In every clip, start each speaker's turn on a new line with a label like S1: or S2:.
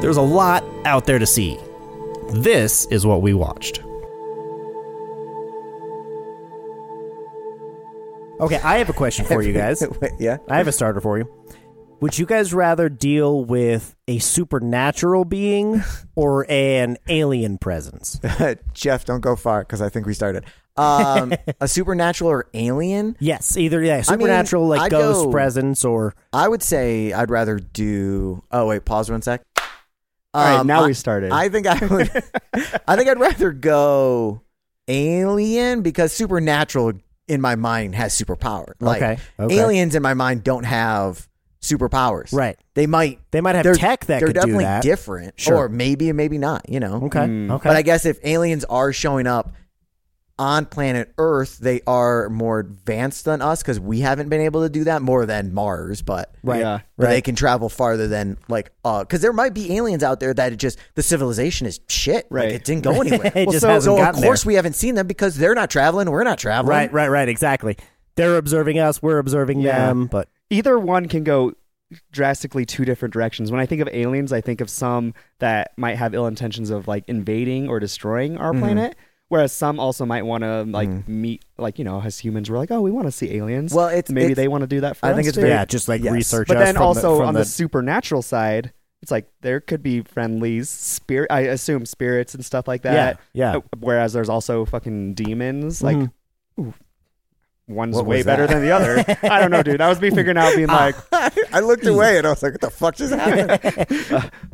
S1: There's a lot out there to see. This is what we watched. Okay, I have a question for you guys.
S2: Wait, yeah.
S1: I have a starter for you. Would you guys rather deal with a supernatural being or an alien presence?
S2: Jeff, don't go far because I think we started. Um, a supernatural or alien?
S1: Yes, either yeah, supernatural like
S2: I'd
S1: ghost
S2: go-
S1: presence or
S2: I would say I'd rather do. Oh wait, pause one sec. Um,
S3: All right, now
S2: I,
S3: we started.
S2: I think I would. I think I'd rather go alien because supernatural in my mind has superpower. Like
S1: Okay, okay.
S2: aliens in my mind don't have superpowers.
S1: Right.
S2: They might.
S1: They might have
S2: they're-
S1: tech that
S2: they're
S1: could do
S2: definitely
S1: that.
S2: different.
S1: Sure.
S2: Or maybe and maybe not. You know.
S1: okay, okay.
S2: But I guess if aliens are showing up on planet Earth, they are more advanced than us because we haven't been able to do that more than Mars, but
S1: right,
S3: Yeah.
S2: but they
S1: right.
S2: can travel farther than like uh because there might be aliens out there that it just the civilization is shit.
S3: Right.
S2: Like it didn't go anywhere.
S1: It just
S2: so,
S1: hasn't
S2: so of
S1: gotten
S2: course
S1: there.
S2: we haven't seen them because they're not traveling, we're not traveling.
S1: right, right, right, exactly. They're observing us, we're observing
S3: Yeah.
S1: them, but
S3: Either one can go drastically two different directions. When I think of aliens, I think of some that might have ill intentions of like invading or destroying
S2: Mm-hmm.
S3: our planet, whereas some also might want to like meet, like you know, as humans, we're like, oh, we want to see aliens.
S2: Well, it's-
S3: maybe
S2: it's-
S3: they want to do that for
S2: I
S3: us
S2: think it's
S3: too.
S2: very-
S1: yeah, just like
S2: yes.
S1: research.
S3: But
S1: us
S3: then
S1: from
S3: also
S1: the, from
S3: on
S1: the,
S3: the, supernatural side, it's like there could be friendlies, spirit. I assume spirits and stuff like that.
S1: Yeah, yeah.
S3: Uh, Whereas there's also fucking demons. Like,
S1: Mhm.
S3: ooh, one's
S2: What
S3: way
S2: was
S3: better
S2: that?
S3: than the other. I don't know, dude. That was me figuring out,
S1: Ah.
S3: being like
S2: I looked away and I was like, what the fuck just happened?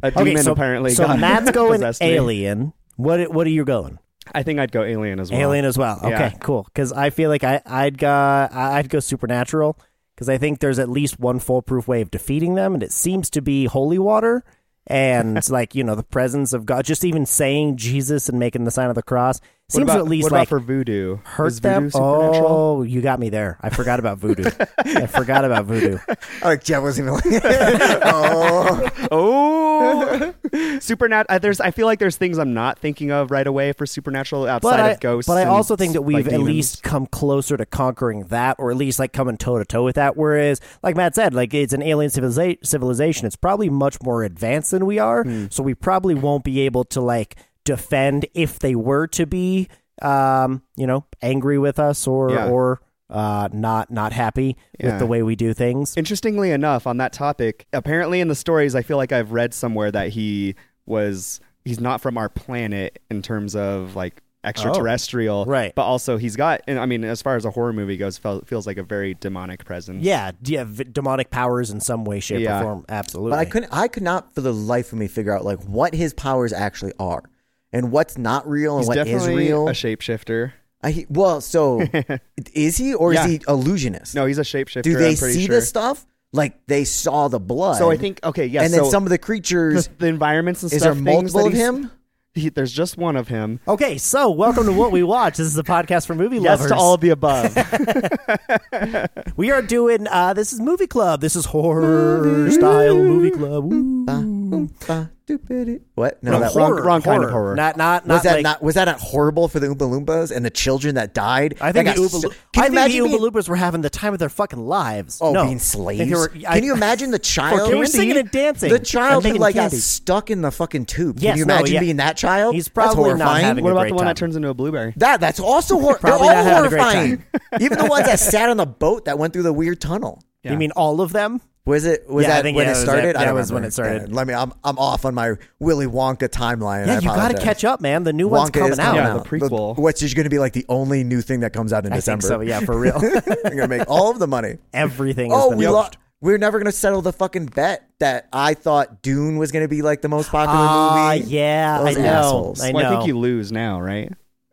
S3: a
S1: okay,
S3: demon
S1: so,
S3: apparently.
S1: So
S3: got
S1: Matt's going
S3: possessed me.
S1: alien. What what are you going?
S3: I think I'd go alien as well.
S1: Alien as well. Okay,
S3: Yeah.
S1: cool. Because I feel like I, I'd go I- I'd go supernatural because I think there's at least one foolproof way of defeating them, and it seems to be holy water and like you know the presence of God. Just even saying Jesus and making the sign of the cross
S3: What
S1: seems
S3: about,
S1: to at least
S3: what
S1: like
S3: about for voodoo?
S1: hurt
S3: Is voodoo
S1: them.
S3: supernatural?
S1: Oh, you got me there. I forgot about voodoo. I forgot about voodoo.
S2: like Jeff wasn't even like Oh
S3: Oh, supernatural. There's. I feel like there's things I'm not thinking of right away for supernatural outside
S1: but I,
S3: of ghosts.
S1: But I
S3: and
S1: also think that
S3: like
S1: we've at
S3: demons.
S1: least come closer to conquering that, or at least like coming toe to toe with that. Whereas, like Matt said, like it's an alien civiliza- civilization. It's probably much more advanced than we are,
S3: Hmm.
S1: so we probably won't be able to like defend if they were to be, um, you know, angry with us or
S3: Yeah.
S1: or uh, not not happy
S3: Yeah.
S1: with the way we do things.
S3: Interestingly enough, on that topic, apparently in the stories, I feel like I've read somewhere that he was he's not from our planet in terms of like extraterrestrial,
S2: Oh,
S1: right.
S3: But also he's got. And I mean, as far as a horror movie goes, fel- feels like a very demonic presence.
S1: yeah, d- yeah, v- demonic powers in some way, shape,
S3: Yeah.
S1: or form. Absolutely.
S2: But I couldn't. I could not, for the life of me, figure out like what his powers actually are, and what's not real and
S3: he's
S2: what is
S3: definitely
S2: real.
S3: a shapeshifter.
S2: I he- well, so is he or
S3: Yeah.
S2: is he illusionist?
S3: No, he's a shapeshifter.
S2: Do they
S3: I'm pretty
S2: see
S3: sure.
S2: this stuff? Like they saw the blood.
S3: So I think okay, yeah.
S2: and
S3: so
S2: then some of the
S3: the,
S2: creatures.
S3: the environments and
S2: Is there
S3: stuff. things
S2: multiple
S3: that
S2: of
S3: he's-
S2: him?
S3: He, there's just one of him.
S1: okay, so welcome to what we watch. This is a podcast for movie
S3: Yes
S1: lovers.
S3: to all of the above.
S1: We are doing uh this is movie club. This is horror style movie club. Ooh.
S2: Oompa doopity- What? No,
S1: No,
S2: that
S3: wrong- wrong kind of horror.
S1: Not not not
S2: was that
S1: like,
S2: not was that not horrible for the Oompa Loompas and the children that died?
S1: I think
S2: That
S1: the
S2: got
S1: Oompa,
S2: so-
S1: Loo-
S2: Can
S1: I
S2: you
S1: think the
S2: imagine
S1: Oompa
S2: being,
S1: Loompas were having the time of their fucking lives.
S2: oh,
S1: no.
S2: being
S1: I
S2: slaves?
S1: think they were- I-
S2: Can you imagine the child?
S1: They were singing and dancing.
S2: The
S1: and
S2: child who
S1: making
S2: like got
S1: candy.
S2: stuck in the fucking tube.
S1: Yes,
S2: Can you
S1: no,
S2: imagine
S1: yeah.
S2: being that child?
S1: He's
S2: That's
S1: probably not
S2: horrifying.
S1: having
S3: what
S1: a
S3: about
S1: great
S3: the one
S1: time.
S3: that turns into a blueberry?
S2: That that's also hor- they're
S1: Probably
S2: all
S1: not having a great
S2: horrifying. Even the ones that sat on the boat that went through the weird tunnel.
S1: You mean all of them?
S2: Was it was
S1: Yeah, I
S2: that
S1: think,
S2: when
S1: yeah,
S2: it
S1: it was
S2: started?
S1: that-
S2: I
S1: that
S2: don't
S1: was when it
S2: remember.
S1: started.
S2: Yeah, let me. I'm I'm off on my Willy Wonka timeline.
S1: Yeah,
S2: I
S1: you got to
S2: apologize.
S1: catch up, man. The new one's
S2: Wonka
S1: coming
S2: is
S1: out.
S2: coming
S3: Yeah,
S2: out.
S3: the prequel.
S2: The- which is going to be like the only new thing that comes out in
S1: I think
S2: December.
S1: so. Yeah, for real.
S2: I'm going to make all of the money.
S1: Everything. has
S2: Oh,
S1: been
S2: we
S1: launched.
S2: lost. We're never going to settle the fucking bet that I thought Dune was going to be like the most popular
S1: Ah,
S2: movie.
S1: yeah, I
S2: Those
S1: know.
S2: assholes.
S1: I know.
S3: Well, I think you lose now, right?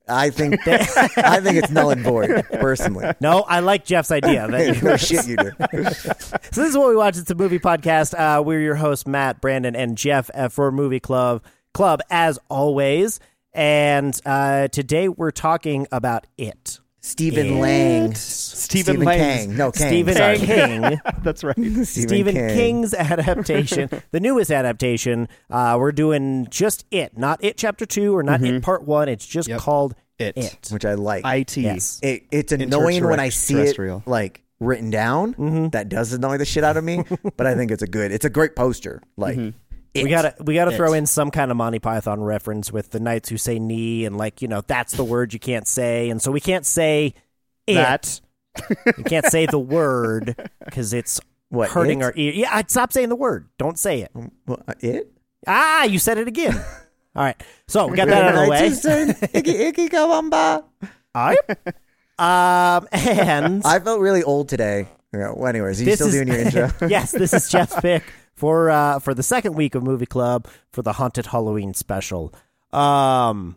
S2: I think I think it's null and void personally.
S1: No, I like Jeff's idea. That you
S2: No shit, you do.
S1: So this is what we watch. It's a movie podcast. Uh, we're your hosts, Matt, Brandon, and Jeff at for Movie Club Club, as always. And uh, today we're talking about it.
S2: Stephen Lang,
S3: Stephen
S2: Stephen
S3: Lang's-
S2: Kang, no Kang,
S1: Stephen
S2: sorry.
S1: King,
S3: That's right.
S1: Stephen
S2: King.
S1: King's adaptation, the newest adaptation. Uh, we're doing just it, not it chapter two or not it part one. It's just called
S3: It.
S1: it.
S2: which I like.
S3: It.
S1: Yes.
S2: it, it's annoying when I see it
S3: Terrestrial.
S2: like written down.
S1: Mm-hmm.
S2: That does annoy the shit out of me, but I think it's a good. It's a great poster. Like it.
S1: Mm-hmm. We gotta we gotta throw in some kind of Monty Python reference with the knights who say knee and like you know that's the word you can't say and so we can't say it.
S3: That.
S1: we can't say the word because it's
S2: What,
S1: hurting
S2: it?
S1: our ear. Yeah, I'd stop saying the word. Don't say it.
S2: Well, uh, it.
S1: Ah, you said it again. All right, so we got that out of the way. I um and
S2: I felt really old today. Yeah, well, anyways, are you still doing your intro?
S1: yes, this is Jeff's pick for uh, for the second week of Movie Club for the Haunted Halloween special. Um,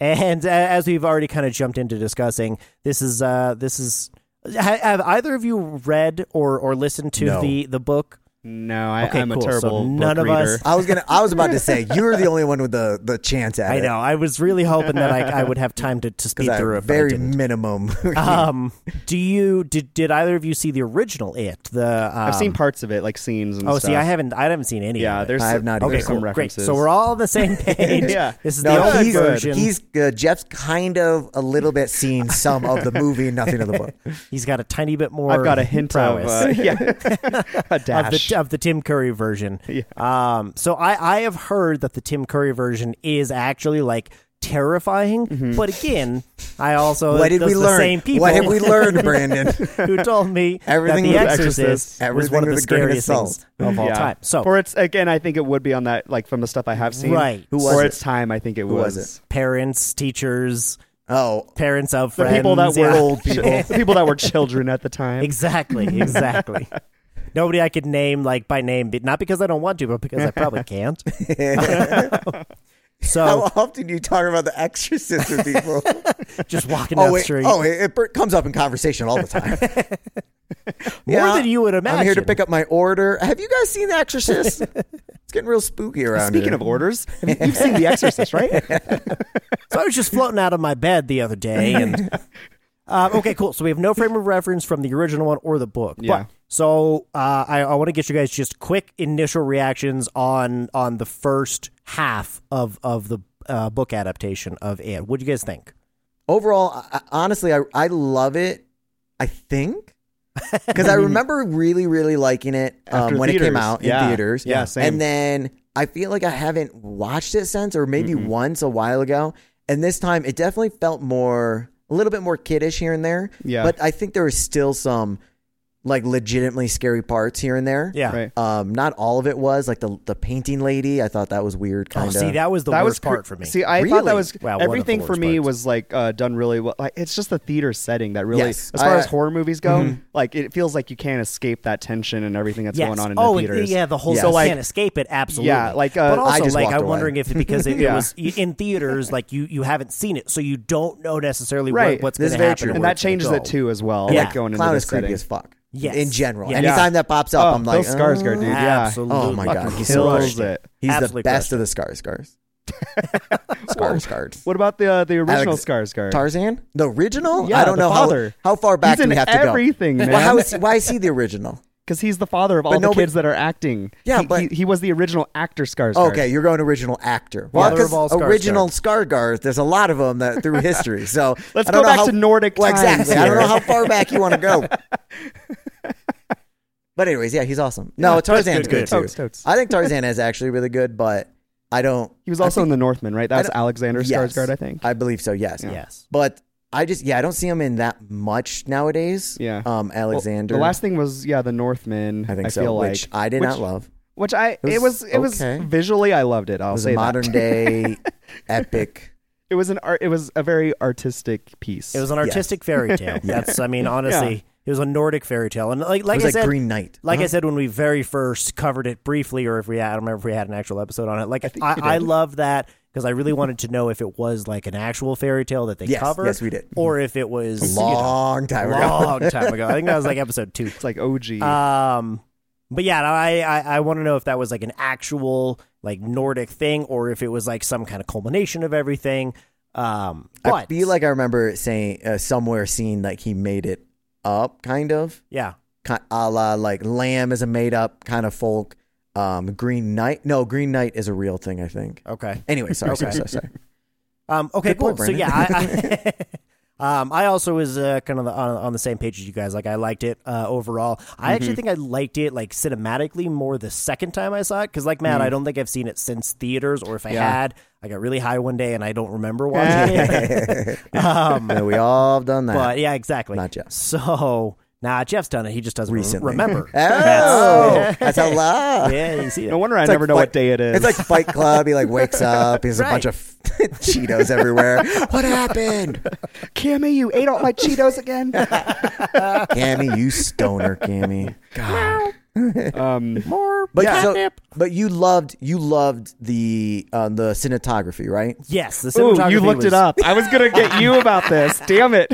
S1: and uh, as we've already kind of jumped into discussing, this is uh, this is ha- have either of you read or or listened to
S2: No.
S1: the the book?
S3: No, I,
S1: Okay,
S3: I'm
S1: cool.
S3: a
S1: So
S3: terrible book
S1: none of us-
S3: reader.
S2: I was gonna. I was about to say you're the only one with the the chance at
S1: I
S2: it.
S1: know. I was really hoping that I, I would have time to, to speed
S2: Because
S1: through
S2: I
S1: it. but I
S2: very
S1: didn't.
S2: minimum.
S1: Um, do you did did either of you see the original It? The um,
S3: I've seen parts of it, like scenes and
S1: Oh,
S3: stuff.
S1: see, I haven't. I haven't seen any.
S3: Yeah,
S1: of it.
S3: there's
S2: I have not
S1: Okay,
S2: either.
S3: there's
S1: cool.
S3: some references.
S1: Great. So we're all on the same page.
S3: Yeah.
S1: This is the
S2: no,
S1: only
S2: he's,
S1: version. He's,
S2: he's uh, Jeff's kind of a little bit seen some of the movie and nothing of the book.
S1: he's got a tiny bit more.
S3: I've got a hint of
S1: prowess
S3: uh, yeah, a
S1: of
S3: dash.
S1: the of the Tim Curry version.
S3: Yeah.
S1: Um. So I I have heard that the Tim Curry version is actually like terrifying.
S3: Mm-hmm.
S1: But again, I also
S2: What did
S1: those
S2: we
S1: are the
S2: learn?
S1: same people
S2: What did we learn, Brandon?
S1: who told me
S2: Everything
S1: that The
S2: with
S1: Exorcist, was
S2: Exorcist, everything
S1: one of the
S2: with a grain of
S1: scariest things of all
S3: Yeah.
S1: time. So
S3: for its again, I think it would be on that like from the stuff I have seen.
S1: Right. Who
S2: was
S3: for
S2: it?
S3: its time, I think it
S2: was
S3: was,
S1: parents, teachers,
S2: Oh,
S1: parents of
S3: the
S1: friends,
S3: people that
S1: yeah.
S3: were
S2: old people.
S3: the people that were children at the time.
S1: Exactly, exactly. Nobody I could name like by name, but not because I don't want to, but because I probably can't.
S2: how
S1: So
S2: often do you talk about the Exorcist with people?
S1: just walking down
S2: oh,
S1: the
S2: wait,
S1: street,
S2: oh, it, it comes up in conversation all the time.
S1: more
S2: Yeah,
S1: than you would imagine.
S2: I'm here to pick up my order. Have you guys seen The Exorcist? it's getting real spooky around
S3: Speaking
S2: here.
S3: of orders, I mean, you've seen The Exorcist, right?
S1: So I was just floating out of my bed the other day, and um, okay, cool. So we have no frame of reference from the original one or the book.
S3: Yeah.
S1: But, so uh, I, I want to get you guys just quick initial reactions on on the first half of of the uh, book adaptation of it. What do you guys think?
S2: overall, I, I- honestly, I I love it. I think because I remember really really liking it um,
S3: After
S2: when it came
S3: theaters.
S2: out in
S3: Yeah.
S2: theaters.
S3: Yeah, same.
S2: And then I feel like I haven't watched it since, or maybe once a while ago. And this time, it definitely felt more a little bit more kiddish here and there.
S3: Yeah.
S2: but I think there was still some like legitimately scary parts here and there.
S1: Yeah.
S3: Right.
S2: Um, not all of it was like the the painting lady. I thought that was weird.
S1: Oh,
S2: Kind of.
S1: see, that was the
S3: that was
S1: worst part
S3: cr-
S1: for me.
S3: See, I thought
S2: Really?
S3: that was
S1: Wow, one of the
S3: everything for
S1: worst
S3: me
S1: parts.
S3: was like uh, done really well. Like, it's just the theater setting that really,
S2: Yes.
S3: as far
S2: I-
S3: as horror movies go,
S1: Mm-hmm.
S3: like it feels like you can't escape that tension and everything that's
S1: yes.
S3: going on in
S1: oh,
S3: the
S1: and-
S3: theaters.
S1: yeah, the whole
S2: Yes.
S1: so
S2: So,
S3: like-
S1: can't escape it. Absolutely.
S3: Yeah, like, uh,
S1: but also
S2: I just
S1: like
S2: walked
S1: I'm
S2: away.
S1: wondering if because it,
S3: Yeah.
S1: was in theaters, like you you haven't seen it, so you don't know necessarily what-
S3: Right.
S1: what's
S2: This
S1: going
S2: is
S1: to
S2: very
S1: happen.
S2: true.
S1: or
S3: and
S1: where
S3: that
S1: it's gonna
S3: changes
S1: go.
S3: it too as well.
S1: Yeah.
S3: like going
S2: clown
S3: into
S2: is
S3: this setting.
S2: creepy as fuck.
S1: Yes.
S2: in general.
S1: Yeah.
S2: Anytime that pops up,
S3: oh,
S2: I'm like,
S3: Bill Skarsgård, dude. Yeah,
S1: Absolutely.
S2: Oh my god,
S1: Fucking
S2: he's so
S1: crushed
S3: kills
S2: crushed
S1: it.
S3: it.
S2: He's
S1: Absolutely
S2: the best
S1: crushed
S2: of the Scar Scars. Scar Scars.
S3: What about the uh, the original
S2: Alex-
S3: Skarsgård?
S2: Tarzan? The original?
S3: Yeah,
S2: I don't
S3: the
S2: know
S3: father.
S2: how how far back
S3: He's
S2: do we
S3: in
S2: have to go.
S3: everything,
S2: Well,
S3: man.
S2: how is he, why is he the original?
S3: Because he's the father of all the
S2: nobody-
S3: kids that are acting.
S2: Yeah,
S3: he,
S2: but-
S3: he, he was the original actor Skarsgård.
S2: Okay, you're going original actor. Well,
S1: Father of all Skarsgård.
S2: original Skarsgård, there's a lot of them that through history. So
S3: Let's
S2: I don't
S3: go
S2: know
S3: back
S2: how-
S3: to Nordic
S2: Well,
S3: times
S2: exactly. I don't
S3: here.
S2: know how far back you want to go. But anyways, yeah, he's awesome. No, Tarzan's good,
S3: good, good.
S2: too.
S3: Totes, totes.
S2: I think Tarzan is actually really good, but I don't.
S3: He was
S2: I
S3: also
S2: think-
S3: in The Northman, right? That was
S2: don't-
S3: Alexander
S2: Yes.
S3: Skarsgård, I think.
S2: I believe so. Yes.
S1: Yes.
S2: But I just yeah, I don't see him in that much nowadays.
S3: Yeah.
S2: Um, Alexander.
S3: Well, the last thing was yeah, The Northman.
S2: I think so,
S3: feel
S2: which
S3: like,
S2: I did
S3: which,
S2: not love.
S3: Which I
S2: It
S3: it
S2: was
S3: was it was,
S2: okay.
S3: visually I loved it. I'll
S2: It was
S3: say
S2: a
S3: that.
S2: modern day epic.
S3: It was an art. It was a very artistic piece.
S1: It was an artistic fairy tale. That's I mean honestly, it was a Nordic fairy tale, and like
S2: It
S1: like
S2: was
S1: I
S2: like
S1: said,
S2: Green Knight. Uh-huh.
S1: like I said when we very first covered it briefly, or if we had, I don't remember if we had an actual episode on it. Like I, I, love that because I really wanted to know if it was like an actual fairy tale that they
S2: Yes,
S1: covered.
S2: yes, we did. Mm-hmm.
S1: Or if it was you know,
S2: long time ago.
S1: long time ago. I think that was like episode two.
S3: It's like OG.
S2: Uh,
S1: Um, but yeah, I I, I want to know if that was like an actual like Nordic thing or if it was like some kind of culmination of everything. Um,
S2: I
S1: but
S2: feel like I remember saying uh, somewhere seeing like he made it up, kind of,
S1: yeah,
S2: Ki a la like Lamb is a made up kind of folk. Um, Green Knight, no, Green Knight is a real thing, I think.
S1: okay.
S2: Anyway, sorry, sorry, sorry, sorry.
S1: Um, okay,
S2: Good boy,
S1: cool. so
S2: Brandon.
S1: yeah, I, I, um, I also was uh, kind of on, on the same page as you guys. Like, I liked it uh, overall. I actually think I liked it like cinematically more the second time I saw it because, like Matt, I don't think I've seen it since theaters, or if I
S3: Yeah.
S1: had, I got really high one day and I don't remember watching it. um,
S2: Yeah, we all have done that.
S1: but yeah, exactly.
S2: Not Jeff.
S1: So nah, Jeff's done it. He just doesn't re-
S2: Recently.
S1: remember.
S2: oh, that's a lot.
S1: yeah, you see
S3: no
S1: it.
S3: wonder I
S2: It's like
S3: never know
S2: Fight-
S3: what day it is.
S2: It's like Fight Club. He like wakes up. He's a bunch
S1: Right.
S2: of Cheetos everywhere. what happened,
S3: Cammy, you ate all my Cheetos again.
S2: Cammy? You stoner, Cammy. God.
S3: um,
S1: More,
S2: But
S1: yeah.
S2: so, but you loved you loved the uh, the cinematography, right?
S1: yes, the
S3: ooh,
S1: cinematography.
S3: you looked
S1: was,
S3: it up. I was gonna get you about this. Damn it.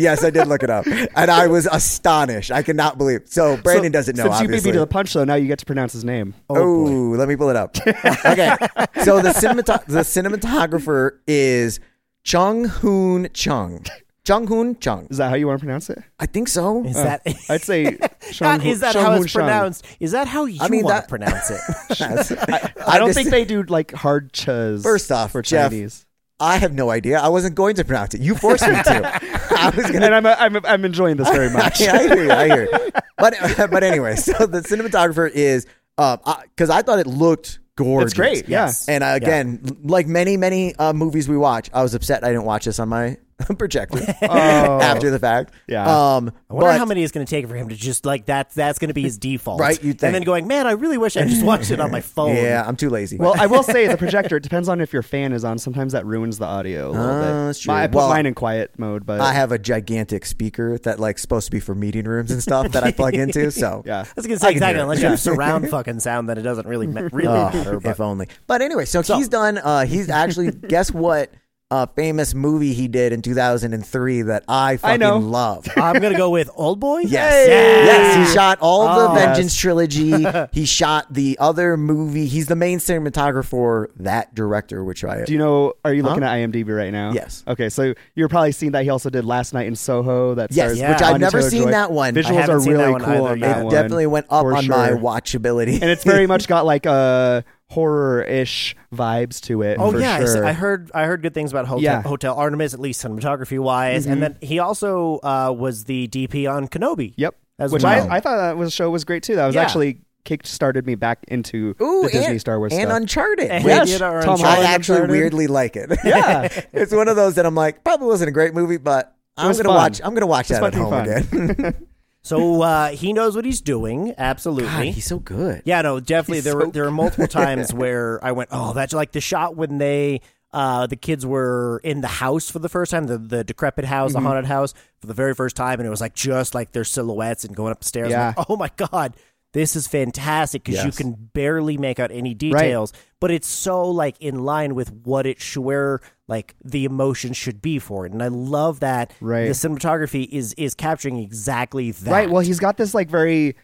S2: yes, I did look it up, and I was astonished. I could not believe. So Brandon doesn't know.
S3: Since you beat
S2: obviously.
S3: me to the punch, though, now you get to pronounce his name.
S2: Oh, let me pull it up. okay, so the cinematog- the cinematographer is Chung Hoon Chung. Chung Hoon Chung.
S3: Is that how you want to pronounce it?
S2: I think so.
S1: Is that?
S3: I'd say. Shang
S1: That,
S3: Hu-
S1: is that
S3: Shang
S1: how
S3: Hun
S1: it's
S3: Shang.
S1: pronounced? Is that how you
S2: mean,
S1: want
S2: that-
S1: to pronounce it?
S2: I,
S3: I don't
S2: just-
S3: think they do like hard chas.
S2: First off,
S3: for
S2: Jeff,
S3: Chinese.
S2: I have no idea. I wasn't going to pronounce it. You forced me to. I was gonna.
S3: And I'm, I'm I'm enjoying this very much.
S2: Yeah, I hear you. I hear you. But but anyway, so the cinematographer is um because I thought it looked gorgeous.
S3: It's great. Yeah.
S1: Yes.
S2: And uh, again, l- like many many uh, movies we watch, I was upset I didn't watch this on my projector
S3: Oh.
S2: after the fact.
S3: Yeah.
S2: Um,
S1: I wonder
S2: but
S1: how many it's going to take for him to just like that. That's going to be his default,
S2: Right, you'd think.
S1: And then going, man, I really wish I just watched it on my phone.
S2: yeah, I'm too lazy.
S3: Well, I will say the projector. It depends on if your fan is on. Sometimes that ruins the audio a little
S2: Ah,
S3: bit.
S2: that's true.
S3: I put
S2: Well,
S3: mine in quiet mode, but
S2: I have a gigantic speaker that like supposed to be for meeting rooms and stuff that I plug into. So
S3: yeah,
S1: I was going to say
S2: I can
S1: Oh,
S2: hear
S1: exactly.
S2: it.
S1: Unless you have surround fucking sound, then it doesn't really ma- really matter.
S2: Oh,
S1: But
S2: if only. But anyway, so, he's done. Uh, he's actually guess what? uh, famous movie he did in 2003 that I fucking
S3: know.
S2: love.
S1: I'm going to go with Old Boy.
S2: Yes. Yes, he shot all the
S1: Oh.
S2: Vengeance trilogy. he shot the other movie. He's the main cinematographer for that director, which I
S3: Do you know? Are you looking at IMDb right now?
S2: Yes.
S3: Okay, so you're probably seeing that he also did Last Night in Soho. That
S2: Yes,
S3: stars
S1: yeah. which
S2: I've never
S3: Anya
S2: seen
S3: Taylor-Joy.
S2: that one. I
S3: Visuals
S1: haven't
S3: are
S1: seen that
S3: really
S1: one
S3: cool.
S1: either
S3: on
S1: yet.
S3: that
S1: It
S3: one,
S2: definitely went up
S3: for
S2: on my
S3: sure.
S2: watchability.
S3: and it's very much got like uh, horror-ish vibes to it.
S1: Oh
S3: for
S1: yeah, I s-
S3: sure.
S1: I heard I heard good things about Hotel,
S3: Yeah. Mm-hmm.
S1: Hotel Artemis, at least cinematography wise, and then he also uh, was the DP on Kenobi.
S3: Yep.
S1: as
S3: Which
S1: well.
S3: I, I thought that was show was great too. That was
S1: Yeah.
S3: actually kick started me back into
S2: Ooh,
S3: the Disney
S2: and,
S3: Star Wars
S2: and
S3: stuff.
S2: Uncharted.
S1: And
S2: which-
S1: he did our
S3: Tom
S2: I
S1: Uncharted.
S3: Holland
S2: actually
S3: Uncharted.
S2: weirdly like it. Yeah, it's one of those that I'm like probably wasn't a great movie, but I'm
S3: was
S2: gonna
S3: fun.
S2: watch. I'm gonna watch that at
S3: fucking
S2: home
S3: fun.
S2: again.
S1: So uh, he knows what he's doing. Absolutely.
S2: so good.
S1: yeah, no, definitely.
S3: he's
S1: There
S3: so
S1: were there were multiple times where I went, oh, that's like the shot when they. Uh, the kids were in the house for the first time, the, the decrepit house,
S3: Mm-hmm.
S1: the haunted house, for the very first time, and it was like just like their silhouettes and going up the stairs. I'm
S3: Yeah.
S1: like, oh my god this is fantastic because you
S2: Yes.
S1: can barely make out any details but it's so like in line with what it sh- where like the emotion should be for it and i love that
S3: Right.
S1: the cinematography is is capturing exactly that
S3: Right. Well, he's got this like very,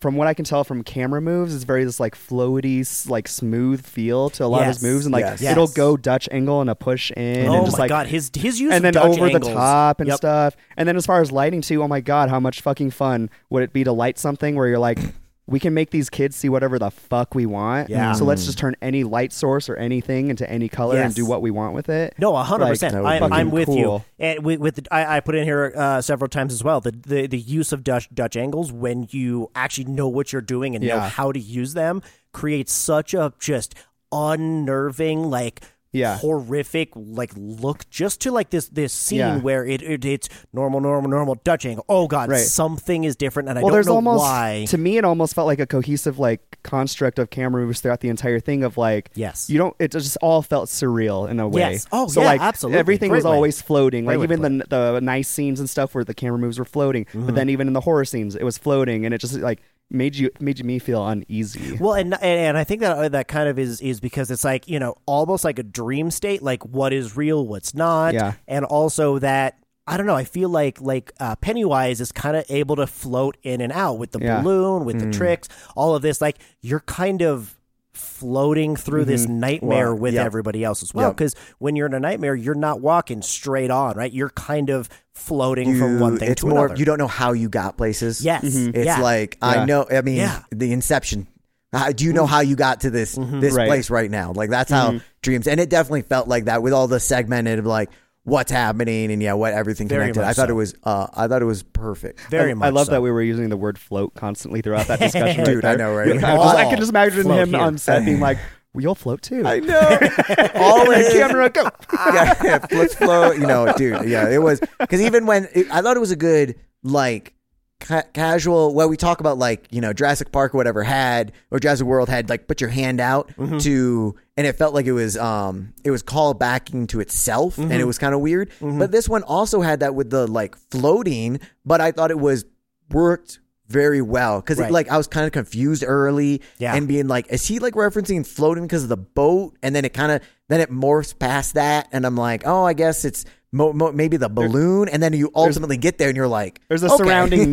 S3: from what I can tell from camera moves, it's very this like floaty, s- like smooth feel to a lot of
S1: Yes.
S3: his moves, and like
S2: Yes.
S3: it'll
S1: Yes.
S3: go Dutch angle and a push in,
S1: oh
S3: and just
S1: my
S3: like
S1: god his his use
S3: and
S1: of
S3: then
S1: Dutch
S3: over
S1: angles.
S3: the top and
S1: Yep.
S3: stuff. And then as far as lighting too, oh my god, how much fucking fun would it be to light something where you're like, we can make these kids see whatever the fuck we want.
S1: Yeah.
S3: So let's just turn any light source or anything into any color and
S1: Yes.
S3: do what we want with it.
S1: No, hundred percent.
S3: Like, that
S1: I'm,
S3: would be
S1: I'm with you.
S3: cool.
S1: And with, with the, I, I put in here uh, several times as well the, the the use of Dutch Dutch angles when you actually know what you're doing and know
S3: Yeah.
S1: how to use them creates such a just unnerving like.
S3: Yeah.
S1: horrific like look just to like this this scene
S3: Yeah.
S1: where it, it it's normal normal normal Dutch angle oh god
S3: Right.
S1: something is different and I
S3: well,
S1: don't
S3: there's
S1: know
S3: almost
S1: why
S3: to me it almost felt like a cohesive like construct of camera moves throughout the entire thing of like
S1: Yes.
S3: you don't it just all felt surreal in a way
S1: Yes. Oh,
S3: so
S1: yeah,
S3: like
S1: absolutely.
S3: everything
S1: Great
S3: was
S1: way.
S3: always floating
S1: Great
S3: like
S1: way to Mm-hmm.
S3: even the the nice scenes and stuff where the camera moves were floating but then even in the horror scenes it was floating and it just like made you made you me feel uneasy.
S1: Well, and and I think that uh, that kind of is is because it's like you know almost like a dream state, like what is real, what's not,
S3: Yeah.
S1: and also that I don't know. I feel like like uh, Pennywise is kind of able to float in and out with the
S3: Yeah.
S1: balloon,
S2: Hmm.
S1: with the tricks, all of this. Like you're kind of floating through this nightmare
S2: Mm-hmm. Well,
S1: with
S2: yep.
S1: everybody else as well.
S2: Yep.
S1: Because when you're in a nightmare, you're not walking straight on, right? You're kind of floating from one thing
S2: it's
S1: to
S2: more
S1: another.
S2: you don't know how you got places. Mm-hmm.
S1: Yes. Mhm.
S2: It's
S1: Yeah.
S2: like
S3: Yeah.
S2: I know I mean
S1: Yeah. Mm-hmm.
S2: the inception. How do you know how you got to this this
S3: Right.
S2: place right now? Like that's how dreams and it definitely felt like that with all the segmented of like what's happening and yeah, what everything
S1: Very
S2: connected.
S1: much
S2: I thought
S1: so.
S2: it was uh I thought it was perfect.
S1: Very
S3: I,
S1: much.
S3: I love
S1: so.
S3: that we were using the word float constantly throughout that discussion. right
S2: Dude, I
S3: there.
S2: know, right?
S3: I, was- I can just imagine
S1: Float
S3: him
S1: here.
S3: on set being like, well, "You'll float too."
S2: I know. all in camera go. yeah, yeah, let's flow. You know, dude. Yeah, it was because even when it, I thought it was a good like ca- casual. Well, we talk about like you know Jurassic Park or whatever had or Jurassic World had like put your hand out
S1: Mm-hmm.
S2: to, and it felt like it was um it was call backing to itself, and
S1: Mm-hmm.
S2: it was kind of weird. But this one also had that with the like floating, but I thought it was worked. Very well, because
S1: Right.
S2: like I was kind of confused early,
S1: Yeah.
S2: and being like, is he like referencing floating because of the boat? And then it kind of then it morphs past that, and I'm like, oh, I guess it's mo- mo- maybe the balloon. And then you ultimately get there, and you're like,
S3: There's a
S2: okay.
S3: surrounding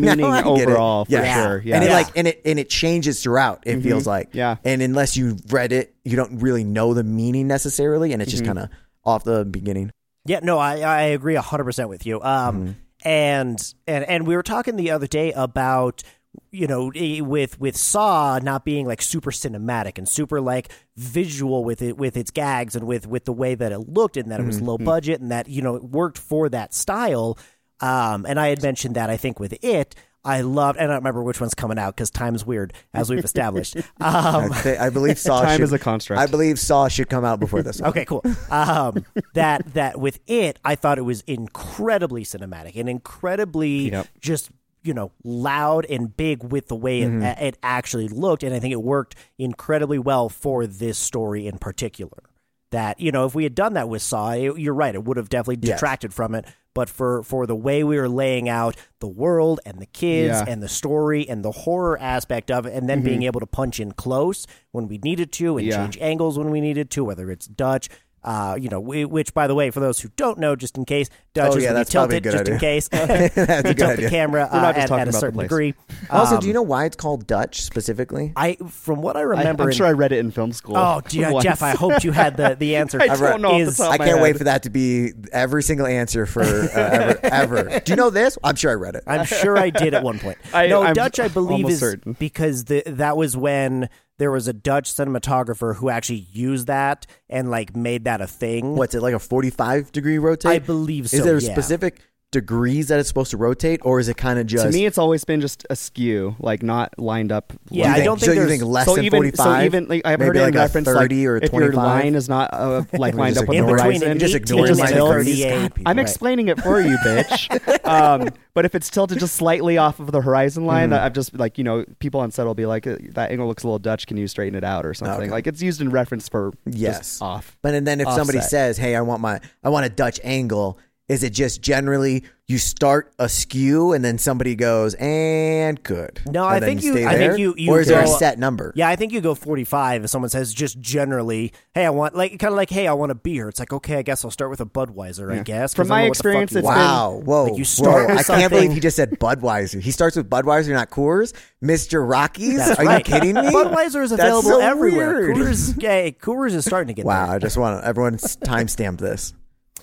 S2: Now
S3: meaning
S2: I get it.
S3: overall, for sure. Yeah.
S2: and it
S3: Yeah. Mm-hmm.
S2: like and it and it changes throughout. It feels like,
S3: Yeah.
S2: And unless you read it, you don't really know the meaning necessarily, and it's
S3: Mm-hmm.
S2: just kind of off the beginning.
S1: Yeah, no, I I agree hundred percent with you. Um, and and and we were talking the other day about you know eh, with with Saw not being like super cinematic and super like visual with it with its gags and with with the way that it looked and that it was low budget and that you know it worked for that style. Um, and I had mentioned that I think with it. I loved, and I don't remember which one's coming out because time's weird, as we've established. Um,
S2: I, thi- I believe Saw
S3: Time
S2: should,
S3: is a construct.
S2: I believe Saw should come out before this. One.
S1: Okay, cool. Um, that that with it, I thought it was incredibly cinematic and incredibly
S3: Yep.
S1: just you know loud and big with the way
S3: Mm-hmm.
S1: it, it actually looked, and I think it worked incredibly well for this story in particular. That you know, if we had done that with Saw, it, you're right, it would have definitely
S2: Yes.
S1: detracted from it. But for for the way we were laying out the world and the kids
S3: Yeah.
S1: and the story and the horror aspect of it, and then being able to punch in close when we needed to and
S3: Mm-hmm. Yeah.
S1: change angles when we needed to, whether it's Dutch. Uh, you know, we, which by the way, for those who don't know, just in case, Dutch
S2: Oh,
S1: is
S2: yeah,
S1: when you
S2: that's
S1: tilt
S2: probably a
S1: it,
S2: good
S1: just in
S2: idea.
S1: case.
S2: That's
S1: you
S2: a good
S1: tilt the
S2: idea.
S1: camera
S3: We're not
S1: uh,
S3: just
S1: at,
S3: talking
S1: at a
S3: about the
S1: certain
S3: place.
S1: degree.
S2: Also,
S1: Um,
S2: do you know why it's called Dutch specifically?
S1: I, from what I
S3: I,
S1: remember,
S3: am
S1: in-
S3: sure I read it in film school.
S1: oh, dear,
S3: once.
S1: Jeff, I hoped you had the the answer.
S3: I don't know off the
S1: Is-
S3: top of
S2: I
S3: my
S2: can't
S3: head.
S2: wait for that to be every single answer for uh, ever, ever. Do you know this? I'm sure I read it.
S1: I'm sure I did at one point.
S3: I-
S1: no,
S3: I'm
S1: Dutch, I believe,
S3: almost
S1: is
S3: certain.
S1: because the, that was when there was a Dutch cinematographer who actually used that and like made that a thing.
S2: What's it like a 45 degree rotate?
S1: I believe so.
S2: Is there
S1: yeah.
S2: specific degrees that it's supposed to rotate, or is it kind of just?
S3: to me, it's always been just askew, like not lined up.
S1: Yeah,
S2: you
S1: I don't think
S2: so. You
S1: there's-
S2: think less
S3: so
S2: than
S3: even
S2: 45?
S3: so even like I've
S2: Maybe
S3: heard it
S2: like
S3: in
S2: a
S3: reference
S2: 30
S3: like,
S2: or
S3: if your
S2: 25?
S3: line is not uh, like
S2: We
S3: lined
S2: just
S3: up on the
S1: in
S2: ignore it.
S1: between
S3: horizon,
S1: and
S2: Just
S1: just
S2: ignore
S3: it. Just ignore it.
S1: 38 people,
S3: I'm
S1: right.
S3: explaining it for you, bitch. um, but if it's tilted just slightly off of the horizon line,
S2: Mm-hmm.
S3: that I've just like you know people on set will be like, "Uh, that angle looks a little Dutch. Can you straighten it out or something?
S2: Okay.
S3: Like it's used in reference for just
S2: Yes.
S3: off.
S2: But and then if somebody
S3: Offset.
S2: says, "Hey, I want my, I want a Dutch angle," is it just generally you start askew and then somebody goes and good?
S1: No,
S2: And
S1: I
S2: then
S1: think you-
S2: stay
S1: I think
S2: there?
S1: you- you
S2: or is there a
S1: go-
S2: set number?
S1: Yeah, I think you go 45 if someone says just generally, hey, I want, like, kind of like, hey, I want a beer. It's like, okay, I guess I'll start with a Budweiser, I guess. 'cause
S3: From
S1: I
S3: my
S1: don't know what the fuck
S3: experience,
S1: you
S3: it's
S1: want.
S3: been-
S2: Wow! Whoa!
S1: Like, you start
S2: whoa.
S1: with
S2: I can't
S1: something-
S2: believe he just said Budweiser. He starts with Budweiser, not Coors. Mister Rockies?
S1: That's
S2: Are
S1: right.
S2: you kidding me?
S1: Budweiser is
S2: That's
S1: available
S2: so
S1: everywhere.
S2: weird.
S1: Coors, yeah, Coors is starting to get
S2: Wow! I just want to, everyone timestamp this.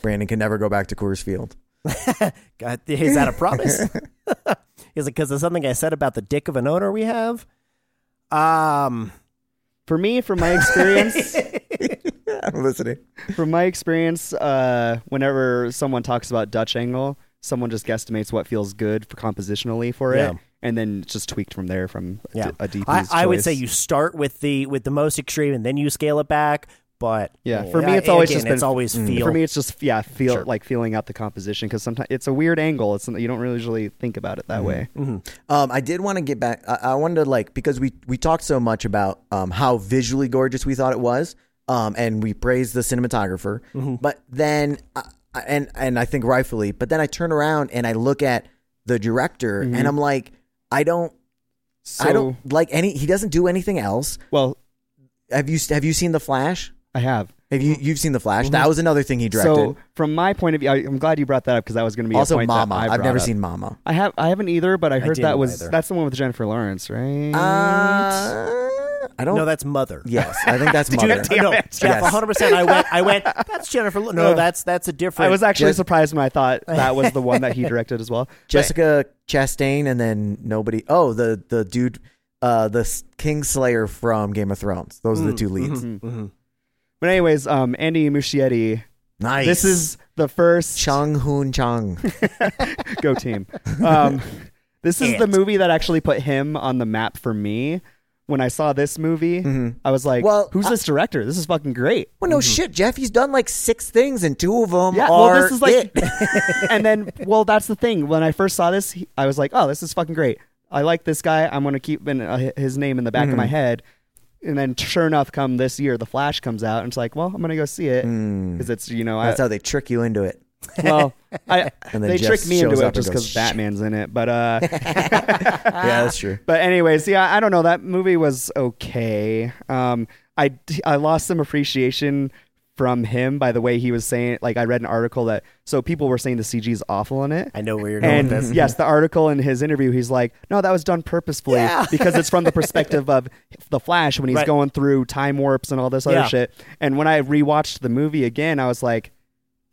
S2: Brandon can never go back to Coors Field.
S1: there. God, Is that a promise? is it because of something I said about the dick of an owner we have? Um,
S3: For me, from my experience,
S2: I'm listening.
S3: from my experience, uh, whenever someone talks about Dutch angle, someone just guesstimates what feels good for compositionally for
S1: Yeah.
S3: it, and then it's just tweaked from there from a
S1: yeah,
S3: d- a DP's
S1: I, I would
S3: choice.
S1: say you start with the with the most extreme and then you scale it back. But
S3: Yeah, for me, it's always
S1: again,
S3: just been-
S1: it's always feel.
S3: For me, it's just yeah, feel
S1: Sure.
S3: like feeling out the composition because sometimes it's a weird angle. It's you don't really usually think about it that
S1: Mm-hmm.
S3: way.
S1: Mm.
S2: Um, I did want to get back. I, I wanted to like because we we talked so much about um, how visually gorgeous we thought it was, um, and we praised the cinematographer.
S3: Mm-hmm.
S2: But then, uh, and and I think rightfully. But then I turn around and I look at the director, and I'm like, I don't
S3: Mm-hmm. So,
S2: I don't like any. He doesn't do anything else.
S3: Well,
S2: Have you Have you seen the Flash?
S3: I have.
S2: Have you You've seen the Flash? That was another thing he directed.
S3: Mm-hmm. So, from my point of view, I, I'm glad you brought that up because that was going to be a
S2: also,
S3: point that
S2: Mama.
S3: I
S2: I've
S3: brought
S2: never
S3: up.
S2: seen Mama.
S3: I have. I haven't either, but I heard that
S1: didn't
S3: was
S1: either.
S3: that's the one with Jennifer Lawrence, right?
S2: Uh, I don't.
S1: No, that's mother.
S2: yes, I think that's Mother.
S3: Damn
S1: no,
S3: it.
S1: Jeff,
S2: Yes.
S1: 100. percent I went. I went. That's Jennifer. Lo-" No, that's that's a different.
S3: I was actually
S2: Just-
S3: surprised when I thought that was the one that he directed as well.
S2: Jessica Chastain, and then nobody. Oh, the the dude, uh, the S- Kingslayer from Game of Thrones. Those are the two leads.
S3: But anyways, um, Andy Muschietti.
S2: Nice.
S3: This is the first
S2: Chung Hoon Chung.
S3: go team. Um, this is the
S1: It.
S3: movie that actually put him on the map for me. When I saw this movie, I was
S2: Mm-hmm.
S3: like,
S2: Well,
S3: who's
S2: I-
S3: this director? This is fucking great."
S2: Well, no shit, Jeff. He's done like six things, and two of them
S3: Yeah,
S2: are
S3: well, this is like,
S2: it.
S3: and then, well, that's the thing. When I first saw this, he- I was like, oh, this is fucking great. I like this guy. I'm going to keep in, uh, his name in the back of
S2: Mm-hmm.
S3: my head. And then, sure enough, come this year, The Flash comes out, and it's like, well, I'm going to go see it because it's, you know, I,
S2: Mm. That's how they trick you into it.
S3: well, I,
S2: And then
S3: they
S2: Jeff
S3: tricked me into
S2: shows
S3: it
S2: up and
S3: just
S2: goes,
S3: because Batman's in it. But, uh,
S2: yeah, that's true.
S3: But anyways, yeah, I don't know. That movie was okay. Um, I I lost some appreciation from him by the way he was saying. Like I read an article that so people were saying the CG is awful in it.
S1: I know where you're going
S3: And
S1: with this.
S3: yes, the article in his interview, he's like, "No, that was done purposefully because it's from the perspective of the Flash when he's
S1: Right.
S3: going through time warps and all this
S1: Yeah.
S3: other shit." And when I rewatched the movie again, I was like,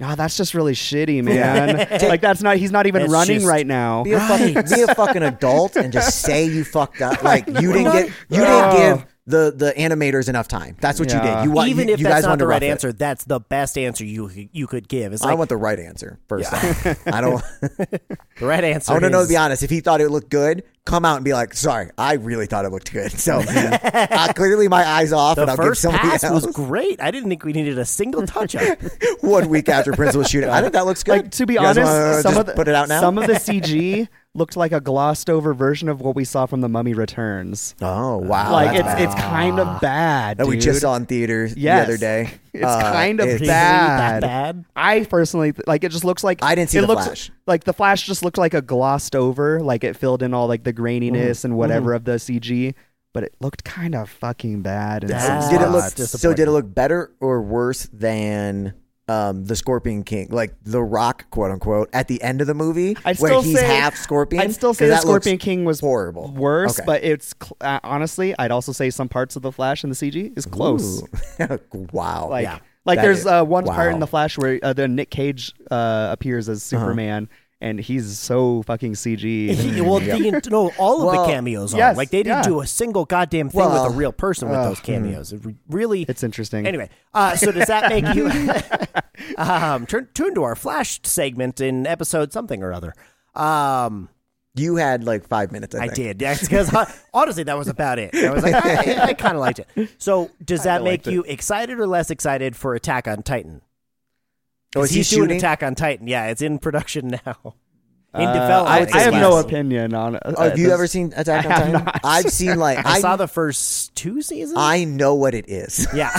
S3: "No, that's just really shitty, man. like that's not. He's not even
S1: It's
S3: running
S1: just-
S3: right now.
S2: Be a, fucking, be a fucking adult and just say you fucked up. Like you didn't get you
S3: Oh.
S2: didn't give the the animators enough time. That's what you
S3: Yeah.
S2: did. You want
S1: Even
S2: you,
S1: if
S2: you
S1: that's
S2: guys
S1: not
S2: wanted
S1: the
S2: to
S1: right
S2: rough it.
S1: answer, that's the best answer you you could give. It's
S2: I
S1: like
S2: want the right answer first. off. I don't.
S1: the right answer.
S2: I want to know.
S1: is-
S2: To be honest, if he thought it looked good, come out and be like, "Sorry, I really thought it looked good." So uh, clearly, my eyes off, and
S1: The
S2: I'll give
S1: first
S2: somebody
S1: pass
S2: else
S1: was great. I didn't think we needed a single touch up.
S2: one week after Prince was shooting. I think that looks good.
S3: Like to be
S2: You guys
S3: honest,
S2: wanna
S3: some
S2: just
S3: of the,
S2: put it out now.
S3: Some of the CG looked like a glossed over version of what we saw from The Mummy Returns.
S2: oh wow,
S3: like
S2: that's
S3: it's
S2: bad.
S3: it's kind of bad.
S2: that we
S3: dude.
S2: just saw in theaters the
S3: Yes.
S2: other day. Uh,
S3: It's kind of
S1: Is it really
S3: bad.
S1: that bad.
S3: I personally th- like it. Just looks like
S2: I didn't see
S3: it
S2: The
S3: looks,
S2: Flash.
S3: Like the Flash just looked like a glossed over. Like it filled in all like the graininess
S2: Mm-hmm.
S3: and whatever of the CG. But it looked kind of fucking bad. in some
S1: That's
S2: did it
S3: spots.
S2: look
S1: disappointing.
S2: so? Did it look better or worse than um, the Scorpion King, like the Rock, quote unquote, at the end of the movie,
S3: I'd
S2: where
S3: still
S2: he's
S3: say-
S2: half scorpion?
S3: I'd still say
S2: 'Cause
S3: the
S2: that
S3: Scorpion
S2: looks
S3: King was
S2: horrible,
S3: worse,
S2: Okay.
S3: but it's cl- uh, honestly, I'd also say some parts of the Flash and the CG is close.
S2: wow,
S3: Like,
S1: Yeah.
S3: like
S2: That
S3: there's
S2: is-
S3: uh, one part in
S2: wow.
S3: the Flash where uh, the Nick Cage uh, appears as
S2: Uh-huh.
S3: Superman, and he's so fucking CG.
S1: He- well, the, ent- no, all of
S2: Well,
S1: the cameos are
S3: yes,
S1: like they didn't
S3: yeah. uh, hmm.
S1: do a single goddamn thing
S2: Well,
S1: with a real person with those cameos. It re- really,
S3: it's interesting.
S1: Anyway, uh, so does that make you um, turn tune to our flash segment in episode something or other? Um,
S2: you had like five minutes. I,
S1: I did
S2: think.
S1: because honestly, that was about it. I was like, I, I kind of liked it. So, does that make
S3: liked it.
S1: you excited or less excited for Attack on Titan?
S2: Oh,
S1: Because
S2: is he
S1: he's doing
S2: shooting?
S1: Attack on Titan. Yeah, it's in production now. In
S3: Uh, I,
S1: development.
S3: I have no
S1: yes.
S3: opinion on. Uh,
S2: Oh, have you
S3: this-
S2: ever seen Attack on
S3: I have
S2: Titan?
S3: not.
S2: I've seen like
S1: I
S2: I,
S1: saw the first two seasons.
S2: I know what it is.
S1: yeah.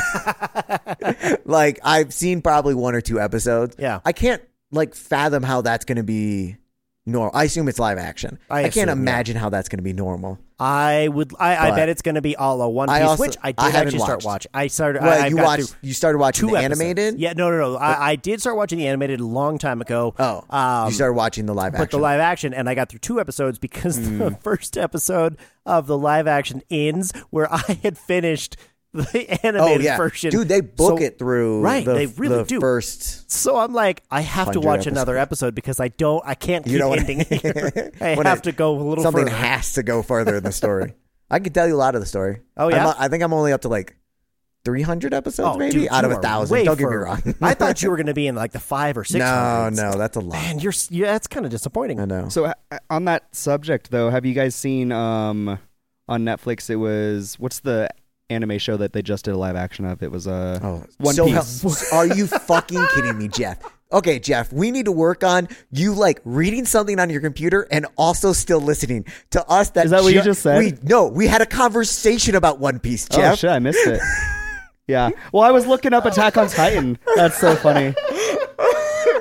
S2: like I've seen probably one or two episodes.
S1: Yeah.
S2: I can't like fathom how that's going to be normal. I assume it's live action.
S1: I
S2: can't
S1: assume, yeah.
S2: imagine how that's going to be normal.
S1: I would. I, I
S2: But-
S1: bet it's going to be a la One
S2: I
S1: Piece,
S2: also-
S1: which I did
S2: I haven't
S1: actually start
S2: watched.
S1: watching. I started.
S2: Well,
S1: I, I
S2: you
S1: got
S2: watched.
S1: through
S2: You started watching
S1: two
S2: the
S1: episodes.
S2: animated.
S1: Yeah, no, no, no. I, I did start watching the animated a long time ago.
S2: Oh,
S1: um,
S2: you started watching the live
S1: but the
S2: action. Hmm.
S1: live action, and I got through two episodes because the first episode of the live action ends where I had finished the animated
S2: oh yeah,
S1: version.
S2: dude, they book
S1: So-
S2: it through.
S1: Right,
S2: the,
S1: they really
S2: the
S1: do.
S2: First,
S1: So I'm like, I have to
S2: 100
S1: watch another episode because I don't. I can't keep
S2: don't wanna-
S1: ending here. I
S2: When
S1: have
S2: it-
S1: to go a little
S2: something
S1: further.
S2: has to go further in the story. I can tell you a lot of the story.
S1: Oh, yeah?
S2: I'm, I think I'm only up to like 300 episodes,
S1: Oh,
S2: maybe
S1: dude,
S2: out of
S1: you
S2: a
S1: are
S2: thousand.
S1: way
S2: Don't get me
S1: further.
S2: wrong.
S1: I thought you were going to be in like the five or six.
S2: no,
S1: hundreds.
S2: no, that's a lot.
S1: Man, you're s- yeah, that's kind of disappointing.
S2: I know.
S3: So uh, on that subject, though, have you guys seen um on Netflix? It was what's the anime show that they just did a live action of? It was uh,
S2: Oh,
S3: One
S2: so
S3: Piece.
S2: hel- are you fucking kidding me, Jeff? Okay, Jeff, we need to work on you like reading something on your computer and also still listening to us. That
S3: Is that what you
S2: ju-
S3: just said?
S2: We no, we had a conversation about One Piece,
S3: oh
S2: Jeff.
S3: shit, I missed it. yeah. Well, I was looking up Attack on Titan. That's so funny.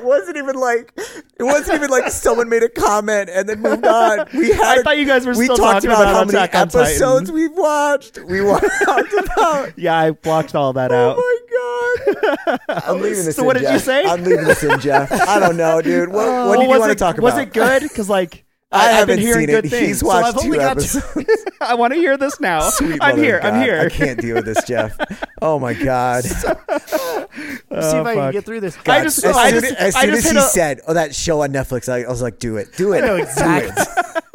S2: wasn't even like it wasn't even like someone made a comment and then moved on. We had
S3: I thought you guys were
S2: we
S3: still
S2: talked
S3: talking
S2: about,
S3: about
S2: how many
S3: Attack on Titan.
S2: episodes we've watched. We wa- talked about.
S3: Yeah, I blocked all that out.
S2: Oh my god! I'm leaving this.
S3: So
S2: in,
S3: what did you
S2: Jeff.
S3: say?
S2: I'm leaving this in, Jeff. I don't know, dude. What, what
S3: Well,
S2: did you
S3: Oh, was
S2: want to
S3: it-
S2: talk about?
S3: Was it good? Because like
S2: I,
S3: have
S2: haven't
S3: been hearing
S2: seen
S3: good
S2: it.
S3: things.
S2: He's
S3: so
S2: watched
S3: I've
S2: two
S3: only got
S2: episodes.
S3: I want to hear this now.
S2: Sweet
S3: I'm
S2: mother of
S3: here. I'm
S2: God.
S3: here.
S2: I can't deal with this, Jeff. Oh my god!
S1: see if I can
S3: fuck.
S1: get through this.
S3: I just-
S2: as
S3: I
S2: soon,
S3: just-
S2: as,
S3: I
S2: soon
S3: just
S2: as
S3: hit
S2: he
S3: a-
S2: said, "Oh, that show on Netflix," I, I was like, "Do it, do it."
S1: know exactly.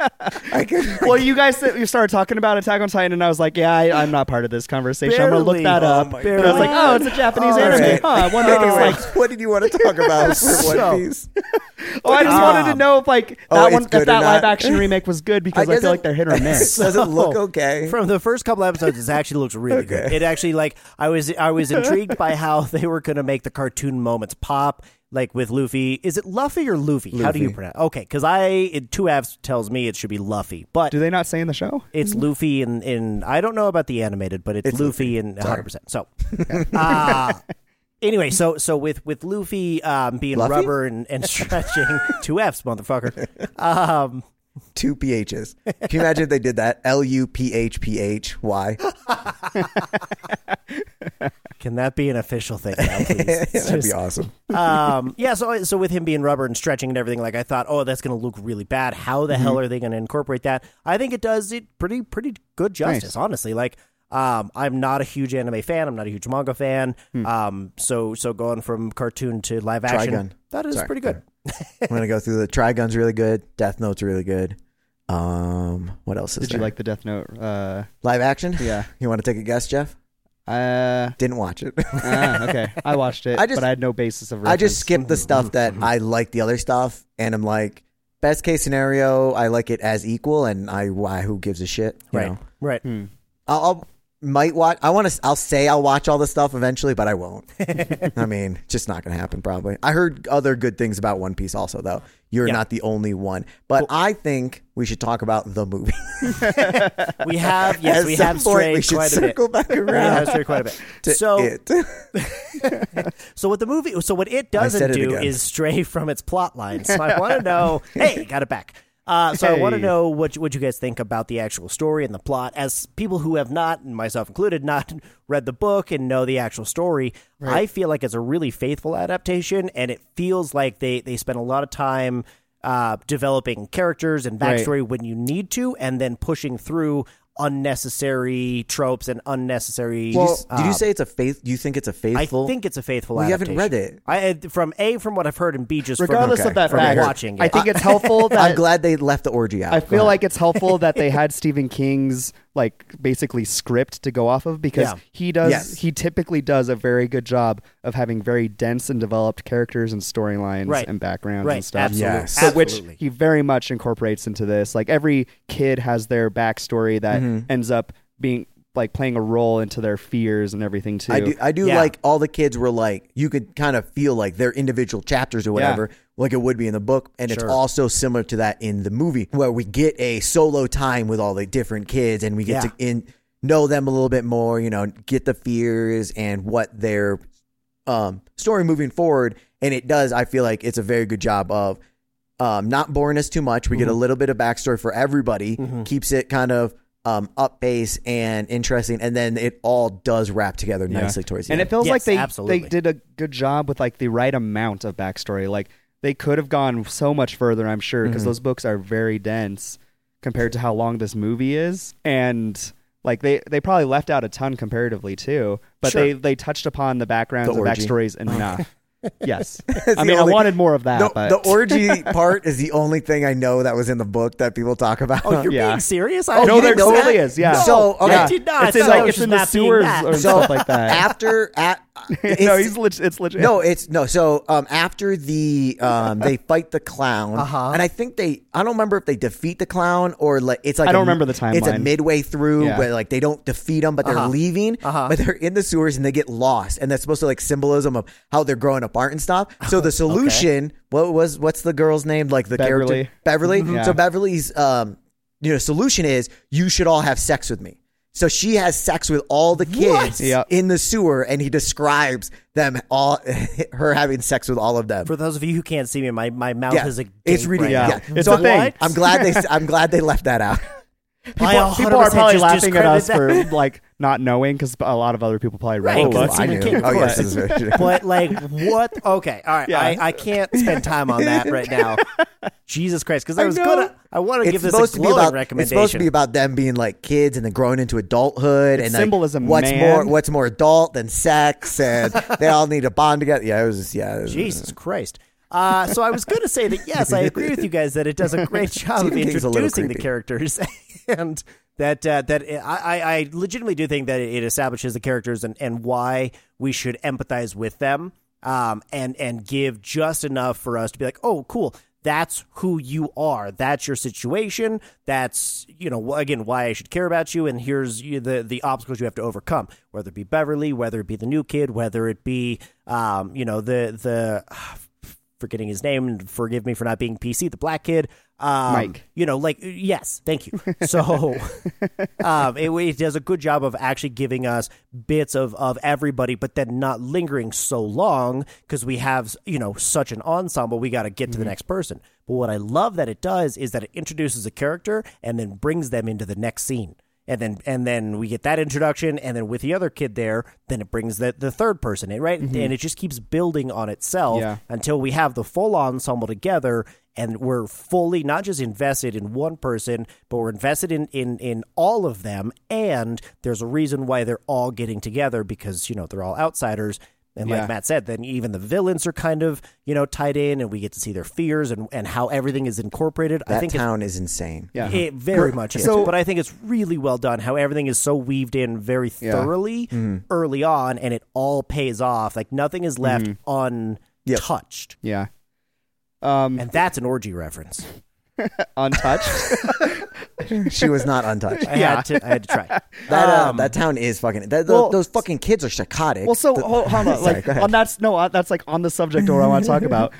S2: I could,
S3: Well, you guys said- you started talking about Attack on Titan, and I was like, yeah, I, I'm not part of this conversation. I'm gonna
S1: Barely.
S3: look that
S1: Oh
S3: up.
S1: my
S3: and I was like,
S1: God.
S3: oh, it's a Japanese
S2: All
S3: anime.
S2: right.
S3: Huh, I wonder if it's
S2: Anyway,
S3: like.
S2: what did you want to talk about for
S1: So-
S2: One Piece?
S3: Oh, I just wanted to
S1: Um,
S3: know if like
S2: Ah. oh,
S3: that
S2: it's
S3: one, if
S2: good or
S3: that
S2: not.
S3: live action remake was good because I,
S2: guess
S3: feel
S2: it-
S3: like they're hit or miss. Oh.
S2: Does it look okay?
S1: From the first couple episodes, it actually looks really good. It actually like I was I was intrigued by how they were going to make the cartoon moments pop, like with Luffy. Is it Luffy or Luffy? How do you pronounce? Okay, because I it, two F's tells me it should be Luffy, but
S3: Do they not say in the show?
S1: it's Luffy in in I don't know about the animated, but it's, Luffy in 100. percent So, uh, anyway, so so with with Luffy um, being
S2: Luffy?
S1: rubber and, and stretching two F's, motherfucker. Um,
S2: Two PHs. Can you imagine if they did that? L U P H P H Y.
S1: can that be an official thing? Now, please? It's
S2: That'd be
S1: just-
S2: awesome.
S1: um, yeah, so so with him being rubber and stretching and everything, like I thought, oh, that's going to look really bad. How the
S2: Mm-hmm.
S1: hell are they going to incorporate that? I think it does it pretty pretty good justice, honestly. Like, um, I'm not a huge anime fan. I'm not a huge manga fan. Um, so so going from cartoon to live action,
S2: Hmm. Trigun.
S1: that is
S2: Sorry.
S1: pretty good.
S2: I'm gonna go through the Trigun's really good. Death Note's really good. Um, what else is
S3: Did
S2: there?
S3: you like the Death Note? Uh,
S2: live action?
S3: yeah.
S2: You want to take a guess, Jeff?
S3: Uh,
S2: Didn't watch it.
S3: ah, okay. I watched it,
S2: I just-
S3: but I had no basis of reference.
S2: I just skipped the stuff that I like the other stuff, and I'm like, best case scenario, I like it as equal, and I why who gives a shit, you
S1: Right,
S2: know?
S1: right.
S2: I'll, I'll might watch. I want to. I'll say I'll watch all the stuff eventually, but I won't. I mean, just not gonna happen. Probably. I heard other good things about One Piece. Also, though, you're not the only one. But I think we should talk about the movie.
S1: We have yes,
S2: At
S1: we
S2: some
S1: have
S2: point,
S1: strayed
S2: we should
S1: quite a bit.
S2: circle back
S1: We have
S2: around.
S1: strayed quite a bit.
S2: to
S1: so
S2: it.
S1: So what the movie, so what it
S2: said
S1: doesn't
S2: it
S1: do
S2: again.
S1: is stray from its plot line. So I want to know. hey, got it back. Uh, so I want to
S3: Hey.
S1: know what you- what you guys think about the actual story and the plot, as people who have not, and myself included, not read the book and know the actual story. I feel like it's a really faithful adaptation, and it feels like they they spent a lot of time. Uh, developing characters and
S3: Right.
S1: backstory when you need to, and then pushing through unnecessary tropes and unnecessary.
S2: Did
S1: uh,
S2: you say it's a faith? You think it's a faithful?
S1: I think it's a faithful.
S2: We haven't
S1: adaptation.
S2: read it.
S1: I uh, from a from what I've heard and b just from-
S3: regardless
S1: from,
S3: of that
S1: from
S3: fact,
S1: watching.
S3: I
S1: it.
S3: think it's helpful that
S2: I'm glad they left the orgy out.
S3: I
S2: Go
S3: feel
S2: ahead.
S3: like it's helpful that they had Stephen King's like basically script to go off of because
S1: Yeah.
S3: he does
S2: Yes.
S3: he typically does a very good job of having very dense and developed characters and storylines
S1: Right.
S3: and backgrounds
S1: right.
S3: and stuff.
S1: Absolutely.
S2: Yes.
S3: So which
S1: Absolutely.
S3: he very much incorporates into this. Like every kid has their backstory that ends up being like playing a role into their fears and everything too.
S2: I do. I do
S1: Yeah.
S2: like all the kids were like you could kind of feel like their individual chapters or whatever, like it would be in the book, and it's also similar to that in the movie where we get a solo time with all the different kids and we get
S1: Yeah.
S2: to in know them a little bit more, you know, get the fears and what their um, story moving forward. And it does. I feel like it's a very good job of um, not boring us too much. We get
S3: Mm-hmm.
S2: a little bit of backstory for everybody, keeps it kind of um, up base and interesting, and then it all does wrap together nicely towards the
S3: and
S2: end.
S3: it feels
S1: Yes,
S3: like they
S1: absolutely.
S3: they did a good job with like the right amount of backstory. Like they could have gone so much further, I'm sure,
S2: Mm-hmm.
S3: because those books are very dense compared to how long this movie is, and like they they probably left out a ton comparatively too. But
S1: Sure.
S3: they they touched upon the backgrounds
S2: The
S3: and
S2: orgy.
S3: backstories enough. yes,
S2: It's
S3: I
S2: the
S3: mean
S2: only-
S3: I wanted more of that,
S2: the,
S3: but
S2: the orgy part is the only thing I know that was in the book that people talk about.
S1: oh, you're
S3: Yeah.
S1: being serious?
S2: Oh,
S1: I
S3: no,
S1: didn't
S3: there
S1: know that.
S3: totally is. Yeah.
S2: So, okay.
S1: I did not.
S3: It's
S1: I
S3: in
S1: thought I
S3: like
S1: was
S3: it's
S1: just
S3: in the
S1: not seeing
S3: sewers
S1: that.
S3: or
S2: So,
S3: stuff like that.
S2: after at,
S3: no, he's leg- it's legit.
S2: No, it's no. So um, after the um, they fight the clown,
S3: Uh-huh.
S2: and I think they I don't remember if they defeat the clown or like it's like
S3: I don't
S2: a-
S3: remember the
S2: It's a
S3: timeline.
S2: midway through,
S3: Yeah. Uh-huh.
S2: but like they don't defeat him, but they're leaving, but they're in the sewers and they get lost, and that's supposed to like symbolism of how they're growing apart and stuff. So the solution, what was what's the girl's name? Like the
S3: Beverly. Mm-hmm.
S2: character Beverly.
S3: Yeah.
S2: So Beverly's um, you know solution is you should all have sex with me. So she has sex with all the kids
S3: Yep.
S2: in the sewer, and he describes them all, her having sex with all of them.
S1: For those of you who can't see me, my, my mouth
S2: yeah,
S1: is a
S2: it's really
S3: right
S2: yeah.
S3: now. It's
S2: so
S3: a thing.
S2: I'm glad they I'm glad they left that out.
S1: People,
S3: people are probably laughing at us for like not knowing because a lot of other people probably read
S1: Right,
S3: the book.
S1: it's in
S2: I
S1: the
S2: knew.
S1: kid, of
S2: Oh yes,
S1: course.
S2: this is very true.
S1: but like what okay all right
S3: Yeah.
S1: I, I can't spend time on that right now jesus christ because i was
S3: know.
S1: gonna i want to give
S2: it's
S1: this a
S2: supposed to be
S1: glowing
S2: about it's
S1: recommendation
S2: supposed to be about them being like kids and then growing into adulthood and like,
S3: symbolism,
S2: what's
S3: man.
S2: more what's more adult than sex and they all need to bond together. Yeah, it was just, yeah. it was-
S1: jesus christ uh, so I was going to say that yes, I agree with you guys that it does a great job of
S2: Stephen King's a little
S1: introducing the
S2: creepy.
S1: characters, and that uh, that I, I I legitimately do think that it establishes the characters and, and why we should empathize with them, um, and and give just enough for us to be like, oh, cool, that's who you are, that's your situation, that's you know wh- again why I should care about you, and here's you, the the obstacles you have to overcome, whether it be Beverly, whether it be the new kid, whether it be um, you know the the forgetting his name and forgive me for not being PC, the black kid. Um,
S3: Mike.
S1: You know, like, yes, thank you. So um, it, it does a good job of actually giving us bits of, of everybody, but then not lingering so long because we have, you know, such an ensemble. We got to get to the next person. But what I love that it does is that it introduces a character and then brings them into the next scene and then and then we get that introduction and then with the other kid there then it brings the, the third person in right and it just keeps building on itself
S3: Mm-hmm. Yeah.
S1: until we have the full ensemble together and we're fully not just invested in one person but we're invested in in in all of them and there's a reason why they're all getting together because you know they're all outsiders and like
S3: Yeah.
S1: Matt said, then even the villains are kind of, you know, tied in and we get to see their fears and, and how everything is incorporated. I
S2: that
S1: think it's
S2: town is insane.
S3: Yeah.
S1: it very much is.
S3: So-
S1: but I think it's really well done how everything is so weaved in very thoroughly
S2: Mm-hmm.
S1: early on and it all pays off. Like nothing is left
S3: Mm-hmm.
S1: untouched.
S3: Yeah. Um,
S1: And that's an orgy reference.
S3: untouched.
S2: She was not untouched.
S1: I had to I had to try.
S2: That, uh,
S1: Um,
S2: that town is fucking. That, tho-
S3: well-
S2: those fucking kids are psychotic.
S3: well, so hold, hold on.
S2: Sorry,
S3: Like
S2: go ahead.
S3: on that's no, uh, that's like on the subject or I want to talk about.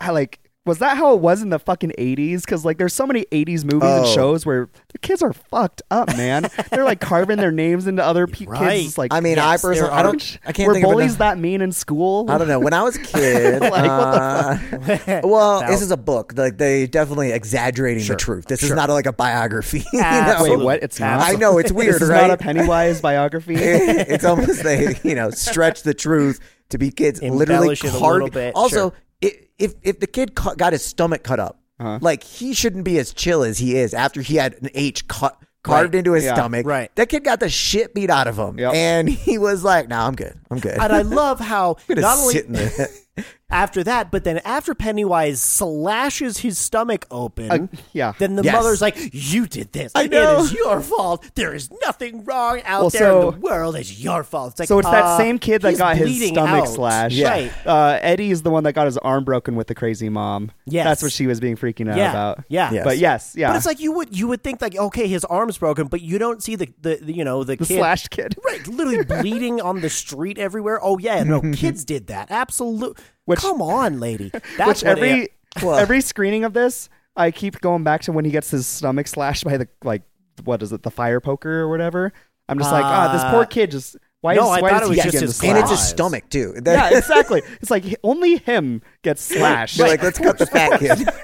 S3: I like. Was that how it was in the fucking eighties? Because like, there's so many '80s movies and
S2: Oh.
S3: shows where the kids are fucked up, man. They're like carving their names into other pe-
S1: Right.
S3: kids. It's like,
S2: I mean, I
S1: yes, there
S2: personally, I
S1: are.
S2: don't. I can't
S3: were
S2: think of
S3: bullies
S2: enough-
S3: that mean in school?
S2: I don't know. When I was a kid, uh, well, this is a book. Like they definitely exaggerating the truth. This is not like a biography. you know?
S1: Absolutely.
S3: Wait, what? It's not.
S2: I know it's weird,
S3: This is
S2: right?
S3: not a Pennywise biography.
S2: it's almost they you know stretch the truth to be kids literally
S1: Embellish it a
S2: carve-
S1: little bit,
S2: also
S1: sure.
S2: i if if the kid cu- got his stomach cut up
S1: Uh-huh.
S2: like he shouldn't be as chill as he is after he had an h cut carved into his
S3: Yeah.
S2: stomach
S1: Right.
S2: that kid got the shit beat out of him
S3: Yep.
S2: and he was like no i'm good i'm good
S1: and I love how
S2: I'm
S1: not only
S2: sit in the-
S1: after that, but then after Pennywise slashes his stomach open,
S3: Uh, yeah.
S1: then the
S2: Yes.
S1: mother's like, "You did this.
S2: I know.
S1: It is your fault. There is nothing wrong out
S3: Well,
S1: there
S3: so-
S1: in the world. It's your fault." It's like,
S3: So it's
S1: uh,
S3: that same kid that
S1: he's
S3: got his
S1: bleeding
S3: stomach
S1: out.
S3: slashed.
S1: Right.
S3: Uh, Eddie is the one that got his arm broken with the crazy mom.
S1: Yes.
S3: That's what she was being freaking out
S1: Yeah.
S3: about.
S1: Yeah. Yes.
S3: But yes, yeah.
S1: But it's like you would you would think like okay his arm's broken but you don't see the the, the, you know the,
S3: the
S1: kid
S3: slashed kid.
S1: right literally bleeding on the street everywhere oh yeah no kids did that absolutely
S3: Which-
S1: come on lady that's
S3: Which
S1: what it-
S3: every
S2: Well-
S3: every screening of this, I keep going back to when he gets his stomach slashed by the like what is it, the fire poker or whatever. I'm just like, ah, this poor kid just why
S1: Uh, no,
S3: is
S1: I
S3: why
S1: thought
S3: is
S1: it
S3: he
S1: was just
S3: getting
S1: his
S3: slashed?
S2: and it's his
S1: Lies.
S2: stomach too
S3: Yeah, exactly. It's like only him gets slashed.
S2: They're like let's cut the fat kid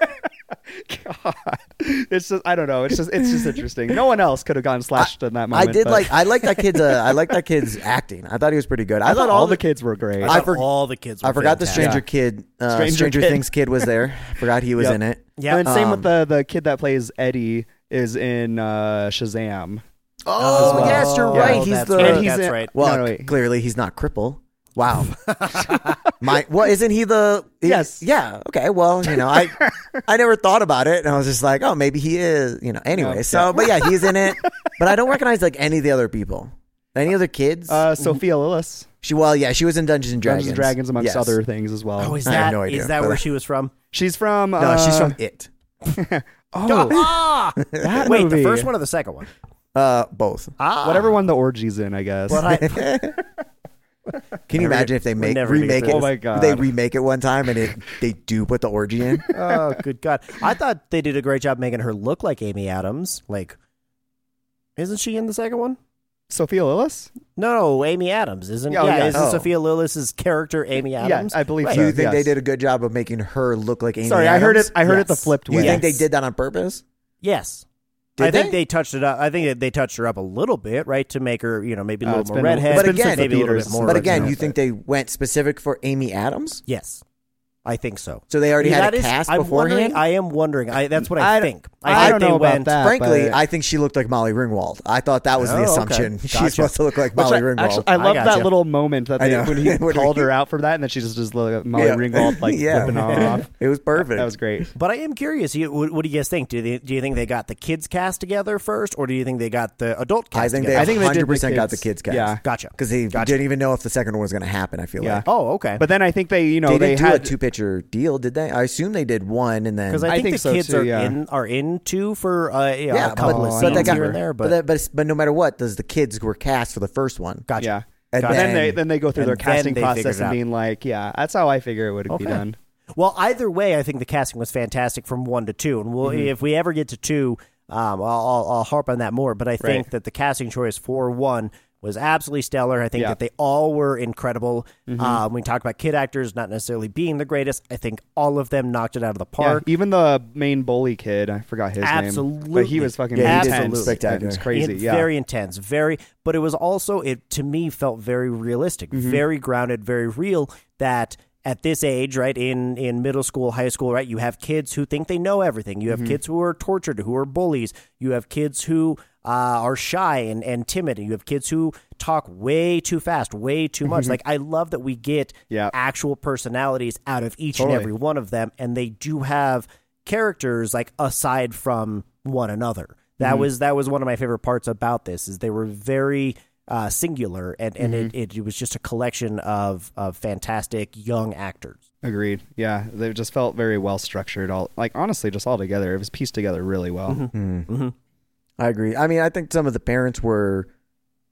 S3: God, it's just I don't know. It's just it's just interesting. No one else could have gotten slashed in that moment.
S2: i did
S3: but
S2: like i like that kid's uh, i like that kid's acting i thought he was pretty good i,
S3: I thought all the kids were great.
S1: I
S2: I
S1: thought
S2: for-
S1: all the kids were
S2: I forgot the
S1: fantastic.
S2: Stranger Kid, uh, Stranger,
S3: Stranger Kid.
S2: Things kid was there. Forgot he was
S3: Yep.
S2: in it.
S1: Yeah.
S3: And then same with
S2: um,
S3: the the kid that plays Eddie is in uh, Shazam.
S2: Oh,
S1: well.
S2: yes, you're
S1: Yeah.
S2: right.
S1: Oh,
S2: he's
S1: that's
S2: the
S1: right.
S3: and he's
S1: that's
S3: in,
S1: right.
S2: well.
S3: no, no, wait.
S2: clearly, he's not cripple. Wow. My well, isn't he the? he-
S3: Yes.
S2: Yeah. Okay. Well, you know, I I never thought about it, and I was just like, oh, maybe he is. You know. Anyway,
S3: No,
S2: so
S3: yeah.
S2: but yeah, he's in it. But I don't recognize like any of the other people. Any other kids?
S3: Uh, Sophia Lillis,
S2: she well, yeah, she was in Dungeons and Dragons.
S3: Dungeons and Dragons, amongst
S2: Yes.
S3: other things as well.
S1: oh is
S2: I have
S1: that
S2: no idea,
S1: is that
S2: but-
S1: where she was from
S3: she's from.
S2: No,
S3: Uh,
S2: she's from it.
S3: Oh,
S1: ah
S3: that
S1: wait
S3: movie.
S1: the first one or the second one
S2: Uh, both.
S1: ah
S3: Whatever one the orgies in, I guess.
S1: but I,
S2: Can you
S1: Never
S2: imagine
S1: get-
S2: if they
S1: we're
S2: make
S1: never gonna get
S2: remake it?
S1: through
S3: Oh my God.
S2: They remake it one time and it they do put the orgy in.
S1: oh good god i thought they did a great job making her look like amy adams like isn't she in the second one
S3: Sophia Lillis?
S1: No, Amy Adams isn't.
S3: Oh,
S1: yeah,
S3: yeah.
S1: isn't
S2: Oh.
S1: Sophia Lillis's character Amy Adams?
S3: Yeah, I believe
S2: Do
S3: so.
S2: you think they
S3: yes.
S2: did a good job of making her look like Amy?
S3: Sorry, I heard
S2: Adams?
S3: it. I heard it the
S1: Yes.
S3: flipped
S2: Do you
S3: way.
S2: think they
S1: Yes.
S2: did that on purpose?
S1: yes.
S2: Did
S1: I think
S2: they?
S1: they touched it up. I think that they touched her up a little bit, right, to make her, you know, maybe a
S3: Uh,
S1: little
S3: it's
S1: more
S3: been a-
S1: redhead,
S2: it's been some
S1: maybe a little bit
S3: theaters.
S1: more.
S2: But
S3: Or
S2: again,
S3: original,
S2: you think
S3: but-
S2: they went specific for Amy Adams?
S1: yes, I think so.
S2: So they already had
S1: That
S2: a
S1: is-
S2: cast
S1: I'm
S2: beforehand.
S1: wondering- I am wondering. I, that's what I,
S3: I don't-
S1: think.
S3: I
S1: think
S3: don't know
S1: they
S3: about
S1: went,
S3: that.
S2: Frankly,
S3: but-
S2: I think she looked like Molly Ringwald. I thought that was
S1: Oh,
S2: the
S1: okay.
S2: assumption.
S1: Gotcha.
S2: She's supposed to look like
S3: Which
S2: Molly
S3: I-
S2: Ringwald.
S3: Actually, I
S1: I
S3: love that
S1: gotcha.
S3: little moment that
S2: I
S3: they,
S2: know.
S3: when he
S2: When
S3: called
S2: he-
S3: her out for that, and then she just does like Molly
S2: Yeah.
S3: Ringwald like
S2: Yeah.
S3: flipping on and off.
S2: it was perfect.
S3: That was great.
S1: But I am curious. You, what, what do you guys think? Do they, do you think they got the kids cast together first, or do you think they got the adult cast?
S2: I think they
S1: together?
S3: I think they did the
S2: 100% got the
S3: kids.
S2: kids cast.
S3: Yeah.
S1: Gotcha.
S2: Because they
S1: Gotcha.
S2: didn't even know if the second one was going to happen, I feel
S3: Yeah.
S2: like.
S1: Oh, okay.
S3: But then I think they, you know,
S2: they,
S3: Oh, they,
S2: didn't do
S3: had
S2: a two pitcher deal, did they? I assume they did one and then.
S1: because I, think,
S3: I think
S1: the
S3: so,
S1: kids
S3: too,
S1: are
S3: yeah.
S1: in are in two for uh, you know,
S2: yeah,
S1: a couple
S2: but,
S1: of
S2: but
S1: scenes
S2: they got
S1: here and there. But,
S2: that- but, but no matter what, those the kids were cast for the first one.
S1: gotcha.
S3: yeah.
S2: And
S3: And then,
S2: then-
S3: they then they go through
S1: and
S3: their
S1: then
S3: casting
S1: they figured
S3: process
S1: it
S3: and
S1: out.
S3: being like, yeah, that's how I figure it would be done.
S1: Well, either way, I think the casting was fantastic from one to two, and we'll, if we ever get to two, um, I'll, I'll, I'll harp on that more. But I think
S3: Right.
S1: that the casting choice for one was absolutely stellar. I think
S3: Yeah.
S1: that they all were incredible. Um, we talked about kid actors not necessarily being the greatest. I think all of them knocked it out of the
S3: Yeah,
S1: park.
S3: even the main bully kid, I forgot his name, but
S1: Absolutely.
S3: he was fucking
S1: Yeah, he did
S3: intense.
S1: absolutely.
S2: Spectacular.
S3: It's crazy.
S1: It-
S3: yeah.
S1: Very intense. Very, but it was also it to me felt very realistic,
S3: Mm-hmm.
S1: very grounded, very real. That at this age, right in in middle school, high school, right, you have kids who think they know everything. You have
S3: Mm-hmm.
S1: kids who are tortured, who are bullies. You have kids who. Uh, are shy and, and timid, and you have kids who talk way too fast, way too much. Like I love that we get
S3: Mm-hmm. Yeah.
S1: actual personalities out of each
S3: Totally.
S1: and every one of them, and they do have characters like aside from one another. That was that was one of my favorite parts about this is they were very uh, singular, and and it, it, it was just a collection of of fantastic young actors.
S3: Agreed. Yeah, they just felt very well structured. All like honestly, just all together, it was pieced together really well.
S1: Mm-hmm.
S2: I agree. I mean, I think some of the parents were,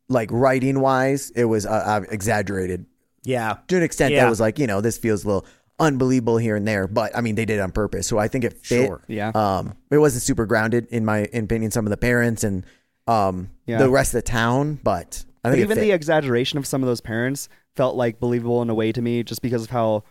S2: like, writing wise, it was uh, uh, exaggerated
S1: Yeah,
S2: to an extent
S1: Yeah.
S2: that was like, you know, this feels a little unbelievable here and there, but I mean, they did it on purpose. So I think it fit.
S1: Sure.
S3: Yeah.
S2: Um, it wasn't super grounded in my opinion, some of the parents and um,
S3: Yeah.
S2: the rest of the town, but I
S3: But
S2: think
S3: even
S2: it
S3: the
S2: fit.
S3: exaggeration of some of those parents felt like believable in a way to me, just because of how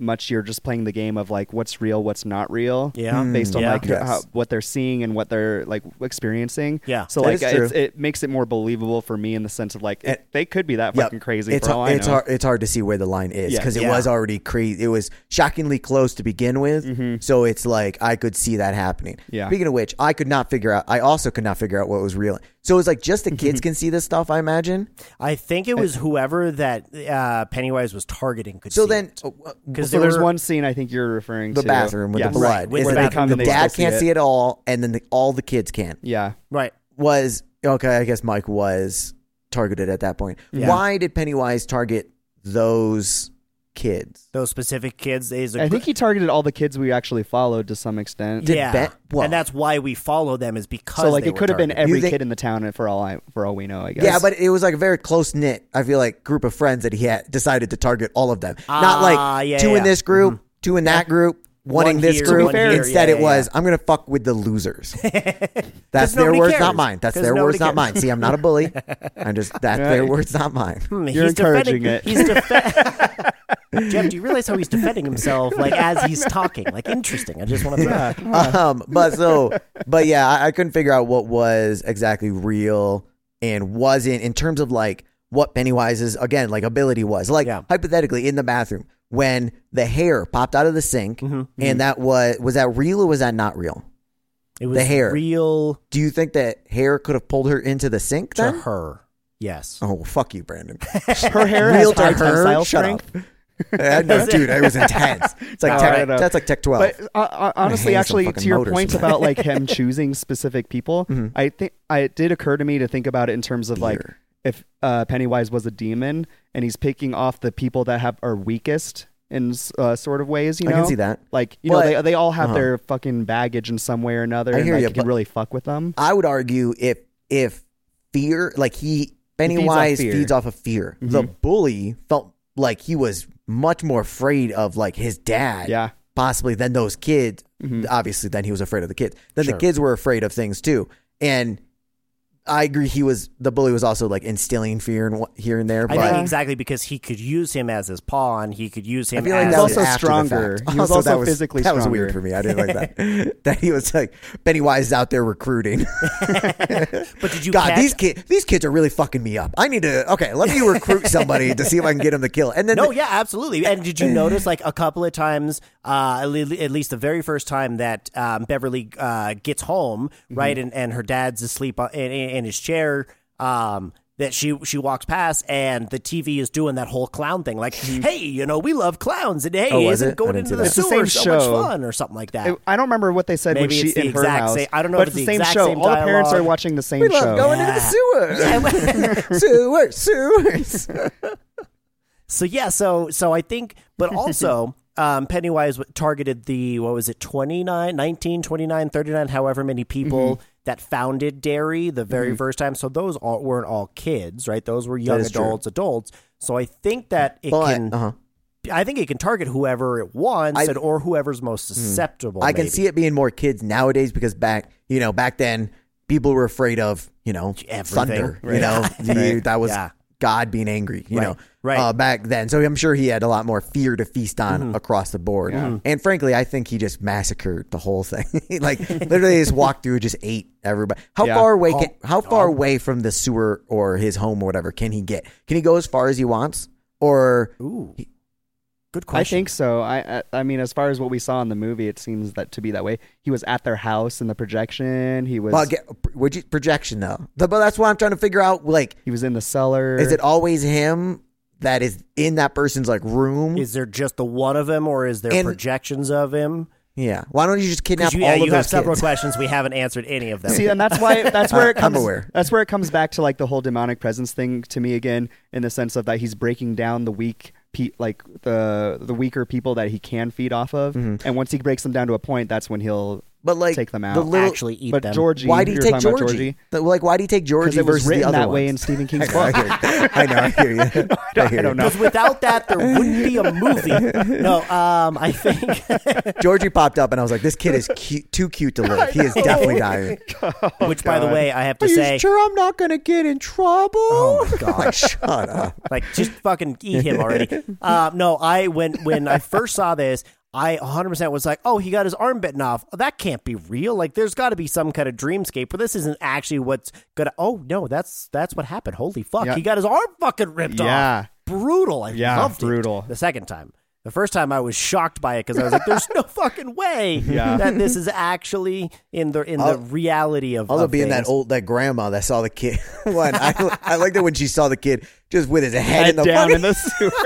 S3: much you're just playing the game of like what's real, what's not real.
S1: Yeah. Mm,
S3: Based on
S1: yeah.
S3: like
S2: Hmm, Yes.
S3: how, what they're seeing and what they're like experiencing.
S1: Yeah.
S3: So
S2: That
S3: like
S2: is true.
S3: it's, it makes it more believable for me in the sense of like it,
S2: And-
S3: they could be that
S2: Yep.
S3: fucking crazy
S2: It's
S3: for all
S2: hard,
S3: I
S2: it's
S3: know.
S2: hard. It's hard to see where the line is
S3: Yeah.
S2: because it
S1: Yeah.
S2: was already crazy. It was shockingly close to begin with. So it's like I could see that happening.
S3: Mm-hmm. Yeah.
S2: Speaking of which, I could not figure out. I also could not figure out what was real. So it's like just the kids can see this stuff. I imagine.
S1: I think it was whoever that uh, Pennywise was targeting could.
S2: So
S1: see
S2: then,
S1: it.
S2: because
S3: So
S1: there
S3: there's
S1: were-
S3: one scene I think you're referring
S2: the
S3: to
S2: bathroom with
S3: Yes.
S2: the blood.
S1: Right.
S2: Is
S1: Where
S2: that
S1: they come
S2: the
S1: and they
S2: dad
S3: still see
S2: can't
S3: it.
S2: see it all, and then the, all the kids can.
S3: Yeah.
S1: right.
S2: Was okay. I guess Mike was targeted at that point. Why did Pennywise target those kids?
S1: Those specific kids is a
S3: I think he targeted all the kids we actually followed to some extent.
S2: Did
S1: yeah,
S2: Ben- well-
S1: and that's why we follow them is because
S3: so like
S1: they
S3: it
S1: were
S3: could have been
S1: targeted.
S3: every
S2: think-
S3: kid in the town for all I for all we know, I guess.
S2: Yeah, but it was like a very close knit. I feel like group of friends that he had decided to target all of them. Not
S1: Ah,
S2: like
S1: yeah,
S2: two
S1: yeah. Mm-hmm.
S2: in this group, two in that group, one,
S1: One
S2: in this
S1: here,
S2: group.
S1: one here,
S2: Instead,
S1: yeah,
S2: it
S1: yeah,
S2: was I'm gonna fuck with the losers. that's their
S1: nobody
S2: words,
S1: cares.
S2: not mine. That's
S1: 'Cause
S2: their
S1: nobody
S2: words,
S1: cares.
S2: not mine. See, I'm not a bully. I'm just that's their words, not mine.
S1: Hmm,
S3: You're
S1: he's
S3: encouraging
S1: defending,
S3: it.
S1: He's defe- Jeff, do you realize how he's defending himself like as he's talking? Like interesting. I just want to throw yeah.
S2: um, but so, but yeah, I, I couldn't figure out what was exactly real and wasn't in terms of like what Pennywise's again like ability was. Like
S1: Yeah.
S2: hypothetically in the bathroom when the hair popped out of the
S1: Mm-hmm.
S2: sink,
S3: Mm.
S2: and that was was that real or was that not real?
S1: It was
S2: The hair.
S1: real
S2: Do you think that hair could have pulled her into the sink
S1: to
S2: then?
S1: her. Yes.
S2: Oh fuck you, Brandon!
S3: her hair
S2: real
S3: has
S2: to
S3: high
S2: her?
S3: tensile
S2: Shut
S3: strength.
S2: up. Yeah, no, dude, it was intense. It's like
S3: No, I
S2: tech,
S3: don't know.
S2: that's like Tech Twelve.
S3: But uh, uh, honestly,
S2: hang some
S3: actually,
S2: fucking
S3: to your
S2: motors Mm-hmm.
S3: point
S2: in that.
S3: about like him choosing specific people, I think I, it did occur to me to think about it in terms of like
S2: Dear.
S3: if uh, Pennywise was a demon and he's picking off the people that have are weakest in s- uh, sort of ways. You
S2: I
S3: know,
S2: can see that.
S3: Like you
S2: But- Uh-huh.
S3: know, they they all have their fucking baggage in some way or another,
S2: I
S3: and
S2: hear
S3: like,
S2: you,
S3: you can
S2: but-
S3: really fuck with them.
S2: I would argue if if fear, like he
S3: feeds off
S2: Pennywise
S3: fear. Mm-hmm.
S2: feeds, off of fear. The bully felt like he was much more afraid of like his dad,
S3: Yeah.
S2: possibly than those kids. Obviously, then he was afraid of the kids. Then
S1: Sure.
S2: the kids were afraid of things too, and I agree. He was the bully was also like instilling fear and wha- here and there.
S1: I
S2: But
S1: think exactly because he could use him as his pawn. He could use him.
S2: I feel like
S1: as
S2: that was
S3: also
S2: after the
S3: stronger.
S2: fact.
S3: He was
S2: So
S3: also
S2: that was,
S3: physically
S2: That was weird for
S3: stronger.
S2: me. I didn't like that. that he was like Benny Wise is out there recruiting.
S1: But did you
S2: God,
S1: catch-
S2: these kids, these kids are really fucking me up. I need to. Okay, let me recruit somebody to see if I can get him the kill. And then
S1: No, yeah, absolutely. And did you notice, like, a couple of times, uh, at le- at least the very first time that um, Beverly uh, gets home,
S2: Mm-hmm.
S1: right, and, and her dad's asleep on- in, in in his chair, um, that she she walks past and the TV is doing that whole clown thing, like, hey, you know, we love clowns, and hey,
S2: Mm-hmm. Oh, was
S1: isn't
S2: it? I
S1: going into
S2: didn't see
S1: the
S2: that.
S3: It's the
S1: sewer so
S3: same
S1: much
S3: show.
S1: fun or something like that.
S3: I- I don't remember what they said when
S1: Maybe
S3: she
S1: it's the
S3: in her
S1: exact
S3: house.
S1: same- I don't know
S3: but
S1: if
S3: it's
S1: it's
S3: the
S1: the
S3: same
S1: exact
S3: show.
S1: same
S3: All the parents are
S1: dialogue.
S3: watching the same
S2: we love
S3: show.
S2: going into the sewers, sewers, sewers.
S1: So yeah, so so I think, but also um, Pennywise w- targeted the what was it 29, 19, 29, 39, however many people
S2: Mm-hmm.
S1: that founded Dairy the very first time. So those all, weren't all kids, right? Those were young
S2: is true.
S1: adults, adults. So I think that it can,
S2: But uh-huh.
S1: I think it can target whoever it wants
S2: I- Hmm.
S1: and or whoever's most susceptible.
S2: I can
S1: maybe.
S2: see it being more kids nowadays because back, you know, back then people were afraid of, you know,
S1: Everything.
S2: thunder.
S1: Right.
S2: You know, You- that was
S1: Yeah.
S2: God being angry. You
S1: Right.
S2: know,
S1: Right. Mm-hmm.
S2: Uh, back then. So I'm sure he had a lot more fear to feast on across the board. And frankly, I think he just massacred the whole thing. like literally, just walked through, just ate everybody. How
S3: Yeah.
S2: far away? Can, how far away from the sewer or his home or whatever can he get? Can he go as far as he wants? Or
S1: Ooh, good
S3: I
S1: question.
S3: think so. I, I I mean, as far as what we saw in the movie, it seems that to be that way. He was at their house in the projection. He was
S2: well, get, would you projection though? But that's what I'm trying to figure out. Like.
S3: he was in the cellar.
S2: Is it always him that is in that person's like room?
S1: Is there just the one of him, or is there
S2: And-
S1: projections of him?
S2: yeah. Why don't you just kidnap
S1: 'Cause You, yeah,
S2: all of
S1: you have
S2: those
S1: several
S2: kids?
S1: questions. We haven't answered any of them.
S3: See, and that's why that's where it
S2: Uh, I'm
S3: comes.
S2: aware.
S3: That's where it comes back to like the whole demonic presence thing to me again, in the sense of that he's breaking down the weak, pe- like the the weaker people that he can feed off of,
S2: Mm-hmm.
S3: and once he breaks them down to a point, that's when he'll
S2: But like
S3: take them out.
S2: the little,
S1: Actually eat
S3: but
S1: them.
S3: Georgie,
S2: why do you
S3: you're
S2: take
S3: talking about
S2: Georgie? The- like why do you take
S3: Because
S2: Georgie
S3: it was
S2: versus the
S3: written
S2: other
S3: that way in
S2: ones?
S3: Stephen King's
S2: I
S3: book.
S2: hear you. I know. I hear you. I, hear
S3: I don't
S2: you.
S3: know.
S1: Because without that, there wouldn't be a movie. No, um, I think
S2: Georgie popped up, and I was like, "This kid is cute, too cute to live. He is definitely dying."
S1: Which, by the way, I have to
S2: Oh, Are you
S1: say,
S2: sure I'm not going to get in trouble?
S1: Oh, my God.
S2: Like, shut up!
S1: like, just fucking eat him already. Uh, no, I when when I first saw this, I 100 percent was like, oh, he got his arm bitten off. Oh, that can't be real. Like, there's got to be some kind of dreamscape, but this isn't actually what's gonna. Oh no, that's that's what happened. Holy fuck,
S3: Yeah.
S1: he got his arm fucking ripped
S3: Yeah.
S1: off. Brutal. I
S3: Yeah,
S1: loved
S3: brutal.
S1: it. The second time. The first time I was shocked by it because I was like, "There's no fucking way
S3: Yeah.
S1: that this is actually in the in the reality of."
S2: Also,
S1: of
S2: being
S1: things.
S2: that old, that grandma that saw the kid. One, I, I liked it when she saw the kid just with his head, in
S3: head
S2: the
S3: down
S2: fucking-
S3: in the sewer.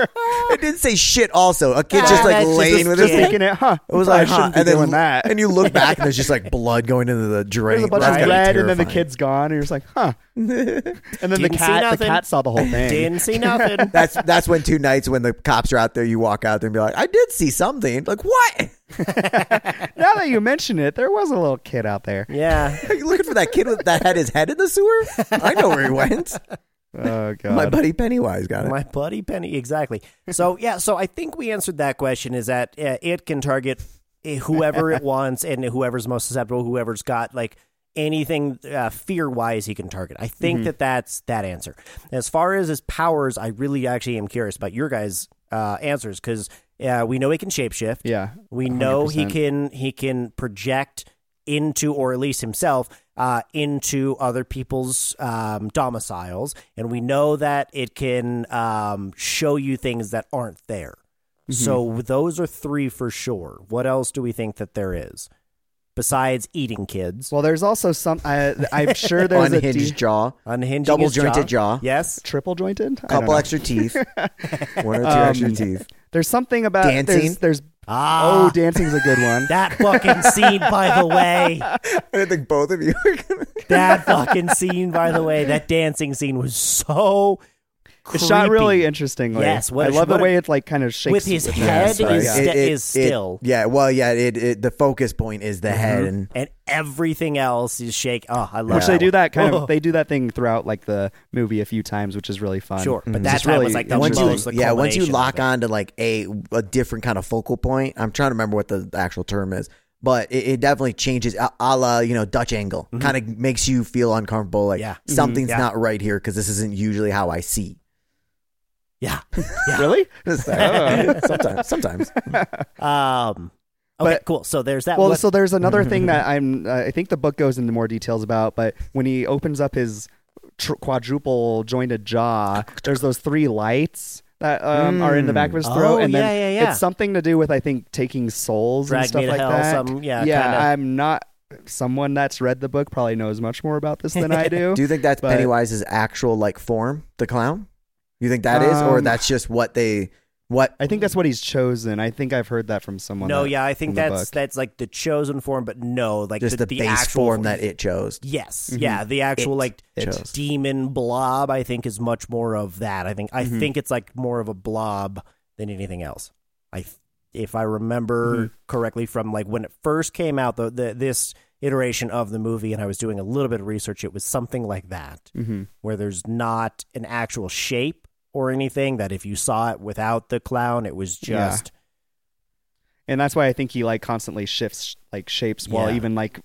S2: It didn't say shit. Also, a kid just
S1: Ah,
S2: like
S1: that's just
S2: laying
S1: a
S2: with his.
S3: just
S1: kid.
S2: It
S3: thinking it, huh?
S2: was
S3: I
S2: like, huh,
S3: shouldn't be
S2: and then
S3: doing that.
S2: and you look back and there's just like blood going into the drain.
S3: There's a bunch
S1: Right.
S3: of
S1: That's
S3: red, and then the
S2: kid.
S3: kid's gone, and you're just like, huh? And then the
S1: Didn't see
S3: cat, the
S1: nothing.
S3: cat saw the whole thing.
S1: Didn't see nothing.
S2: That's that's when two nights when the cops are out there, you walk out there and be like, I did see something. Like what?
S3: Now that you mention it, there was a little kid out there.
S1: yeah.
S2: Are you looking for that kid with, that had his head in the sewer? I know where he went.
S3: Oh god.
S2: My buddy Pennywise got it.
S1: My buddy Penny, exactly. So yeah, so I think we answered that question. Is that uh, it can target uh, whoever it wants and whoever's most susceptible, whoever's got like anything uh, fear wise, he can target. I think
S2: Mm-hmm.
S1: that that's that answer. As far as his powers, I really actually am curious about your guys' uh, answers because uh, we know he can shapeshift.
S3: yeah.
S1: We know he
S3: 100%.
S1: can he can project into or at least himself uh, into other people's um, domiciles, and we know that it can um, show you things that aren't there. So those are three for sure. What else do we think that there is besides eating kids?
S3: Well, there's also some. I, I'm sure there's a
S2: Unhinged
S3: de-
S2: jaw,
S1: Unhinged
S2: double jointed jaw,
S1: Yes.
S3: triple jointed. I don't
S2: couple
S3: know.
S2: extra teeth, one or two
S3: Um,
S2: extra teeth.
S3: There's something about there's-
S2: Dancing?
S3: There's,
S1: Ah,
S3: oh, dancing's a good one.
S1: that fucking scene, by the way.
S2: I didn't think both of you were gonna.
S1: That fucking scene, by the way. That dancing scene was so.
S3: it's shot
S1: creepy.
S3: really interestingly.
S1: Yes, what
S3: I
S1: a-
S3: love
S1: what
S3: the
S1: a-
S3: way it like kind of shakes
S1: with his
S3: the-
S1: head
S3: Yeah.
S1: is, sti- is still,
S2: yeah, well, yeah. It, it the focus point is the
S3: Mm-hmm.
S2: head, and
S1: and everything else is shake. Oh, I love Oh,
S3: Which they
S1: that
S3: do
S1: one.
S3: that kind
S1: Whoa.
S3: of they do that thing throughout like the movie a few times, which is really fun. Mm.
S1: Sure, but that
S3: Just
S1: time
S3: really
S1: was like the
S2: once
S1: Well, it's
S2: you,
S1: the
S2: yeah, once you
S1: culmination
S2: lock
S1: of it.
S2: on to like a a different kind of focal point, I'm trying to remember what the actual term is, but it, it definitely changes a, a la you know Dutch angle. Kind of makes you feel uncomfortable. Like
S1: Yeah.
S2: something's
S1: Yeah.
S2: not right here because this isn't usually how I see.
S1: Yeah.
S3: Really?
S2: sometimes, sometimes.
S1: Um, okay,
S3: But-
S1: cool. So there's that.
S3: Well,
S1: one.
S3: so there's another thing that I'm. Uh, I think the book goes into more details about, but when he opens up his tr- quadruple jointed jaw, there's those three lights that um, are in the back of his
S1: Oh,
S3: throat, and then
S1: yeah, yeah, yeah.
S3: it's something to do with I think taking souls
S1: Drag
S3: and
S1: me
S3: stuff
S1: to
S3: like
S1: hell,
S3: that.
S1: some- yeah,
S3: yeah.
S1: kinda.
S3: I'm not someone that's read the book probably knows much more about this than I do.
S2: Do you think that's
S3: But-
S2: Pennywise's actual like form, the clown? You think that is, or
S3: Um,
S2: that's just what they what?
S3: I think that's what he's chosen. I think I've heard that from someone.
S1: no,
S3: that-
S1: yeah, I think
S3: from the
S1: that's
S3: book.
S1: that's like the chosen form, but no, like
S2: Just
S1: the,
S2: the, base
S1: actual
S2: form that it chose.
S1: Yes,
S3: Mm-hmm.
S1: yeah, the actual
S2: It.
S1: like
S2: It.
S1: d- demon blob. I think is much more of that. I think I
S3: Mm-hmm.
S1: think it's like more of a blob than anything else. I, th- if I remember
S3: Mm-hmm.
S1: correctly, from like when it first came out, the, the this iteration of the movie, and I was doing a little bit of research, it was something like that,
S3: Mhm.
S1: where there's not an actual shape or anything. That if you saw it without the clown, it was
S3: Yeah.
S1: just
S3: and that's why I think he like constantly shifts like shapes while
S1: Yeah.
S3: even like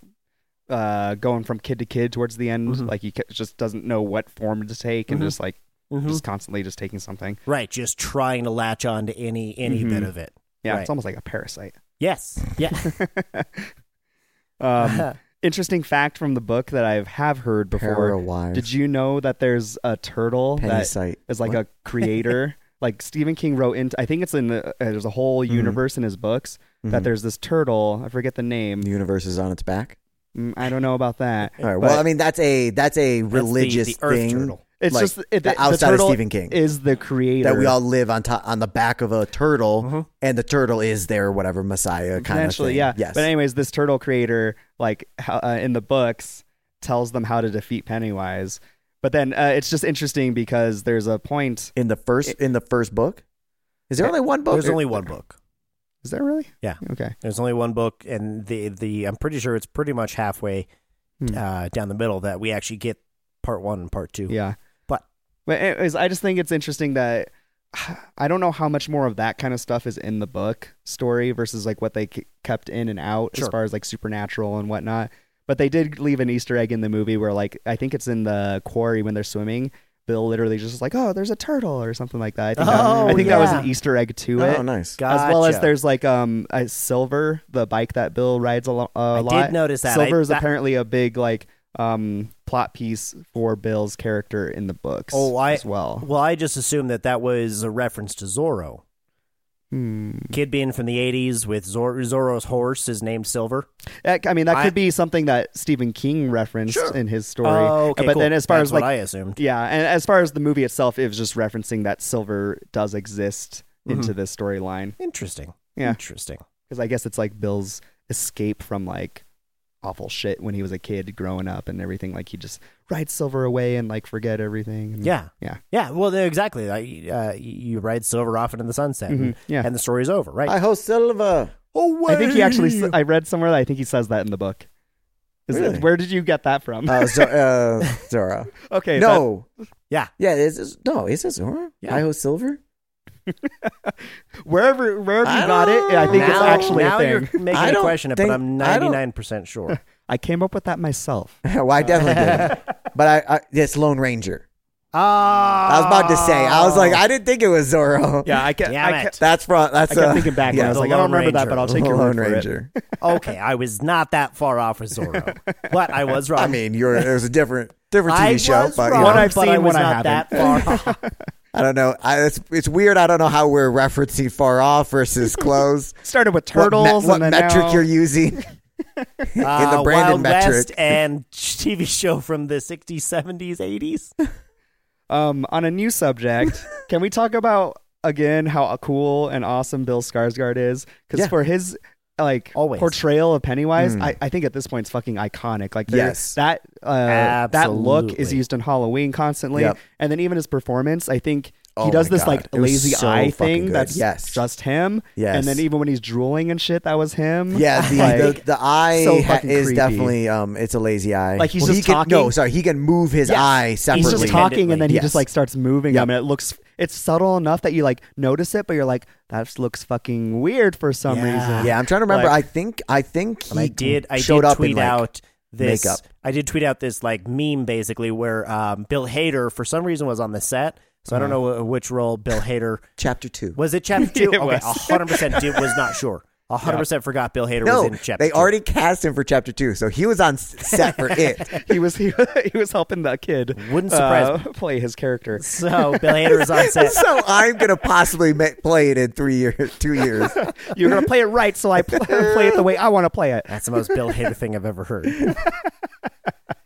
S3: uh going from kid to kid towards the end
S1: Mm-hmm.
S3: like he ca- just doesn't know what form to take and just like
S1: Mhm.
S3: just constantly just taking something
S1: right, just trying to latch on to any any
S3: Mhm.
S1: bit of it.
S3: yeah
S1: Right.
S3: it's almost like a parasite
S1: Yes, yeah.
S3: um interesting fact from the book that I have heard before
S2: Paralyzed.
S3: did you know that there's a turtle that is
S2: Pennysight.
S3: like a creator like Stephen King wrote in I think it's in the, uh, there's a whole
S1: Mm-hmm.
S3: universe in his books that there's this turtle I forget the name
S2: The universe is on its back.
S3: Mm, I don't know about that
S2: All right.
S3: But-
S2: well, I mean, that's a that's a
S1: the
S2: religious
S1: Earth
S2: thing.
S1: Turtle.
S3: It's
S2: like,
S3: just it,
S2: the
S3: the
S2: outside of
S3: turtle
S2: Stephen King.
S3: is the creator
S2: that we all live on top on the back of a turtle, and the turtle is their whatever messiah kind of
S3: potentially,
S2: thing.
S3: Mm-hmm. yeah.
S2: Yes.
S3: But anyways, this turtle creator, like how- uh, in the books, tells them how to defeat Pennywise. But then uh, it's just interesting because there's a point.
S2: in the first in the first book, is there only one book?
S1: There's only one book.
S3: Is there really?
S1: Yeah.
S3: Okay.
S1: There's only one book, and the the I'm pretty sure it's pretty much halfway
S3: Hmm.
S1: uh, down the middle that we actually get part one and part two.
S3: Yeah.
S1: But-
S3: but anyways, I just think it's interesting that I don't know how much more of that kind of stuff is in the book story versus like what they k- kept in and out as
S1: Sure.
S3: far as like supernatural and whatnot. But they did leave an Easter egg in the movie where like I think it's in the quarry when they're swimming. Bill literally just is like, oh, there's a turtle or something like that. I think,
S1: Oh,
S3: that, I think that was
S1: yeah.
S3: an Easter egg to it.
S2: Oh, nice.
S1: Gotcha.
S3: As well as there's like um a silver, the bike that Bill rides a, lo- a
S1: I
S3: lot.
S1: did notice that.
S3: Silver
S1: I-
S3: is
S1: that-
S3: apparently a big like um plot piece for Bill's character in the books.
S1: Oh, I-
S3: as well.
S1: Well, I just assumed that that was a reference to Zorro.
S3: Hmm.
S1: Kid being from the 80s with Zor- Zorro's horse is named Silver.
S3: That- I mean, that
S1: I-
S3: could be something that Stephen King referenced in his story. Uh,
S1: Oh, okay,
S3: but
S1: cool.
S3: then, as far
S1: That's
S3: as like,
S1: what I assumed.
S3: yeah, and as far as the movie itself, it was just referencing that silver does exist
S1: Mm-hmm.
S3: into this storyline
S1: Interesting.
S3: Yeah.
S1: Interesting.
S3: because I guess it's like Bill's escape from like awful shit when he was a kid growing up and everything. Like he just rides silver away and like forget everything. And-
S1: Yeah.
S3: yeah.
S1: Yeah. Well, they're- exactly. I, uh, you ride Silver off into the sunset, and,
S3: Mhm, yeah.
S1: and the story's over, right?
S2: I host Silva.
S1: oh,
S3: I think he actually. s- I read somewhere that I think he says that in the book. Is it-
S2: Really?
S3: where did you get that from?
S2: Uh, Zor- uh, Zora.
S3: okay, that-
S2: no.
S1: Yeah.
S2: Yeah. Is this, no. Is this Zora?
S1: Yeah.
S2: I host Silver.
S3: wherever wherever you
S2: I
S3: got it, I think it's
S1: now,
S3: actually
S1: now
S3: a thing.
S1: you're making
S2: I
S1: me
S2: don't
S1: question it,
S2: think-
S1: but I'm
S2: I don't-
S1: 99 percent sure.
S3: I came up with that myself.
S2: well, I definitely did. But I, I it's Lone Ranger.
S1: Ah,
S2: I was about to say. I was like, I didn't think it was Zorro.
S3: Ah. Yeah, I kept.
S1: Damn
S3: I
S1: it.
S3: kept,
S2: That's from. That's
S3: I kept
S2: uh,
S3: thinking back, and I
S2: Yeah.
S3: was
S1: The
S3: like, I don't
S1: Lone
S3: remember that,
S1: Ranger.
S3: but I'll take your
S2: Lone
S3: word for it.
S2: Ranger.
S1: okay, I was not that far off with Zorro, but I was wrong.
S2: I mean, you're it was a different different TV
S1: I
S2: show,
S1: was
S2: but you
S1: wrong,
S3: One
S2: know,
S3: I've
S1: but
S3: seen,
S1: I was
S3: one I
S1: not that far off.
S2: I don't know. I, it's it's weird. I don't know how we're referencing far off versus close.
S3: Started with
S2: What me-
S3: turtles.
S2: What,
S3: and then
S2: metric
S3: now-
S2: you're using?
S1: Uh,
S2: the Brandon
S1: Wild West
S2: metric.
S1: and TV show from the 60s, 70s, 80s.
S3: Um, on a new subject, can we talk about again how cool and awesome Bill Skarsgård is? Because
S2: Yeah. Hmm.
S3: for his like
S1: Always.
S3: portrayal of Pennywise, I, I think at this point it's fucking iconic. Like there-
S2: Yes.
S3: that uh, that look is
S1: Absolutely.
S3: used in Halloween constantly,
S2: Yep.
S3: and then even his performance. I think
S2: Oh
S3: he does
S2: my
S3: this
S2: God.
S3: like
S2: It was
S3: lazy
S2: so
S3: eye
S2: fucking
S3: thing
S2: good.
S3: that's
S2: Yes.
S3: just him.
S2: Yes.
S3: and then even when he's drooling and shit, that was him.
S2: Yeah, the
S3: Like-
S2: the, the eye
S3: so
S2: ha-
S3: fucking
S2: is
S3: creepy.
S2: definitely um, it's a lazy eye.
S3: Like, he's
S2: Well, he
S3: just
S2: can, No,
S3: talking.
S2: sorry, he can move his
S1: Yes.
S2: eye
S1: just
S2: separately.
S3: He's just talking and then he
S2: Yes.
S3: just like starts moving
S2: Yep.
S3: them and it looks it's subtle enough that you like notice it, but you're like, that looks fucking weird for some
S1: Yeah.
S3: reason.
S2: Yeah, I'm trying to remember.
S3: Like-
S2: I think I think he
S1: And I did. I
S2: showed
S1: did
S2: up
S1: tweet
S2: in, like,
S1: out this.
S2: makeup.
S1: I did tweet out this like meme basically where um, Bill Hader for some reason was on the set. So I don't
S2: Uh-huh.
S1: know wh- which role Bill Hader
S2: chapter two.
S1: was. It chapter two.
S3: It
S1: okay,
S3: was.
S1: hundred percent did was not sure. hundred percent forgot Bill Hader
S2: no,
S1: was in chapter.
S2: they
S1: two.
S2: already cast him for chapter two, so he was on s- set for it.
S3: he was he, he was helping that kid.
S1: Wouldn't surprise
S3: uh, play his character.
S1: So Bill Hader is on set.
S2: so I'm gonna possibly ma- play it in three years, two years.
S3: You're gonna play it right, so I pl- play it the way I want to play it.
S1: That's the most Bill Hader thing I've ever heard.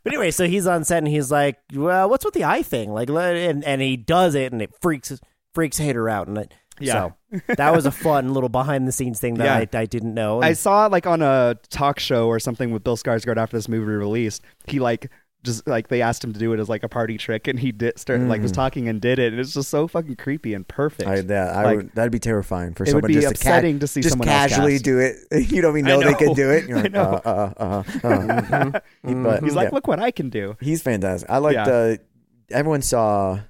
S1: But anyway, so he's on set and he's like, "Well, what's with the eye thing?" Like, let- and and he does it, and it freaks freaks Hader out, and it.
S3: Yeah.
S1: So that was a fun little behind the scenes thing that I, I didn't know. And
S3: I saw like on a talk show or something with Bill Skarsgård after this movie released. He like just like they asked him to do it as like a party trick, and he did start like was talking and did it, and it's just so fucking creepy and perfect.
S2: I, that I
S3: Like-
S2: would, that'd be terrifying for
S3: would
S2: someone
S3: be
S2: just ca-
S3: upsetting to see
S2: just
S3: someone else
S2: casually
S3: cast.
S2: do it. You don't even know,
S3: I
S2: they can
S3: know.
S2: do it. You're
S3: I
S2: like,
S3: know.
S2: Uh, uh, uh, uh, uh.
S3: mm-hmm.
S2: But,
S1: mm,
S3: He's like,
S2: yeah.
S3: look what I can do.
S2: He's fantastic. I liked.
S3: Yeah.
S2: Uh, everyone saw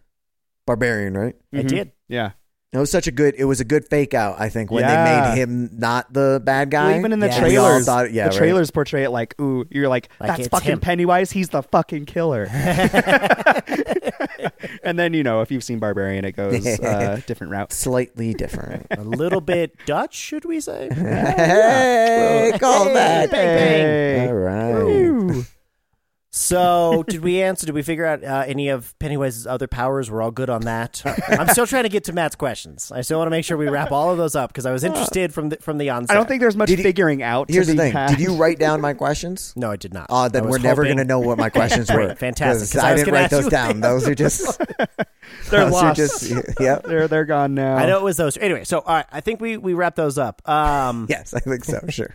S2: Barbarian, right?
S1: I did.
S3: Mm-hmm. Yeah.
S2: That was such a good. It was a good fake out. I think when
S3: Yeah.
S2: they made him not the bad guy.
S3: Well, even in the
S1: Yeah.
S2: We all
S3: trailers,
S2: thought- yeah,
S3: the
S2: right.
S3: trailers portray it like, ooh, you're like,
S1: Like,
S3: that's
S1: it's
S3: fucking
S1: him.
S3: Pennywise. He's the fucking killer. and then you know, if you've seen Barbarian, it goes uh, different route.
S2: slightly different.
S1: a little bit Dutch, should we say?
S2: hey, call that.
S3: Hey.
S2: Uh, All right.
S3: Ooh.
S1: So, did we answer? Did we figure out uh, any of Pennywise's other powers? We're all good on that. I'm still trying to get to Matt's questions. I still want to make sure we wrap all of those up because I was interested from the, from the onset.
S3: Uh, I don't think there's much
S2: Did he-
S3: figuring out. to
S2: Here's the
S3: be
S2: thing.
S3: had.
S2: Did you write down my questions?
S1: No, I did not.
S2: Oh,
S1: I
S2: then
S1: was
S2: we're never
S1: hoping-
S2: going to know what my questions
S1: Great,
S2: were.
S1: fantastic,
S2: 'Cause
S1: 'cause I
S2: I
S1: was
S2: didn't
S1: gonna
S2: write
S1: ask
S2: those
S1: you-
S2: down. Those are just.
S3: They're
S2: those are
S3: lost.
S2: just. Yep.
S3: They're they're gone now.
S1: I know it was those. Anyway, so all right, I think we we wrap those up. Um,
S2: Yes, I think so. Sure.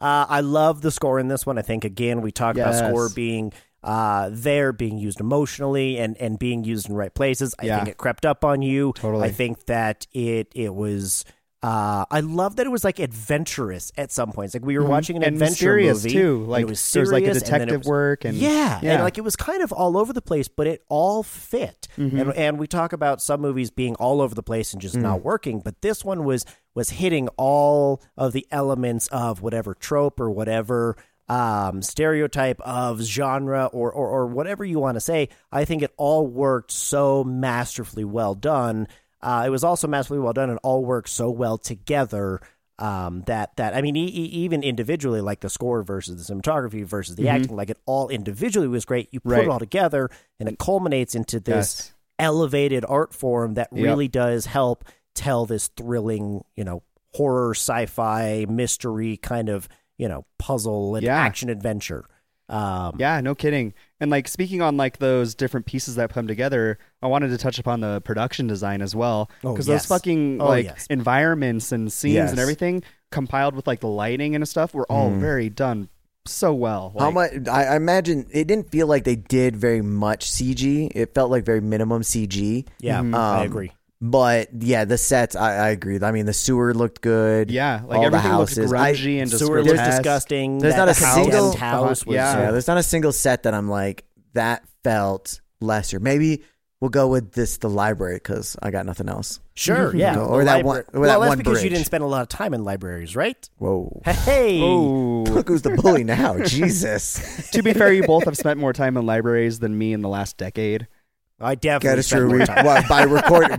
S1: uh, I love the score in this one. I think again we talked
S3: Yes.
S1: about score being uh, there, being used emotionally, and and being used in right places. I
S3: Yeah.
S1: think it crept up on you.
S3: Totally.
S1: I think that it it was. Uh, I love that it was like adventurous at some points. Like we were watching an
S3: Mm-hmm. and
S1: adventure
S3: mysterious
S1: movie
S3: too.
S1: and
S3: Like
S1: it was
S3: there
S1: serious,
S3: was like the
S1: and then it
S3: detective
S1: was-
S3: work and
S1: yeah, and like it was kind of all over the place, but it all fit.
S3: Mm-hmm.
S1: And and we talk about some movies being all over the place and just
S3: Mm.
S1: not working, but this one was was hitting all of the elements of whatever trope or whatever um, stereotype of genre or, or or whatever you want to say. I think it all worked so masterfully well done. Uh, it was also masterfully well done and all worked so well together um, that that I mean, e- e- even individually, like the score versus the cinematography versus the acting, like it all individually was great. You put
S3: Right.
S1: it all together, and it culminates into this
S3: Yes.
S1: elevated art form that
S3: Yep.
S1: really does help tell this thrilling, you know, horror, sci-fi, mystery kind of you know puzzle and
S3: Yeah.
S1: action adventure. Um,
S3: Yeah, no kidding. And like speaking on like those different pieces that come together, I wanted to touch upon the production design as well
S1: Oh,
S3: because
S1: yes.
S3: those fucking
S1: Oh,
S3: like
S1: yes.
S3: environments and scenes
S2: Yes. Mm.
S3: and everything compiled with like the lighting and stuff were all very done so well.
S2: How
S3: Like,
S2: much? I, I imagine it didn't feel like they did very much CG. It felt like very minimum CG.
S1: yeah,
S3: Mhm.
S1: I
S2: Um,
S1: agree.
S2: But yeah, the sets, I, I agree. I mean, the sewer looked good.
S3: Yeah, like
S2: all the
S3: everything looks
S2: houses. I-
S3: grungy and just
S1: Sewer looks
S3: grotesque.
S1: disgusting.
S2: There's
S1: that
S2: not a
S1: condemned
S2: single-
S1: house. Was,
S3: Yeah.
S2: Yeah, there's not a single set that I'm like that felt lesser. Maybe we'll go with this the library because I got nothing else.
S1: Sure, yeah.
S2: Or
S1: The
S2: that one- or
S1: well,
S2: that
S1: that's
S2: one
S1: because you
S2: bridge.
S1: didn't spend a lot of time in libraries, right?
S2: Whoa.
S1: Hey,
S3: Oh,
S2: Look who's the bully now. Jesus.
S3: to be fair, you both have spent more time in libraries than me in the last decade.
S1: I
S2: Got
S1: definitely
S2: a
S1: spent
S2: true
S1: more
S2: re-
S1: time.
S2: what, by record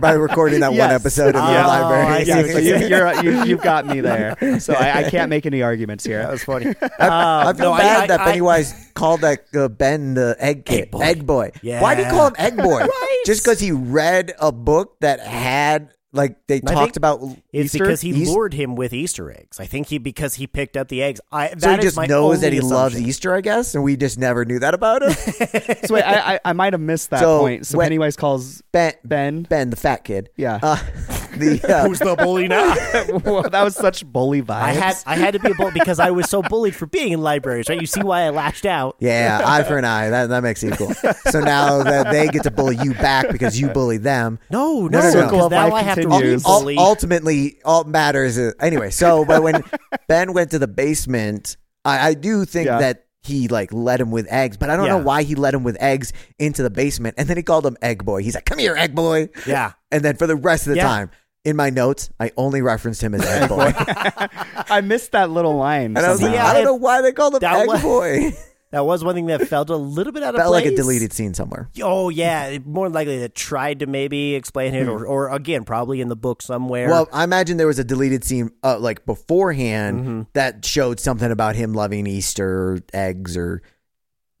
S2: by recording that one
S3: Yes.
S2: episode in the
S1: Oh, I
S2: library.
S1: see what
S3: So you, you're, you, you've got me there, so I, I can't make any arguments here.
S1: That was funny. Um,
S2: I feel
S1: no,
S2: bad
S1: I,
S2: that
S1: I,
S2: Pennywise called that uh, Ben the egg kid, egg boy.
S1: boy.
S2: Why did he
S1: Yeah.
S2: call him egg boy?
S1: Right.
S2: Just because he read a book that had like they
S1: I
S2: talked
S1: think
S2: about.
S1: It's
S3: Easter-
S1: because he
S2: East-
S1: lured him with Easter eggs. I think he because he picked up the eggs. I that
S2: So he
S1: is
S2: just
S1: my
S2: knows
S1: only
S2: that he loves
S1: assumption.
S2: Easter, I guess, and we just never knew that about him.
S3: So wait, I, I, I might have missed that
S2: So,
S3: point. So
S2: when-
S3: Pennywise calls
S2: Ben,
S3: Ben.
S2: Ben, the fat kid.
S3: Yeah.
S2: Uh, the uh,
S1: Who's the bully now?
S3: Whoa, that was such bully vibes.
S1: I had I had to be a bully because I was so bullied for being in libraries. Right? You see why I lashed out.
S2: yeah, eye for an eye. That that makes it equal. So now that they get to bully you back because you bully them.
S1: No, no,
S2: No, no, no.
S1: because
S2: Circle
S3: of
S1: now
S3: life
S1: I have
S3: continues.
S1: to
S2: Ul-
S1: re-bully.
S2: ultimately, all matters is, anyway. So, but when Ben went to the basement, I, I do think
S3: Yeah.
S2: that he like led him with eggs, but I don't know
S1: Yeah.
S2: why he led him with eggs into the basement. And then he called him Egg Boy. He's like, "Come here, Egg Boy."
S1: Yeah.
S2: And then for the rest of the
S1: Yeah.
S2: time, in my notes, I only referenced him as Egg Boy.
S3: I missed that little line.
S2: And I was like,
S1: Yeah,
S2: I don't
S1: it-
S2: know why they called him
S1: that
S2: Egg
S1: was-
S2: Boy.
S1: That was one thing that felt a little bit out of
S2: Felt like a
S1: place.
S2: deleted scene somewhere.
S1: Oh yeah, it- more likely that tried to maybe explain it, or, or again, probably in the book somewhere.
S2: Hmm. Well, I imagine there was a deleted scene uh, like beforehand
S1: Mm-hmm.
S2: that showed something about him loving Easter eggs or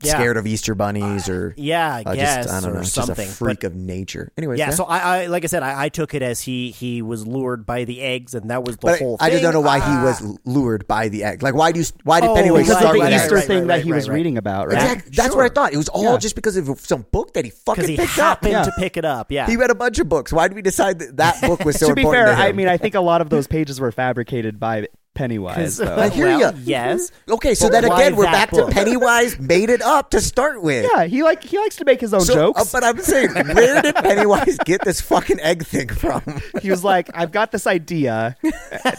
S1: Yeah.
S2: scared of Easter bunnies or
S1: yeah, I
S2: uh,
S1: guess
S2: just I don't
S1: or
S2: know,
S1: something.
S2: just a
S1: But-
S2: freak of nature. Anyways,
S1: yeah, so I, I like I said, I, I took it as he he was lured by the eggs, and that was the
S2: but
S1: whole.
S2: I, I
S1: thing. Ah.
S2: just don't know why he was lured by the egg. Like, why do you, why did
S1: Oh,
S2: Pennywise
S3: because of
S2: start
S3: the
S2: with
S1: right,
S2: eggs?
S3: Easter
S1: right,
S3: thing
S1: right,
S3: that
S1: right,
S3: he was
S1: right, right.
S3: reading about, right?
S2: Exactly. That's what I thought. It was all
S3: Yeah.
S2: just because of some book that he
S1: because he
S2: fucking picked up.
S1: happened
S3: Yeah.
S1: to pick it up. Yeah,
S2: He read a bunch of books. Why did we decide that that book was so
S3: to be
S2: important?
S3: fair,
S2: to him?
S3: I mean, I think a lot of those pages were fabricated by Pennywise.
S1: So-
S3: Though.
S2: hear
S1: well,
S2: ya.
S1: Yes,
S2: okay, so
S1: But
S2: then
S1: why
S2: again, we're
S1: that
S2: back
S1: book?
S2: to Pennywise made it up to start with.
S3: yeah, he like he likes to make his own
S2: So, uh,
S3: jokes.
S2: but I'm saying, where did Pennywise get this fucking egg thing from?
S3: he was like, "I've got this idea.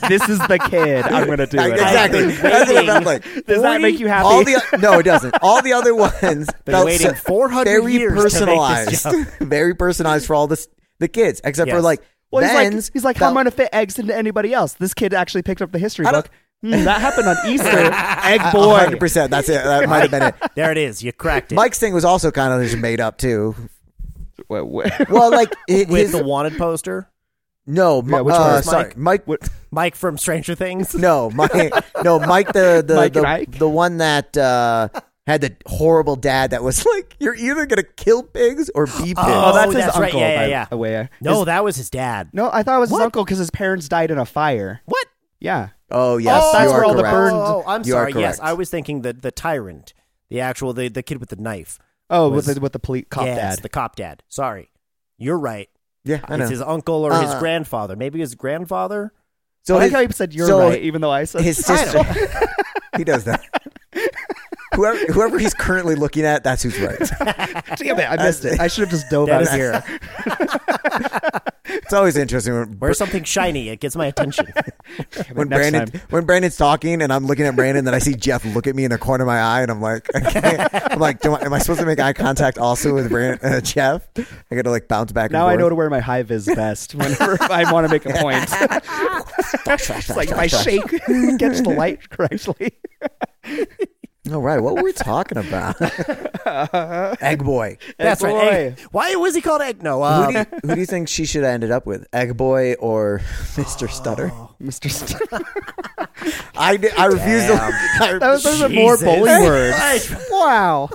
S3: this is the kid. I'm gonna do it."
S2: exactly.
S1: I've been
S2: That's what I'm
S1: waiting.
S2: like.
S3: Does that make you happy?
S2: All the no, it doesn't. All the other ones felt
S1: waiting
S2: so-
S1: 400
S2: very
S1: years to make this
S2: personalized,
S1: joke.
S2: very personalized for all this the kids, except for
S1: Yes.
S2: like
S3: well, he's
S2: Ben's
S3: like, he's like, "How am
S2: felt-
S3: I gonna fit eggs into anybody else?" This kid actually picked up the history
S2: I don't-
S3: book. Hmm, that happened on Easter. Egg
S2: a
S3: boy.
S2: hundred percent. That's it. That might have been it.
S1: there it is. You cracked it
S2: Mike's thing was also kind of just made up too.
S3: Wait, wait.
S2: Well, like it,
S1: with
S2: his,
S1: the wanted poster.
S2: no, Mi-
S3: Yeah, which
S2: uh,
S3: one is
S2: sorry,
S1: Mike?
S2: Mike.
S1: Mike from Stranger Things.
S2: No, Mike. no, Mike. The the
S3: Mike and
S2: the,
S3: Ike?
S2: the one that uh, had the horrible dad that was like, "You're either gonna kill pigs or be pigs."
S3: Oh, that's his
S1: that's right.
S3: uncle.
S1: Yeah, yeah,
S3: by
S1: yeah.
S3: the way.
S1: No, that was his dad.
S3: No, I thought it was his uncle because his parents died in a fire.
S1: What?
S3: Yeah.
S2: Oh yes,
S3: Oh,
S2: you
S3: that's
S2: are
S3: where all the
S2: correct.
S3: burned-
S1: Oh, I'm
S2: You are
S1: sorry. Yes,
S2: correct.
S1: I was thinking the the tyrant, the actual the the kid with the knife.
S3: Oh,
S1: Was-
S3: with the, with the police cop
S1: yes,
S3: dad.
S1: the cop dad. Sorry, you're right.
S2: Yeah, I know.
S1: It's his uncle or his
S2: Uh,
S1: grandfather. Maybe his grandfather.
S2: so
S3: I like
S2: his,
S3: how he said you're
S2: so
S3: right, even though I said
S2: his sister. he does that. whoever, whoever he's currently looking at, that's who's right.
S3: Damn it, I missed it. I should have just dove
S1: That
S3: out
S1: is-
S3: here.
S2: It's always interesting when,
S1: Wear something shiny. It gets my attention.
S2: when
S3: next
S2: Brandon
S3: time.
S2: when Brandon's talking and I'm looking at Brandon, then I see Jeff look at me in the corner of my eye, and I'm like, I can't. I'm like, do I, am I supposed to make eye contact also with Brandon, uh, Jeff? I got to like bounce back.
S3: Now I
S2: and
S3: know
S2: forth.
S3: to wear my high vis vest whenever I want to make a point. it's like if I shake, it gets the light correctly.
S2: All right, what were we talking about? Egg boy. Um,
S1: That's
S3: Egg
S1: right. Egg-
S3: boy.
S1: Why was he called Egg? No,
S2: Who
S1: uh,
S2: do, you, who do you think she should have ended up with, Egg Boy or Mr. Stutter?
S3: Mr. St-
S2: Oh. I, di- I refuse to. I,
S3: those, those are more
S1: Jesus.
S3: bully words.
S1: Right.
S3: wow.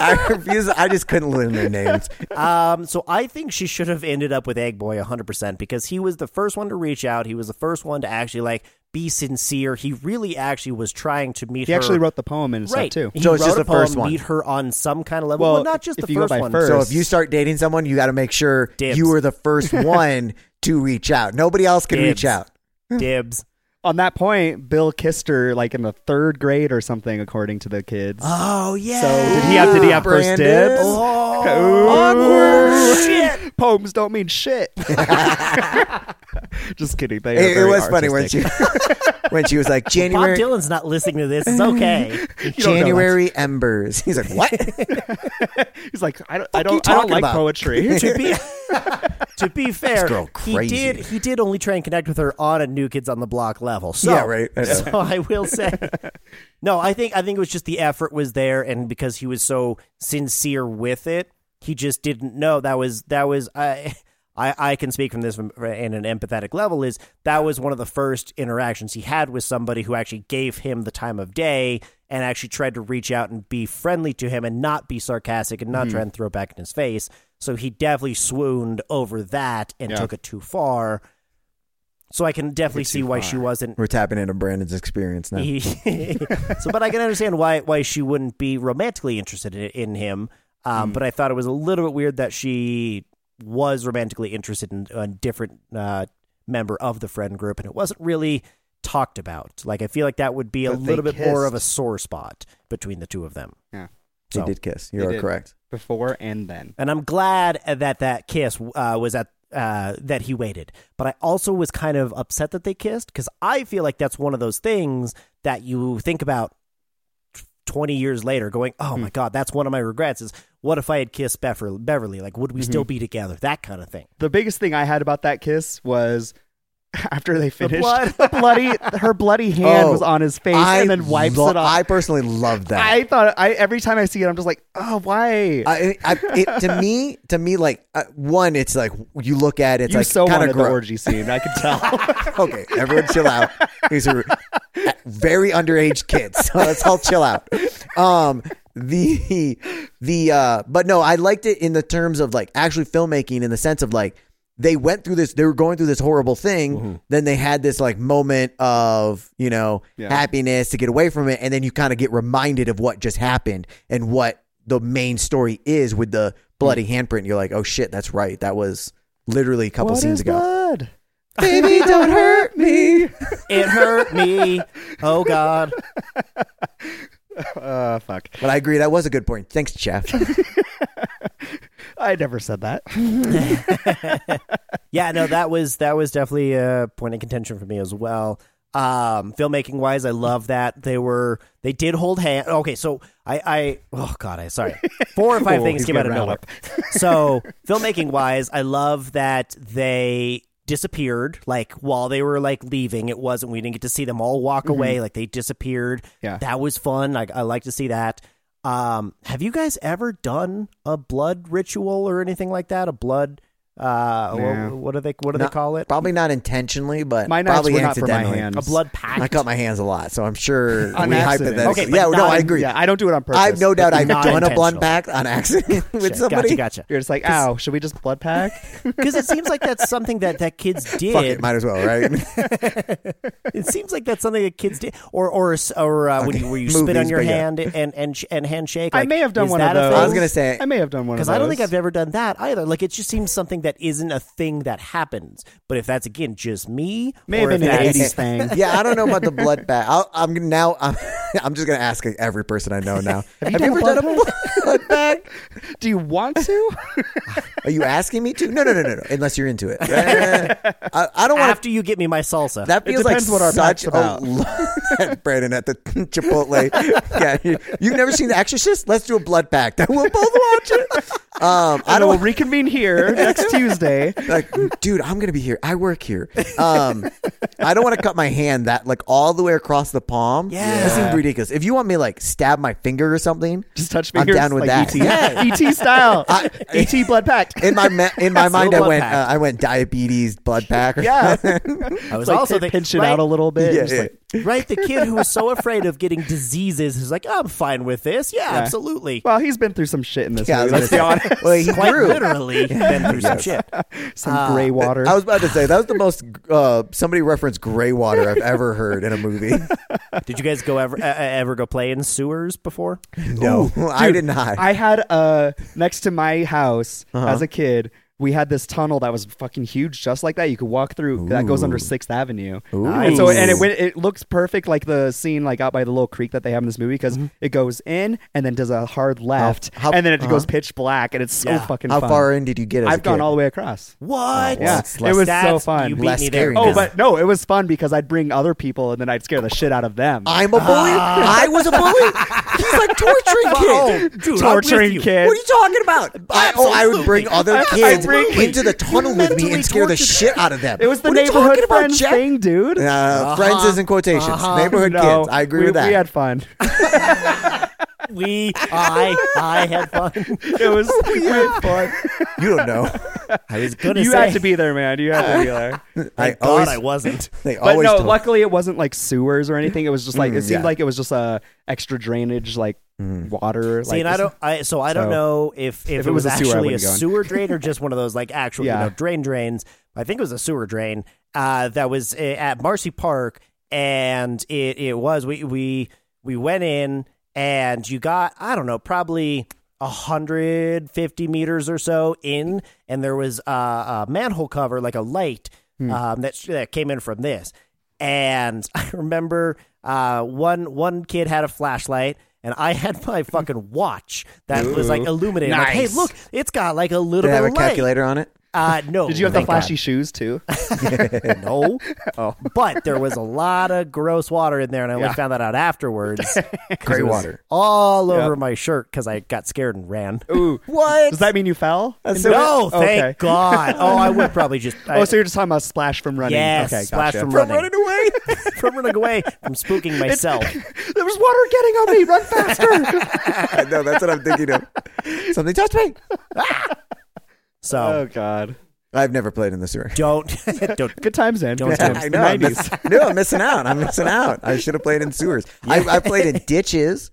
S2: I refuse. I just couldn't learn their names.
S1: um, so I think she should have ended up with Egg Boy 100% because he was the first one to reach out. He was the first one to actually like be sincere. He really actually was trying to meet
S3: He
S1: her.
S3: actually wrote the poem and
S1: right.
S3: stuff too.
S1: He
S2: So it's
S1: wrote
S2: just
S1: a
S2: the first
S1: poem,
S2: one.
S1: Meet her on some kind of level.
S3: Well,
S1: Well, not just
S3: if
S1: the
S3: you go
S1: first
S3: by
S1: one.
S3: first-
S2: So if you start dating someone, you got to make sure
S1: Dibs.
S2: you were the first one to reach out. Nobody else can reach
S1: Dibs.
S2: out.
S1: Dibs.
S3: On that point, Bill kissed her like in the third grade or something, according to the kids.
S1: Oh yeah.
S3: so did he have to have first
S2: Brandon.
S3: dibs?
S1: Oh, shit.
S3: Poems don't mean shit. Just kidding. They are
S2: It, it
S3: very
S2: was funny when she
S3: artistic.
S2: when she was like
S1: Bob
S2: January
S1: Dylan's not listening to this. It's okay.
S3: don't know
S2: January embers. He's like, what?
S3: He's like, I don't, I
S2: you
S3: don't, I don't
S2: talking
S3: like
S2: about?
S3: poetry.
S1: to be to be fair,
S2: girl
S1: he
S2: crazy.
S1: did he did only try and connect with her on a New Kids on the Block level. So,
S2: Yeah, right. I know.
S1: So I will say, no, I think I think it was just the effort was there, and because he was so sincere with it, he just didn't know that was that was I. I, I can speak from this from- in an empathetic level is that was one of the first interactions he had with somebody who actually gave him the time of day and actually tried to reach out and be friendly to him and not be sarcastic and not try and throw it back in his face. So he definitely swooned over that and
S3: Yeah.
S1: took it too far. So I can definitely see why she wasn't
S2: We're tapping into Brandon's experience now.
S1: so, but I can understand why why she wouldn't be romantically interested in, in him.
S3: Mm.
S1: Um, But I thought it was a little bit weird that she was romantically interested in a different uh, member of the friend group, and it wasn't really talked about. Like I feel like that would be a
S3: But they
S1: little bit more of a
S3: kissed.
S1: sore spot between the two of them.
S3: Yeah.
S2: They
S1: So,
S2: did kiss. You
S3: They
S2: are
S3: did.
S2: correct.
S3: Before and then.
S1: and I'm glad that that kiss uh, was at. Uh, that he waited, but I also was kind of upset that they kissed because I feel like that's one of those things that you think about 20 years later going, oh my God, that's one of my regrets is what if I had kissed Beffer- Beverly? Like, would we still be together? That kind of thing.
S3: the biggest thing I had about that kiss was after they finished,
S1: blood.
S3: the bloody her bloody hand
S2: Oh,
S3: was on his face and then wipes
S2: lo-
S3: it off.
S2: I personally love that.
S3: I thought I every time I see it, I'm just like, oh, why?
S2: I, I, it, to me, to me, like uh, one, it's like you look at it, it's
S3: you
S2: like
S3: so
S2: kind
S3: wanted
S2: of
S3: the
S2: gross.
S3: orgy scene. I could tell.
S2: Okay, everyone, chill out. These are uh, very underage kids, so let's all chill out. Um, the the uh, but no, I liked it in the terms of like actually filmmaking in the sense of like they went through this, they were going through this horrible thing.
S3: Mm-hmm.
S2: Then they had this like moment of you know
S3: Yeah.
S2: happiness to get away from it, and then you kind of get reminded of what just happened and what the main story is with
S3: Mm.
S2: the bloody handprint. You're like, oh shit, that's right, that was literally a couple
S3: What
S2: scenes
S3: is
S2: ago.
S3: blood?
S2: Baby, don't hurt me.
S1: It hurt me. Oh God.
S3: Uh, fuck.
S2: But I agree, that was a good point. Thanks, Jeff.
S3: I never said that.
S1: yeah, no, that was that was definitely a point of contention for me as well. Um, filmmaking wise, I love that they were they did hold hand. Okay, so I I oh god, I sorry, four or five
S3: Oh,
S1: things
S3: he's
S1: came out of
S3: gonna
S1: nowhere.
S3: rattle
S1: so filmmaking wise, I love that they disappeared like while they were like leaving it wasn't we didn't get to see them all walk away like they disappeared
S3: Mm-hmm. Yeah.
S1: that was fun like i like to see that um have you guys ever done a blood ritual or anything like that a blood uh
S3: No.
S1: what, what do they what do
S2: No.
S1: they call it
S2: Probably not intentionally, but
S3: My knives
S2: probably
S3: were not for my
S2: accidentally.
S3: hands.
S1: a blood pact
S2: I cut my hands a lot, so I'm sure
S3: On
S2: we
S3: accident.
S2: hypothetically.
S1: Okay, but
S2: yeah, no,
S1: not
S2: I
S1: in-
S2: agree.
S3: Yeah, I don't do it on purpose.
S2: I have no doubt I've
S1: not
S2: done a
S1: intentional.
S2: blunt pack on accident with
S1: Shit,
S2: somebody.
S1: gotcha
S3: You're just like, ow, should we just blood pack?
S1: gotcha because it seems like that's something that that kids did
S2: Fuck it, might as well, right?
S1: It seems like that's something that kids did, or or or uh, when you where you spit on
S2: Movies,
S1: your
S2: but yeah.
S1: hand and and sh- and handshake.
S3: I
S1: like,
S3: may have done
S1: is
S3: one
S1: that
S3: of
S1: a
S3: those.
S1: thing?
S2: I was gonna say-
S3: I may have done one of
S1: because
S3: those.
S1: I don't think I've ever done that either. Like it just seems something that isn't a thing that happens. But if that's again just me,
S3: May have
S1: or if
S3: been an
S1: that's-
S3: 80s thing.
S2: yeah, I don't know about the blood pack. I'll, I'm gonna- now. I'm, I'm just gonna ask every person I know now. have, you ever done a blood?
S3: blood pack? do you want to?
S2: Are you asking me to? No, no, no, no, no. Unless you're into it, I, I don't want to
S1: after you get me my salsa,
S2: That feels like
S3: depends what our
S2: such
S3: pack's about.
S2: a lo- Brandon at the Chipotle. yeah, you- you've never seen The Exorcist? Let's do a blood pact. We'll both watch it. Um, I
S3: I
S2: don't
S3: will reconvene here next Tuesday.
S2: like, dude. I'm gonna be here. I work here. Um, I don't want to cut my hand that like all the way across the palm.
S1: Yeah.
S2: that seems ridiculous. If you want me to, like stab my finger or something,
S3: Just touch
S2: I'm
S3: fingers.
S2: down with
S3: like E
S2: that.
S3: ET, ET style.
S2: I-
S3: ET blood pact.
S2: in my ma- in my
S1: Still
S2: mind, I
S1: blood
S2: went uh,
S1: pact.
S2: I went diabetes blood pack. or-
S3: Yeah.
S1: I was
S3: Like,
S1: also
S3: pinch
S1: thinking,
S3: it
S1: right,
S3: out a little bit.
S2: Yeah,
S3: Just
S2: yeah.
S3: like,
S1: right, the kid who was so afraid of getting diseases is like, I'm fine with this. Yeah, absolutely.
S3: well, he's been through some shit in this
S2: Yeah, I was
S3: movie. Let's be
S2: gonna say.
S3: honest.
S2: Well, he
S1: Quite
S2: grew.
S1: literally been through some shit.
S3: some gray water.
S2: Uh, I was about to say that was the most uh, somebody referenced gray water I've ever heard in a movie.
S1: Did you guys go ever uh, ever go play in sewers before?
S2: No, Oh, I
S3: Dude,
S2: did not. Uh-huh.
S3: I had uh next to my house as a kid. We had this tunnel that was fucking huge, just like that. You could walk through. That goes under Sixth Avenue, and so and it went. It looks perfect, like the scene like out by the little creek that they have in this movie, because it goes in and then does a hard left,
S2: Mm-hmm. how- uh-huh.
S3: and then it goes pitch black, and it's so fucking.
S2: How
S3: fun.
S2: far in did you get? As
S3: I've
S2: a
S3: gone
S2: kid?
S3: all the way across.
S1: What?
S3: Yeah,
S2: it's less-
S3: it was so
S1: That's-
S3: fun.
S1: You beat
S2: Less
S1: me there.
S2: scary
S3: Oh,
S2: Yeah.
S3: but no, it was fun because I'd bring other people and then I'd scare the shit out of them.
S2: I'm a bully.
S3: Ah.
S2: I was a bully. He's like torturing
S1: Oh,
S2: kids.
S1: dude, I'm with
S3: torturing
S1: you.
S3: kids.
S2: What are you talking about? I, oh, I would bring other kids
S3: bring-
S2: into the tunnel with me and scare the shit out of them.
S3: it was the
S2: what are you
S3: neighborhood
S2: talking about,
S3: friends
S2: Jack?
S3: thing, dude.
S2: Uh, Friends is in quotations.
S1: Um,
S2: Neighborhood
S3: No,
S2: kids. I agree
S3: we-
S2: with that.
S3: We had fun.
S1: We, I, I had fun.
S3: It was
S2: Oh,
S3: we had fun.
S2: you don't know.
S1: I was gonna
S3: You
S1: say,
S3: had to be there, man. You had to be there.
S2: I
S1: Thank God
S2: always.
S1: I wasn't.
S2: they
S3: But
S2: always
S3: no,
S2: told-
S3: luckily it wasn't like sewers or anything. It was just like it seemed
S2: yeah. Mm.
S3: like it was just uh, extra drainage, like water.
S1: See,
S3: like,
S1: and I don't. I so I don't
S3: so-
S1: know if if, it was,
S3: a sewer, I
S1: actually a
S3: wouldn't go in.
S1: sewer drain or just one of those like actual
S3: Yeah.
S1: you know drain drains. I think it was a sewer drain uh, that was uh, at Marcy Park, and it it was we we we went in and you got I don't know probably. 150 meters or so in, and there was uh, a manhole cover, like a light, um, that that came in from this. And I remember uh, one one kid had a flashlight, and I had my fucking watch that was like illuminated. Like, hey,
S3: Nice.
S1: look, it's got like a little
S2: Did it
S1: bit
S2: have a
S1: of light.
S2: calculator on it?
S1: Uh, no.
S3: Did you have the
S1: thank God.
S3: flashy shoes too?
S1: No.
S2: Oh.
S1: But there was a lot of gross water in there, and I only
S3: Yeah.
S1: found that out afterwards.
S2: Gray water.
S1: all
S3: Yeah.
S1: over my shirt because I got scared and ran.
S3: Ooh.
S2: What?
S3: Does that mean you fell? into
S1: no,
S3: it?
S1: thank
S3: Okay.
S1: God. Oh, I would probably just. I,
S3: Oh, so you're just talking about splash from running?
S1: Yes,
S3: okay,
S1: splash
S3: gotcha.
S1: from
S2: From
S1: running.
S2: running away?
S1: from running away from spooking myself.
S3: There was water getting on me. Run faster.
S2: I know, that's what I'm thinking of. Something touched me.
S1: So
S3: oh God.
S2: I've never played in the sewer.
S1: don't don't.
S3: Good times then.
S1: Don't
S3: Good
S1: tell
S3: times.
S1: me.
S2: I
S3: The
S2: know. I'm
S3: 90s.
S2: miss- no, I'm missing out. I'm missing out. I should have played in sewers. I, I played in ditches,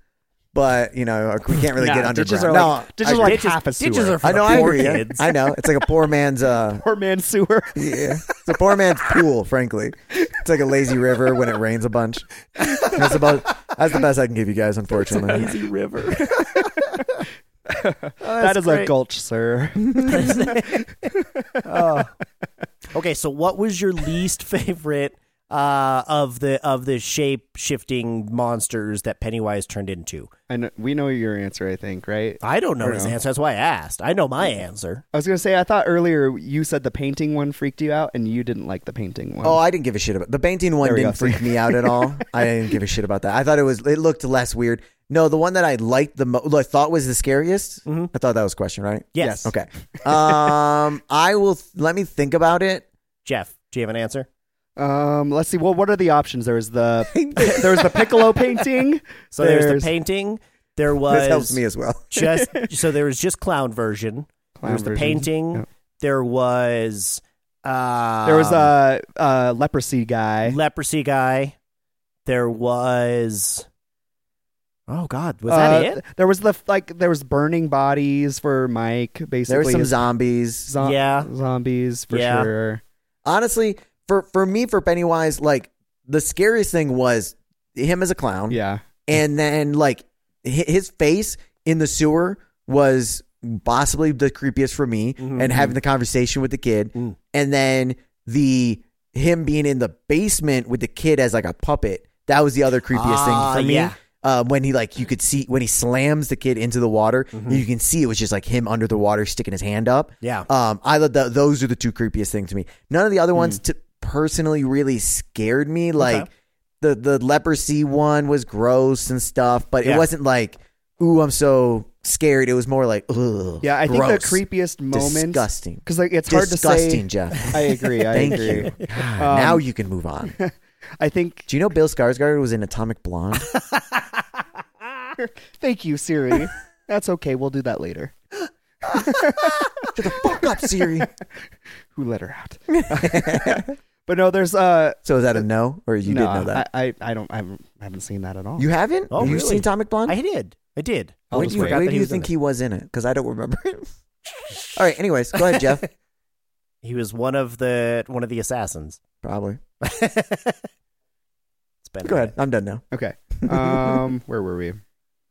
S2: but you know we can't really
S3: Nah,
S2: get
S3: ditches
S2: underground.
S3: are
S2: no,
S3: like- ditches
S2: I,
S3: are like
S1: Ditches-
S3: half a sewer.
S1: ditches are for
S2: I know.
S1: the
S2: I
S1: poor
S2: agree. yeah.
S1: kids.
S2: I know. It's like a poor man's. Uh,
S3: Poor man sewer.
S2: yeah, it's a poor man's pool. Frankly, it's like a lazy river when it rains a bunch. That's about. That's the best I can give you guys. Unfortunately,
S1: Lazy river.
S3: that is
S1: goal.
S3: a gulch, sir.
S1: Okay, so what was your least favorite uh, of the of the shape shifting monsters that Pennywise turned into?
S3: I know, we know your answer, I think, right?
S1: I don't know his
S3: know.
S1: answer. That's why I asked. I know my answer.
S3: I was gonna say I thought earlier you said the painting one freaked you out, and you didn't like the painting one.
S2: Oh, I didn't give a shit about the painting one.
S3: There we
S2: Didn't
S3: go.
S2: freak me out at all. I didn't give a shit about that. I thought it was. It looked less weird. No, the one that I liked the most, I thought was the scariest. I thought that was question, right?
S1: Yes.
S2: Okay. Um, I will let me think about it.
S1: Jeff, do you have an answer?
S3: Um, let's see. Well, what are the options? There was the there was the Piccolo painting.
S1: So there's, the painting. There was
S2: This helps me as well.
S1: just so there was just clown version.
S3: Clown
S1: there was the
S3: version.
S1: painting.
S3: Yeah.
S1: There was uh
S3: There was a, a leprosy guy.
S1: leprosy guy. There was oh god, was
S3: Uh,
S1: that it?
S3: There was the like there was burning bodies for Mike. Basically,
S2: There were some
S3: His
S2: zombies.
S3: zo-
S1: Yeah.
S3: zombies for
S1: Yeah.
S3: sure.
S2: Honestly, for for me, for Pennywise, like the scariest thing was him as a clown,
S3: Yeah,
S2: and then like hi- his face in the sewer was possibly the creepiest for me, and having the conversation with the kid,
S1: Mm-hmm, Mm.
S2: and then the him being in the basement with the kid as like a puppet. That was the other creepiest
S1: Ah,
S2: thing for me.
S1: yeah.
S2: Uh, when he like you could see when he slams the kid into the water,
S1: Mm-hmm.
S2: you can see it was just like him under the water sticking his hand up.
S1: Yeah.
S2: Um, I thought th- those are the two creepiest things to me. None of the
S3: Hmm.
S2: other ones t- personally really scared me. Like the the leprosy one was gross and stuff, but
S1: Yeah.
S2: it wasn't like, ooh, I'm so scared. It was more like, ugh,
S3: yeah. I think
S2: gross,
S3: the creepest moment.
S2: disgusting,
S3: Because like it's hard
S2: disgusting,
S3: to say.
S2: Jeff.
S3: I agree. I
S2: Thank
S3: agree. Um,
S2: you. God, now you can move on.
S3: I think
S2: Do you know Bill Skarsgård was in Atomic Blonde?
S3: Thank you, Siri. That's okay. We'll do that later.
S2: Shut the fuck up, Siri.
S3: Who let her out? but no, there's uh.
S2: So is that a no, or you
S3: no,
S2: didn't know that?
S3: I, I I don't I haven't I haven't seen that at all.
S2: you haven't?
S1: Oh,
S2: You've
S1: really?
S2: seen Atomic Blonde?
S1: I did. I did.
S3: I'll
S2: Where
S3: just
S2: do you,
S3: wait.
S2: where
S1: Forgot
S2: do
S1: that he
S2: you
S1: was in
S2: think
S1: it.
S2: he was in it? Because I don't remember him. All right. Anyways, go ahead, Jeff.
S1: He was one of the one of the assassins.
S2: Probably.
S1: it's been a
S2: Go ahead.
S1: minute.
S2: I'm done now.
S3: Okay. Um, where were we?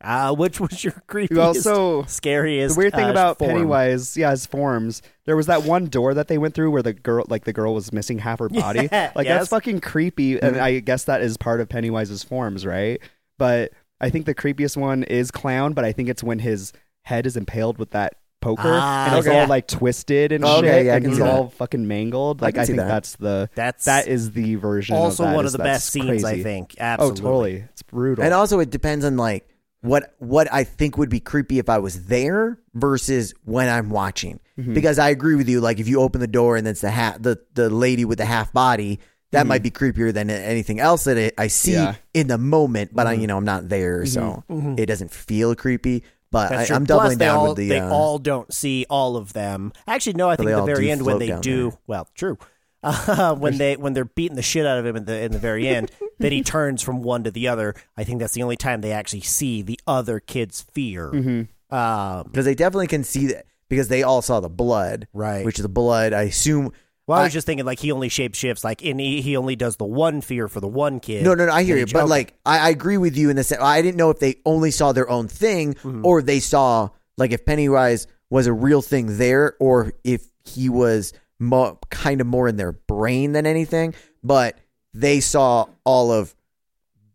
S1: Uh, which was your creepiest,
S3: You also
S1: scariest?
S3: the weird thing
S1: uh,
S3: about
S1: form?
S3: Pennywise, yeah, his forms. There was that one door that they went through where the girl, like the girl, was missing half her body.
S1: Yeah,
S3: like
S1: yes. Mm-hmm.
S3: that's fucking creepy, and I guess that is part of Pennywise's forms, right? But I think the creepiest one is clown, but I think it's when his head is impaled with that poker
S1: Ah,
S3: and it's
S1: okay.
S3: all like twisted and
S2: Okay,
S3: shit,
S2: yeah, I
S3: and
S2: can
S3: he's
S2: see that.
S3: all fucking mangled.
S2: I
S3: Like
S2: can
S3: I,
S2: see
S3: think
S2: that.
S3: that's the
S1: That's
S3: that is the version. of
S1: also
S3: that
S1: one
S3: is-
S1: of the
S3: that's
S1: best scenes. I
S3: crazy.
S1: think. Absolutely.
S3: Oh, totally. It's brutal.
S2: And also, it depends on like what what I think would be creepy if I was there versus when I'm watching.
S1: Mm-hmm.
S2: Because I agree with you. Like if you open the door and it's the ha- the the lady with the half body, that
S1: Mm-hmm.
S2: might be creepier than anything else that I, I see
S3: Yeah.
S2: in the moment. But I
S1: Mm-hmm.
S2: you know I'm not there, so it doesn't feel creepy. But
S1: That's
S2: I,
S1: true.
S2: I'm
S1: Plus,
S2: doubling
S1: they
S2: down
S1: all,
S2: with the.
S1: They
S2: uh,
S1: all don't see all of them. Actually, no. I think
S2: they
S1: at the
S2: all
S1: very
S2: do
S1: end when
S2: float
S1: they
S2: down
S1: do.
S2: there.
S1: Well, true. Uh, when they when they're beating the shit out of him in the in the very end, that he turns from one to the other. I think that's the only time they actually see the other kid's fear.
S2: Mm-hmm.
S1: Um,
S2: because they definitely can see that because they all saw the blood,
S1: Right.
S2: Which the blood, I assume.
S1: well, I, was just thinking like he only shapeshifts like and he, he only does the one fear for the one kid.
S2: No, no, no. I hear
S1: And
S2: you,
S1: he-
S2: but
S1: okay.
S2: like I, I agree with you in the sense. I didn't know if they only saw their own thing
S1: Mm-hmm.
S2: or they saw like if Pennywise was a real thing there, or if he was mo- kind of more in their brain than anything. But they saw all of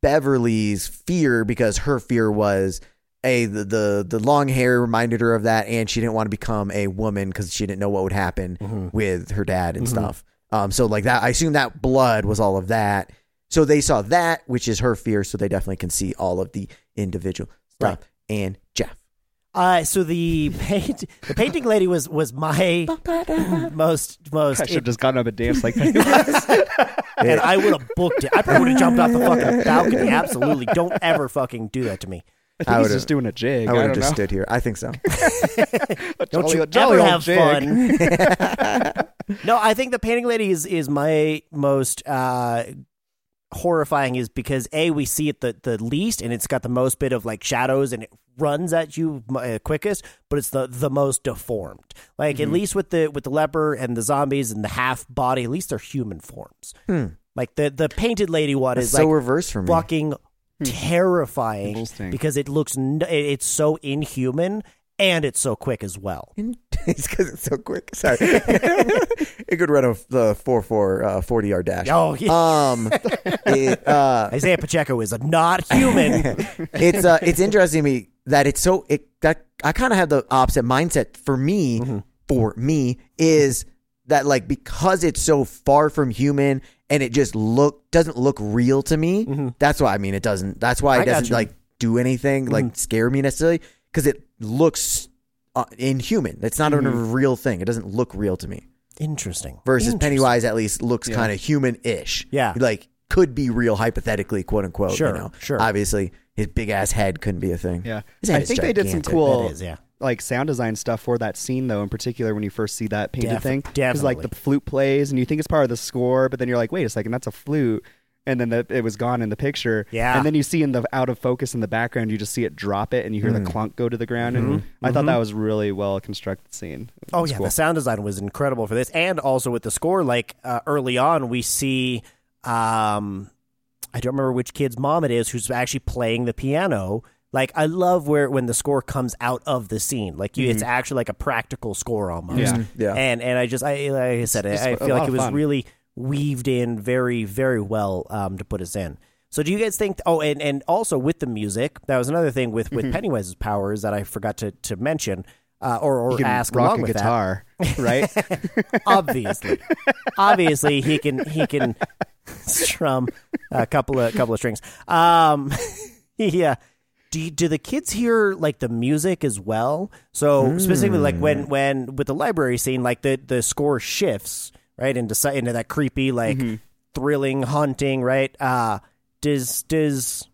S2: Beverly's fear because her fear was a the, the the long hair reminded her of that, and she didn't want to become a woman because she didn't know what would happen
S1: Mm-hmm.
S2: with her dad and stuff. Um, so like that, I assume that blood was all of that. So they saw that, which is her fear. So they definitely can see all of the individual stuff. And Jeff,
S1: Uh, so the paint, the painting lady was was my most most,
S3: I should have just gotten up and danced like that.
S1: and I would have booked it. I probably would have jumped off the fucking balcony. Absolutely, don't ever fucking do that to me.
S2: I
S3: He's
S2: would've-
S3: just doing a jig.
S2: I
S3: I,
S2: would
S3: don't
S2: have just
S3: know.
S2: stood here. I think so.
S3: A
S1: Don't
S3: jolly-
S1: you
S3: a
S1: ever
S3: jolly old
S1: have
S3: jig.
S1: fun? no, I think the painting lady is is my most uh, horrifying is because a we see it the the least and it's got the most bit of like shadows and it runs at you uh, quickest, but it's the the most deformed. Like at least with the with the leper and the zombies and the half body, at least they're human forms. Like the the painted lady one is
S2: so
S1: like
S2: reverse for me. Hmm.
S1: fucking terrifying
S3: Interesting.
S1: because it looks n- it- it's so inhuman and it's so quick as well.
S2: it's because it's so quick. Sorry, it could run a the four four uh, forty yard dash.
S1: Oh, yeah.
S2: Um, it, uh,
S1: Isaiah Pacheco is a not human.
S2: it's uh, it's interesting to me that it's so it that I kind of have the opposite mindset for me for me is that like because it's so far from human and it just look doesn't look real to me. That's why I mean it doesn't. That's why it
S1: I got
S2: doesn't
S1: you.
S2: like do anything like scare me necessarily because it looks uh, inhuman. It's not even a real thing. It doesn't look real to me.
S1: Interesting.
S2: Versus
S1: Interesting.
S2: Pennywise at least looks kind of human-ish.
S1: Yeah.
S2: like could be real hypothetically, quote unquote.
S1: Sure,
S2: you know?
S1: sure.
S2: Obviously, his big ass head couldn't be a thing.
S3: Yeah,
S2: His head
S3: I
S2: is
S3: think they did some
S2: gigantic.
S3: cool,
S1: That is, yeah.
S3: like sound design stuff for that scene though. In particular, when you first see that painted
S1: Def-
S3: thing, because like
S1: definitely.
S3: the flute plays and you think it's part of the score, but then you're like, wait a second, that's a flute. And then the, it was gone in the picture.
S1: Yeah.
S3: And then you see in the out of focus in the background, you just see it drop it, and you hear the clunk go to the ground. And I thought that was really well constructed scene. It
S1: Mm-hmm. Oh
S3: was
S1: yeah,
S3: cool.
S1: the sound design was incredible for this, and also with the score. Like uh, early on, we see, um, I don't remember which kid's mom it is who's actually playing the piano. Like I love where when the score comes out of the scene, like you, it's actually like a practical score almost.
S3: Mm-hmm.
S2: Yeah.
S3: Yeah.
S1: And and I just I like I said, I,
S3: It's
S1: I
S3: a
S1: feel
S3: lot
S1: like it
S3: of
S1: was
S3: fun.
S1: really weaved in very very well um, to put us in. So do you guys think? Oh, and and also with the music, that was another thing with
S3: Mm-hmm.
S1: with Pennywise's powers that I forgot to to mention. Uh, or or
S3: You can
S1: ask along
S3: rock a
S1: with that
S3: guitar, right?
S1: obviously, obviously he can he can strum a couple of couple of strings. Um, yeah. Do you, do the kids hear like the music as well? So specifically, like
S2: Hmm.
S1: when when with the library scene, like the the score shifts right into si- into that creepy like
S2: Mm-hmm.
S1: thrilling haunting right. Uh, does does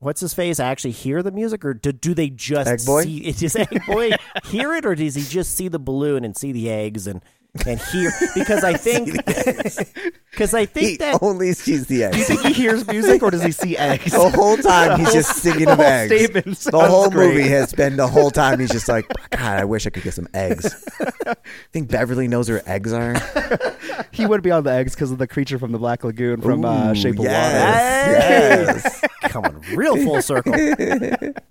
S1: what's his face actually hear the music or do, do they just
S2: Egg boy?
S1: see does egg boy hear it or does he just see the balloon and see the eggs and and hear because i think because i think
S2: He
S1: that
S2: only sees the
S3: Do you
S2: eggs.
S3: think he hears music, or does he see eggs?
S1: Oh.
S2: The whole time he's just singing
S3: the
S2: of
S3: whole
S2: eggs.
S3: statement
S2: The whole
S3: sounds great.
S2: movie has been the whole time he's just like, God, I wish I could get some eggs. think Beverly knows where eggs are?
S3: he would be on the eggs because of the creature from the Black Lagoon from uh, Shape of Water.
S2: yes, yes.
S1: coming real full circle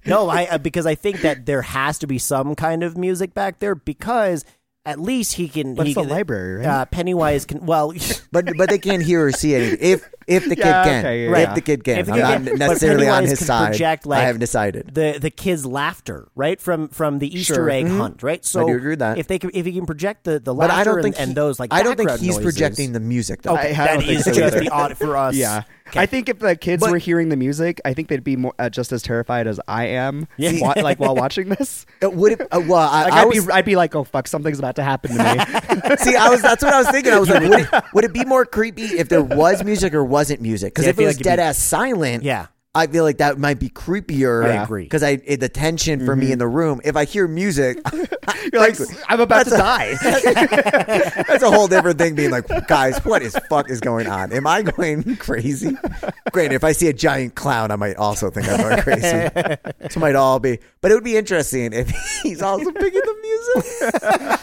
S1: no i uh, because i think that there has to be some kind of music back there because at least he can
S3: But
S1: he
S3: it's the
S1: can-
S3: library, right?
S1: uh, pennywise can well
S2: But but they can't hear or see anything. If if the kid
S3: Yeah,
S2: can,
S3: okay, yeah,
S2: if
S3: yeah.
S2: the kid can,
S1: If the
S2: I'm
S1: kid
S2: not
S1: can. But
S2: necessarily on
S1: Pennywise
S2: his
S1: can
S2: side.
S1: project, like,
S2: I haven't decided.
S1: the the kids' laughter, right from from the Easter
S3: Sure.
S1: egg hunt, right? So
S2: Mm-hmm. do agree with that.
S1: If they can, if he can project the the
S2: But
S1: laughter
S2: I don't think
S1: and, and
S2: he-
S1: those like
S2: I don't think
S1: background
S2: he's
S1: noises-
S2: projecting the music though.
S1: Okay,
S3: I- I
S1: that
S3: don't think
S1: is
S3: so
S1: just
S3: either.
S1: the odd for us.
S3: Yeah,
S1: Okay.
S3: I think if the kids
S2: But-
S3: were hearing the music, I think they'd be more, uh, just as terrified as I am. wa- like while watching this,
S2: It would it, uh, well, I,
S3: like,
S2: I
S3: I'd,
S2: was,
S3: be, I'd be like, "Oh fuck, something's about to happen to me."
S2: see, I was that's what I was thinking. I was like, would it, would it be more creepy if there was music or wasn't music? Because
S1: Yeah, I
S2: if it
S1: feel
S2: was
S1: like it'd be-
S2: dead ass silent,
S1: Yeah.
S2: I feel like that might be creepier.
S1: I agree. Mm-hmm.
S2: because I it, the tension for me in the room. If I hear music,
S3: You're like, "I'm about to die."
S2: that's a whole different thing. Being like, guys, what is fuck is going on? Am I going crazy? Great. If I see a giant clown, I might also think I'm going crazy. so might all be, but it would be interesting if he's also picking the music.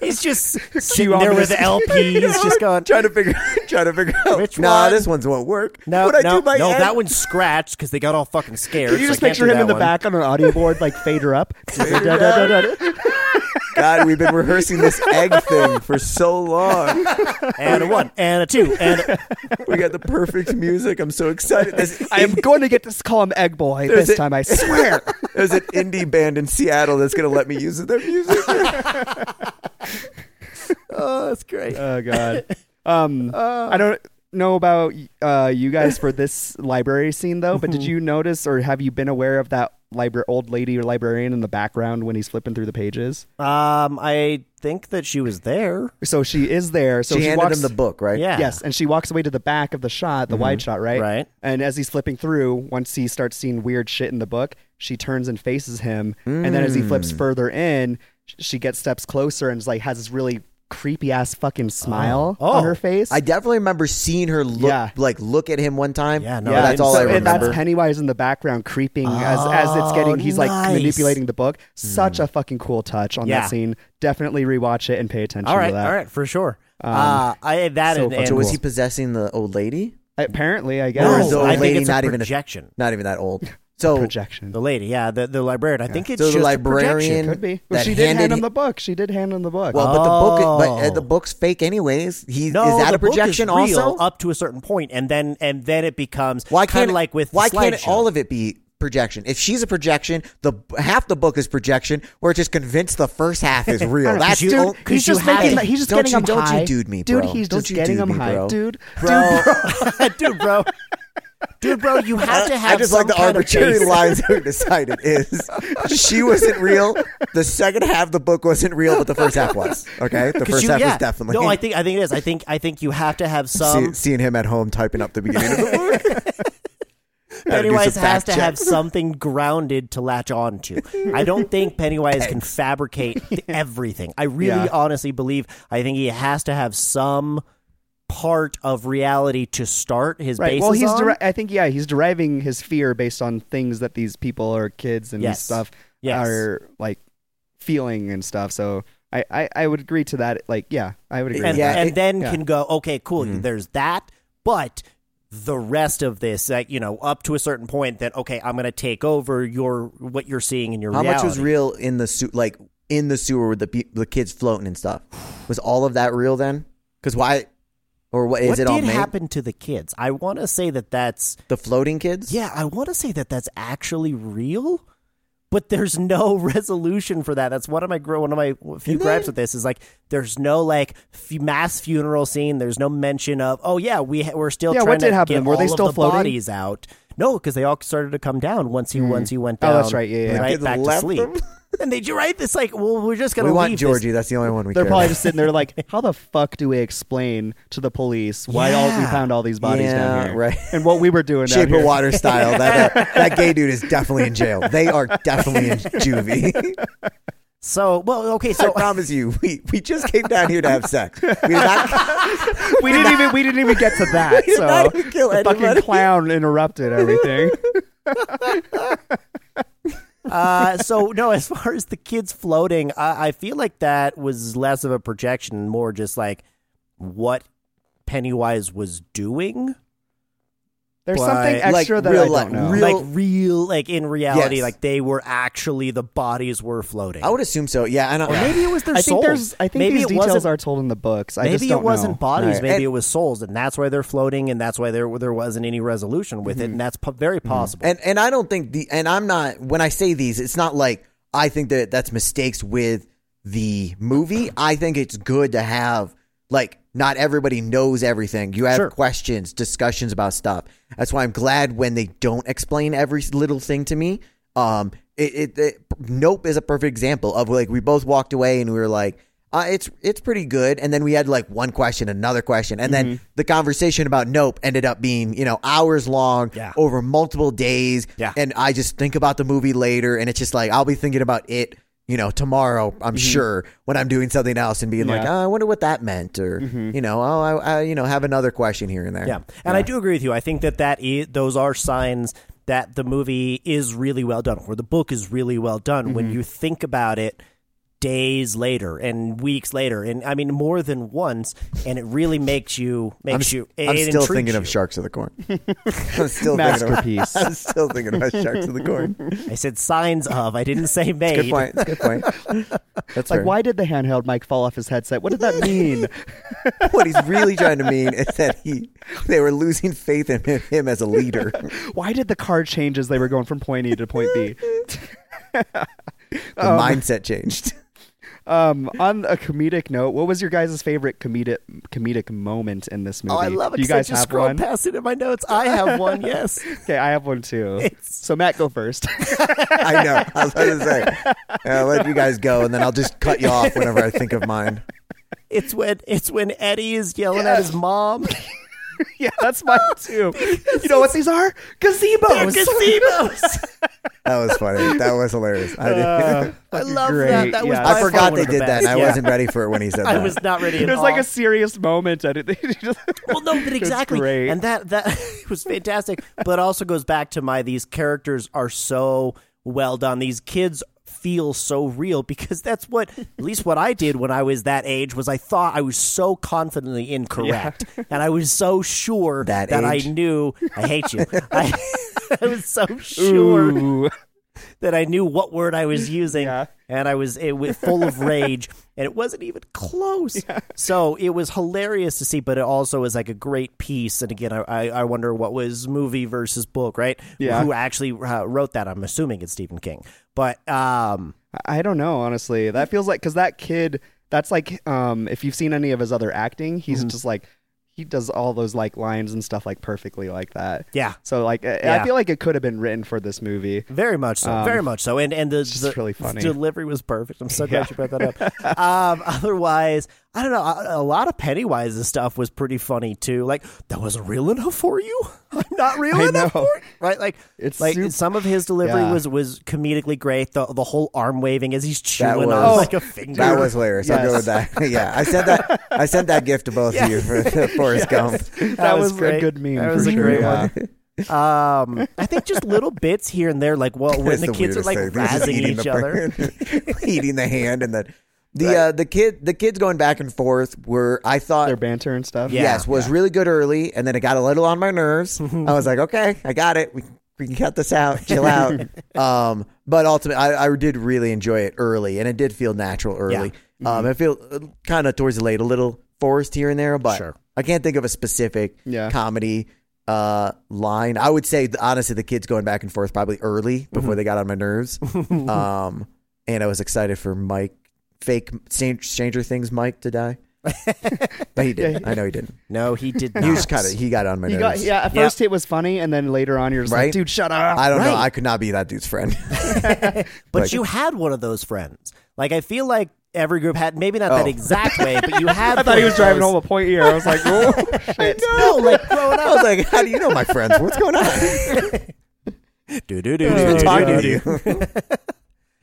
S1: he's just sitting
S3: on
S1: there
S3: the
S1: with
S3: list.
S1: LPs, just going.
S2: trying to figure trying to figure out
S1: Which
S2: no
S1: one?
S2: this one's won't work
S1: No,
S2: Would I
S1: no,
S2: do my
S1: no,
S2: end?
S1: that one's scratched because they got all fucking scared.
S3: Can you
S1: so
S3: just
S1: I can't
S3: picture
S1: do
S3: him
S1: that
S3: in the
S1: one.
S3: back on an audio board, like fader up? Da-da-da-da-da.
S2: God, we've been rehearsing this egg thing for so long.
S1: and a one, and a two, and a,
S2: We got the perfect music. I'm so excited. This
S3: I am going to get this call him Egg Boy
S2: There's a-
S3: this time, I swear.
S2: There's an indie band in Seattle that's going to let me use their music.
S1: oh, that's great.
S3: oh god. Um, I don't know about uh, you guys for this library scene though, but did you notice or have you been aware of that libra- old lady or librarian in the background when he's flipping through the pages?
S1: Um, I think that she was there.
S3: So she is there. So
S2: she
S3: she,
S2: handed
S3: walks
S2: him the book, right?
S1: Yeah.
S3: Yes, and she walks away to the back of the shot, the wide shot, right?
S1: Right.
S3: And as he's flipping through, once he starts seeing weird shit in the book, she turns and faces him. And then as he flips further in, sh- she gets steps closer and is like has this really creepy ass fucking smile
S1: Oh.
S3: on her face.
S2: I definitely remember seeing her look,
S3: Yeah.
S2: like look at him one time.
S1: Yeah, no,
S2: but
S1: I
S2: that's
S1: didn't
S2: all
S3: so
S2: I
S3: it-
S2: remember.
S3: That's Pennywise in the background creeping as as it's getting. He's
S1: nice.
S3: like manipulating the book. Such a fucking cool touch on
S1: Yeah.
S3: that scene. Definitely rewatch it and pay attention
S1: All right,
S3: to that.
S1: all right, for sure. uh, I that
S3: so
S1: and,
S3: fucking
S2: Um, so
S1: and
S2: was
S3: cool.
S2: he possessing the old lady?
S3: Apparently, I
S1: No,
S2: Or
S3: guess
S2: is the old
S1: I think
S2: lady
S1: it's
S2: not
S1: a
S2: even a-
S1: projection.
S2: Not even that old. So
S3: projection.
S1: the lady, yeah, the, the librarian. I think it's
S2: So the
S1: just a
S2: librarian-
S1: projection.
S3: Could be. Well,
S2: that
S3: she did hand
S2: handed-
S3: him the book. She did hand him the book.
S2: Well, but the book, but uh,
S1: Oh.
S2: the book's fake anyways. He
S1: No,
S2: is that
S1: the
S2: a projection
S1: book is real
S2: also?
S1: up to a certain point, and then and then it becomes
S2: why
S1: kind
S2: can't
S1: of like with the
S2: why can't
S1: slideshow.
S2: all of it be projection? If she's a projection, the half the book is projection. We're just convinced the first half is real. That's
S1: you-
S2: dude,
S1: Dude, he's just making the-
S3: he's just
S2: don't
S3: getting
S2: you,
S3: him
S2: don't
S3: high.
S2: you dude me, bro?
S3: Dude, he's
S2: Don't
S3: just
S2: you
S3: getting
S2: dude
S3: him
S2: me,
S3: high.
S2: bro.
S3: Dude,
S2: bro.
S1: dude, bro, dude, bro, you have to have.
S2: I just
S1: some
S2: like the
S1: kind of
S2: arbitrary
S1: basis.
S2: lines that we decided is she wasn't real. The second half of the book wasn't real, but the first half was. Okay, the
S1: 'Cause
S2: first
S1: you-
S2: half
S1: yeah.
S2: was definitely.
S1: No, I think I think it is. I think I think you have to have
S2: See-
S1: some.
S2: seeing him at home typing up the beginning of the book. Gotta do some
S1: Pennywise has
S2: fact
S1: to
S2: check.
S1: have something grounded to latch on to. I don't think Pennywise can fabricate th- everything. I really
S3: Yeah.
S1: honestly believe I think he has to have some part of reality to start his
S3: right.
S1: basis
S3: Well, he's.
S1: on.
S3: deri- I think yeah, he's deriving his fear based on things that these people or kids and
S1: Yes.
S3: stuff
S1: Yes.
S3: are like feeling and stuff. So I, I I would agree to that. Like yeah, I would agree.
S1: and,
S3: with that.
S2: Yeah, Mm-hmm.
S1: and
S2: it-
S1: then
S3: yeah.
S1: can go okay cool there's that but the rest of this like you know up to a certain point that okay i'm going to take over your what you're seeing in your
S2: How
S1: reality.
S2: much was real in the suit? Like in the sewer with the pe- the kids floating and stuff. Was all of that real then? Because why? Or what is
S1: what
S2: it
S1: did
S2: all made?
S1: happen to the kids i want to say that that's
S2: The floating kids.
S1: yeah i want to say that that's actually real but there's no resolution for that. That's one of my gro- one of my few gripes with this is like there's no like f- mass funeral scene. There's no mention of oh yeah we ha- we're still
S3: Yeah,
S1: trying
S3: what did
S1: to
S3: happen?
S1: get
S3: Were they
S1: all of
S3: still
S1: the
S3: floating?
S1: bodies out. No, because they all started to come down once he once he went down.
S3: Oh, that's right. Yeah, yeah, yeah.
S1: right
S2: Kids
S1: back to
S2: left
S1: sleep.
S2: them?
S1: and they do right this like well we're just gonna
S2: we
S1: leave
S2: want
S1: this-
S2: Georgie. That's the only one we
S3: They're
S2: care
S3: probably
S2: about.
S3: just sitting there like, how the fuck do we explain to the police why all we
S1: Yeah.
S3: found all these bodies down
S2: Yeah,
S3: here,
S2: right.
S3: And what we were doing down
S2: Shape
S3: here?
S2: of Water style. That, that that gay dude is definitely in jail. They are definitely in juvie.
S1: So well okay
S2: I
S1: so
S2: promise you, we, we just came down here to have sex. We did not,
S3: We didn't even we didn't even get to that.
S2: did
S3: so
S2: not even kill
S3: the
S2: anybody.
S3: fucking clown interrupted everything.
S1: uh, so no as far as the kids floating I, I feel like that was less of a projection and more just like what Pennywise was doing.
S3: There's
S1: But,
S3: something
S1: like,
S3: extra that
S2: real
S3: I
S2: life,
S3: don't know.
S2: real-
S1: like real, like in reality,
S2: Yes.
S1: like they were actually the bodies were floating.
S2: I would assume so. Yeah, I know.
S1: or maybe it was their
S3: I
S1: souls.
S3: think there's. I think
S1: maybe
S3: these
S1: it
S3: details
S1: wasn't,
S3: are told in the books. I just
S1: maybe
S3: don't
S1: it wasn't
S3: know.
S1: bodies.
S3: Right.
S1: Maybe
S2: And-
S1: it was souls, and that's why they're floating, and that's why there there wasn't any resolution with it,
S3: Mm-hmm.
S1: and that's po- very possible.
S2: And and I don't think the and I'm not when I say these, it's not like I think that that's mistakes with the movie. I think it's good to have like not everybody knows everything. You have
S1: Sure.
S2: questions, discussions about stuff. That's why I'm glad when they don't explain every little thing to me. Um, it, it, it Nope is a perfect example of like we both walked away and we were like. Uh, it's it's pretty good, and then we had like one question, another question, and then the conversation about Nope ended up being you know hours long,
S1: Yeah.
S2: over multiple days.
S1: Yeah.
S2: And I just think about the movie later and it's just like I'll be thinking about it, you know, tomorrow, I'm sure, when I'm doing something else and being like,
S3: Yeah.
S2: oh, I wonder what that meant or you know, oh I, I you know, have another question here and there.
S1: yeah, and I do agree with you. I think that that is, those are signs that the movie is really well done, or the book is really well done. When you think about it, days later and weeks later, and I mean more than once, and it really makes you
S2: I'm,
S1: makes you. It,
S2: I'm
S1: it
S2: still
S1: intrigues
S2: thinking
S1: you.
S2: of Sharks of the Corn. I'm still thinking of,
S3: Masterpiece.
S2: I'm still thinking about Sharks of the Corn.
S1: I said signs of. I didn't say made.
S2: Good point. That's a good point. That's
S3: Like,
S2: fair.
S3: why did the handheld mic fall off his headset? What did that mean?
S2: What he's really trying to mean is that he they were losing faith in him, him as a leader.
S3: why did the car change as they were going from point A to point B?
S1: Um.
S2: The mindset changed.
S3: Um, on a comedic note, what was your guys' favorite comedic comedic moment in this movie?
S1: Oh, I love it.
S3: Do you
S1: 'cause I
S3: guys
S1: just
S3: have
S1: scroll
S3: one?
S1: past it in my notes. I have one. Yes.
S3: Okay, I have one too.
S1: It's-
S3: So Matt, go first.
S2: I know. I was about to say. I'll let you guys go, and then I'll just cut you off whenever I think of mine.
S1: It's when it's when Eddie is yelling at his mom.
S3: yeah, that's mine too. you know what these are? Gazebos.
S1: Gazebos.
S2: That was funny. That was hilarious. I, did,
S1: I love
S3: great,
S1: that. That Uh, was
S3: yeah.
S1: by
S2: I
S1: far
S2: forgot
S1: one
S2: they
S1: of the
S2: did that,
S1: best.
S2: and I
S1: Yeah.
S2: wasn't ready for it when he said
S1: I
S2: that.
S1: was not ready.
S3: It
S1: at
S3: was like
S1: all.
S3: a serious moment. I didn't.
S1: Well, no, but exactly,
S3: great.
S1: and that that was fantastic. But it also goes back to my these characters are so well done. These kids feel so real because that's what at least what I did when I was that age was I thought I was so confidently incorrect and I was so sure
S2: That
S1: I
S2: age?
S1: knew I hate you. I, I was so sure
S3: Ooh.
S1: that I knew what word I was using,
S3: Yeah.
S1: and I was it was full of rage, and it wasn't even close. So it was hilarious to see, but it also was like a great piece. And again, I I, I wonder what was movie versus book, right?
S3: Yeah.
S1: who actually uh, wrote that? I'm assuming it's Stephen King, but um,
S3: I don't know, honestly. That feels like because that kid, that's like, um, if you've seen any of his other acting, he's just like, he does all those like lines and stuff like perfectly like that.
S1: yeah.
S3: So like, I,
S1: Yeah.
S3: I feel like it could have been written for this movie.
S1: Very much so.
S3: Um,
S1: very much so. And and the,
S3: just
S1: the
S3: really funny.
S1: delivery was perfect. I'm so
S3: Yeah.
S1: glad you brought that up. um, otherwise, I don't know. A, a lot of Pennywise's stuff was pretty funny too. Like that wasn't real enough for you. I'm not real
S3: I
S1: enough
S3: know.
S1: for you. Right? Like
S3: It's
S1: like
S3: super-
S1: some of his delivery
S3: Yeah.
S1: was was comedically great. The the whole arm waving as he's chewing on
S2: was-
S1: like a finger.
S2: That was hilarious. I'll go with that. yeah, I sent that. I sent that gift to both of you for Forrest Gump.
S3: That, was, a
S1: great.
S3: good meme.
S1: That
S3: for
S1: was a
S3: sure.
S1: great
S3: yeah.
S1: one. Um, I think just little bits here and there, like well, when
S2: That's
S1: the, kids are
S2: weirdest
S1: like
S2: thing. They're just
S1: razzing
S2: eating
S1: each
S2: the-
S1: other.
S2: eating the hand, and then the uh, the kid the kids going back and forth were I thought
S3: Their banter and stuff.
S1: Yeah.
S2: yes was really good early, and then it got a little on my nerves. I was like, okay, I got it. We we can cut this out, chill out. um, but ultimately, I, I did really enjoy it early, and it did feel natural early.
S1: Mm-hmm.
S2: Um, I feel kind of towards the late a little forced here and there, but
S1: Sure.
S2: I can't think of a specific
S3: Yeah.
S2: comedy uh line i would say th- honestly the kids going back and forth probably early before they got on my nerves um and i was excited for mike fake Stran- stranger things mike to die but he didn't i know he didn't
S1: No, he did not.
S2: he was kind of he got on my
S3: He got,
S2: nerves
S3: yeah, at
S1: Yeah.
S3: first it was funny, and then later on you're just
S2: Right?
S3: like, dude, shut up.
S2: i don't know
S1: Right.
S2: i could not be that dude's friend
S1: But
S2: Like-
S1: you had one of those friends. Like I feel like every group had maybe not that
S2: Oh.
S1: exact way, but you had.
S3: I thought he was driving home
S1: those-
S3: a point ear. I was like, oh, shit.
S1: No, like growing
S2: i
S1: up.
S2: was like how do you know my friends what's going on
S1: do, do, do,
S2: Who's
S1: do,
S2: been
S1: do,
S2: talking
S1: do,
S2: to
S1: do.
S2: you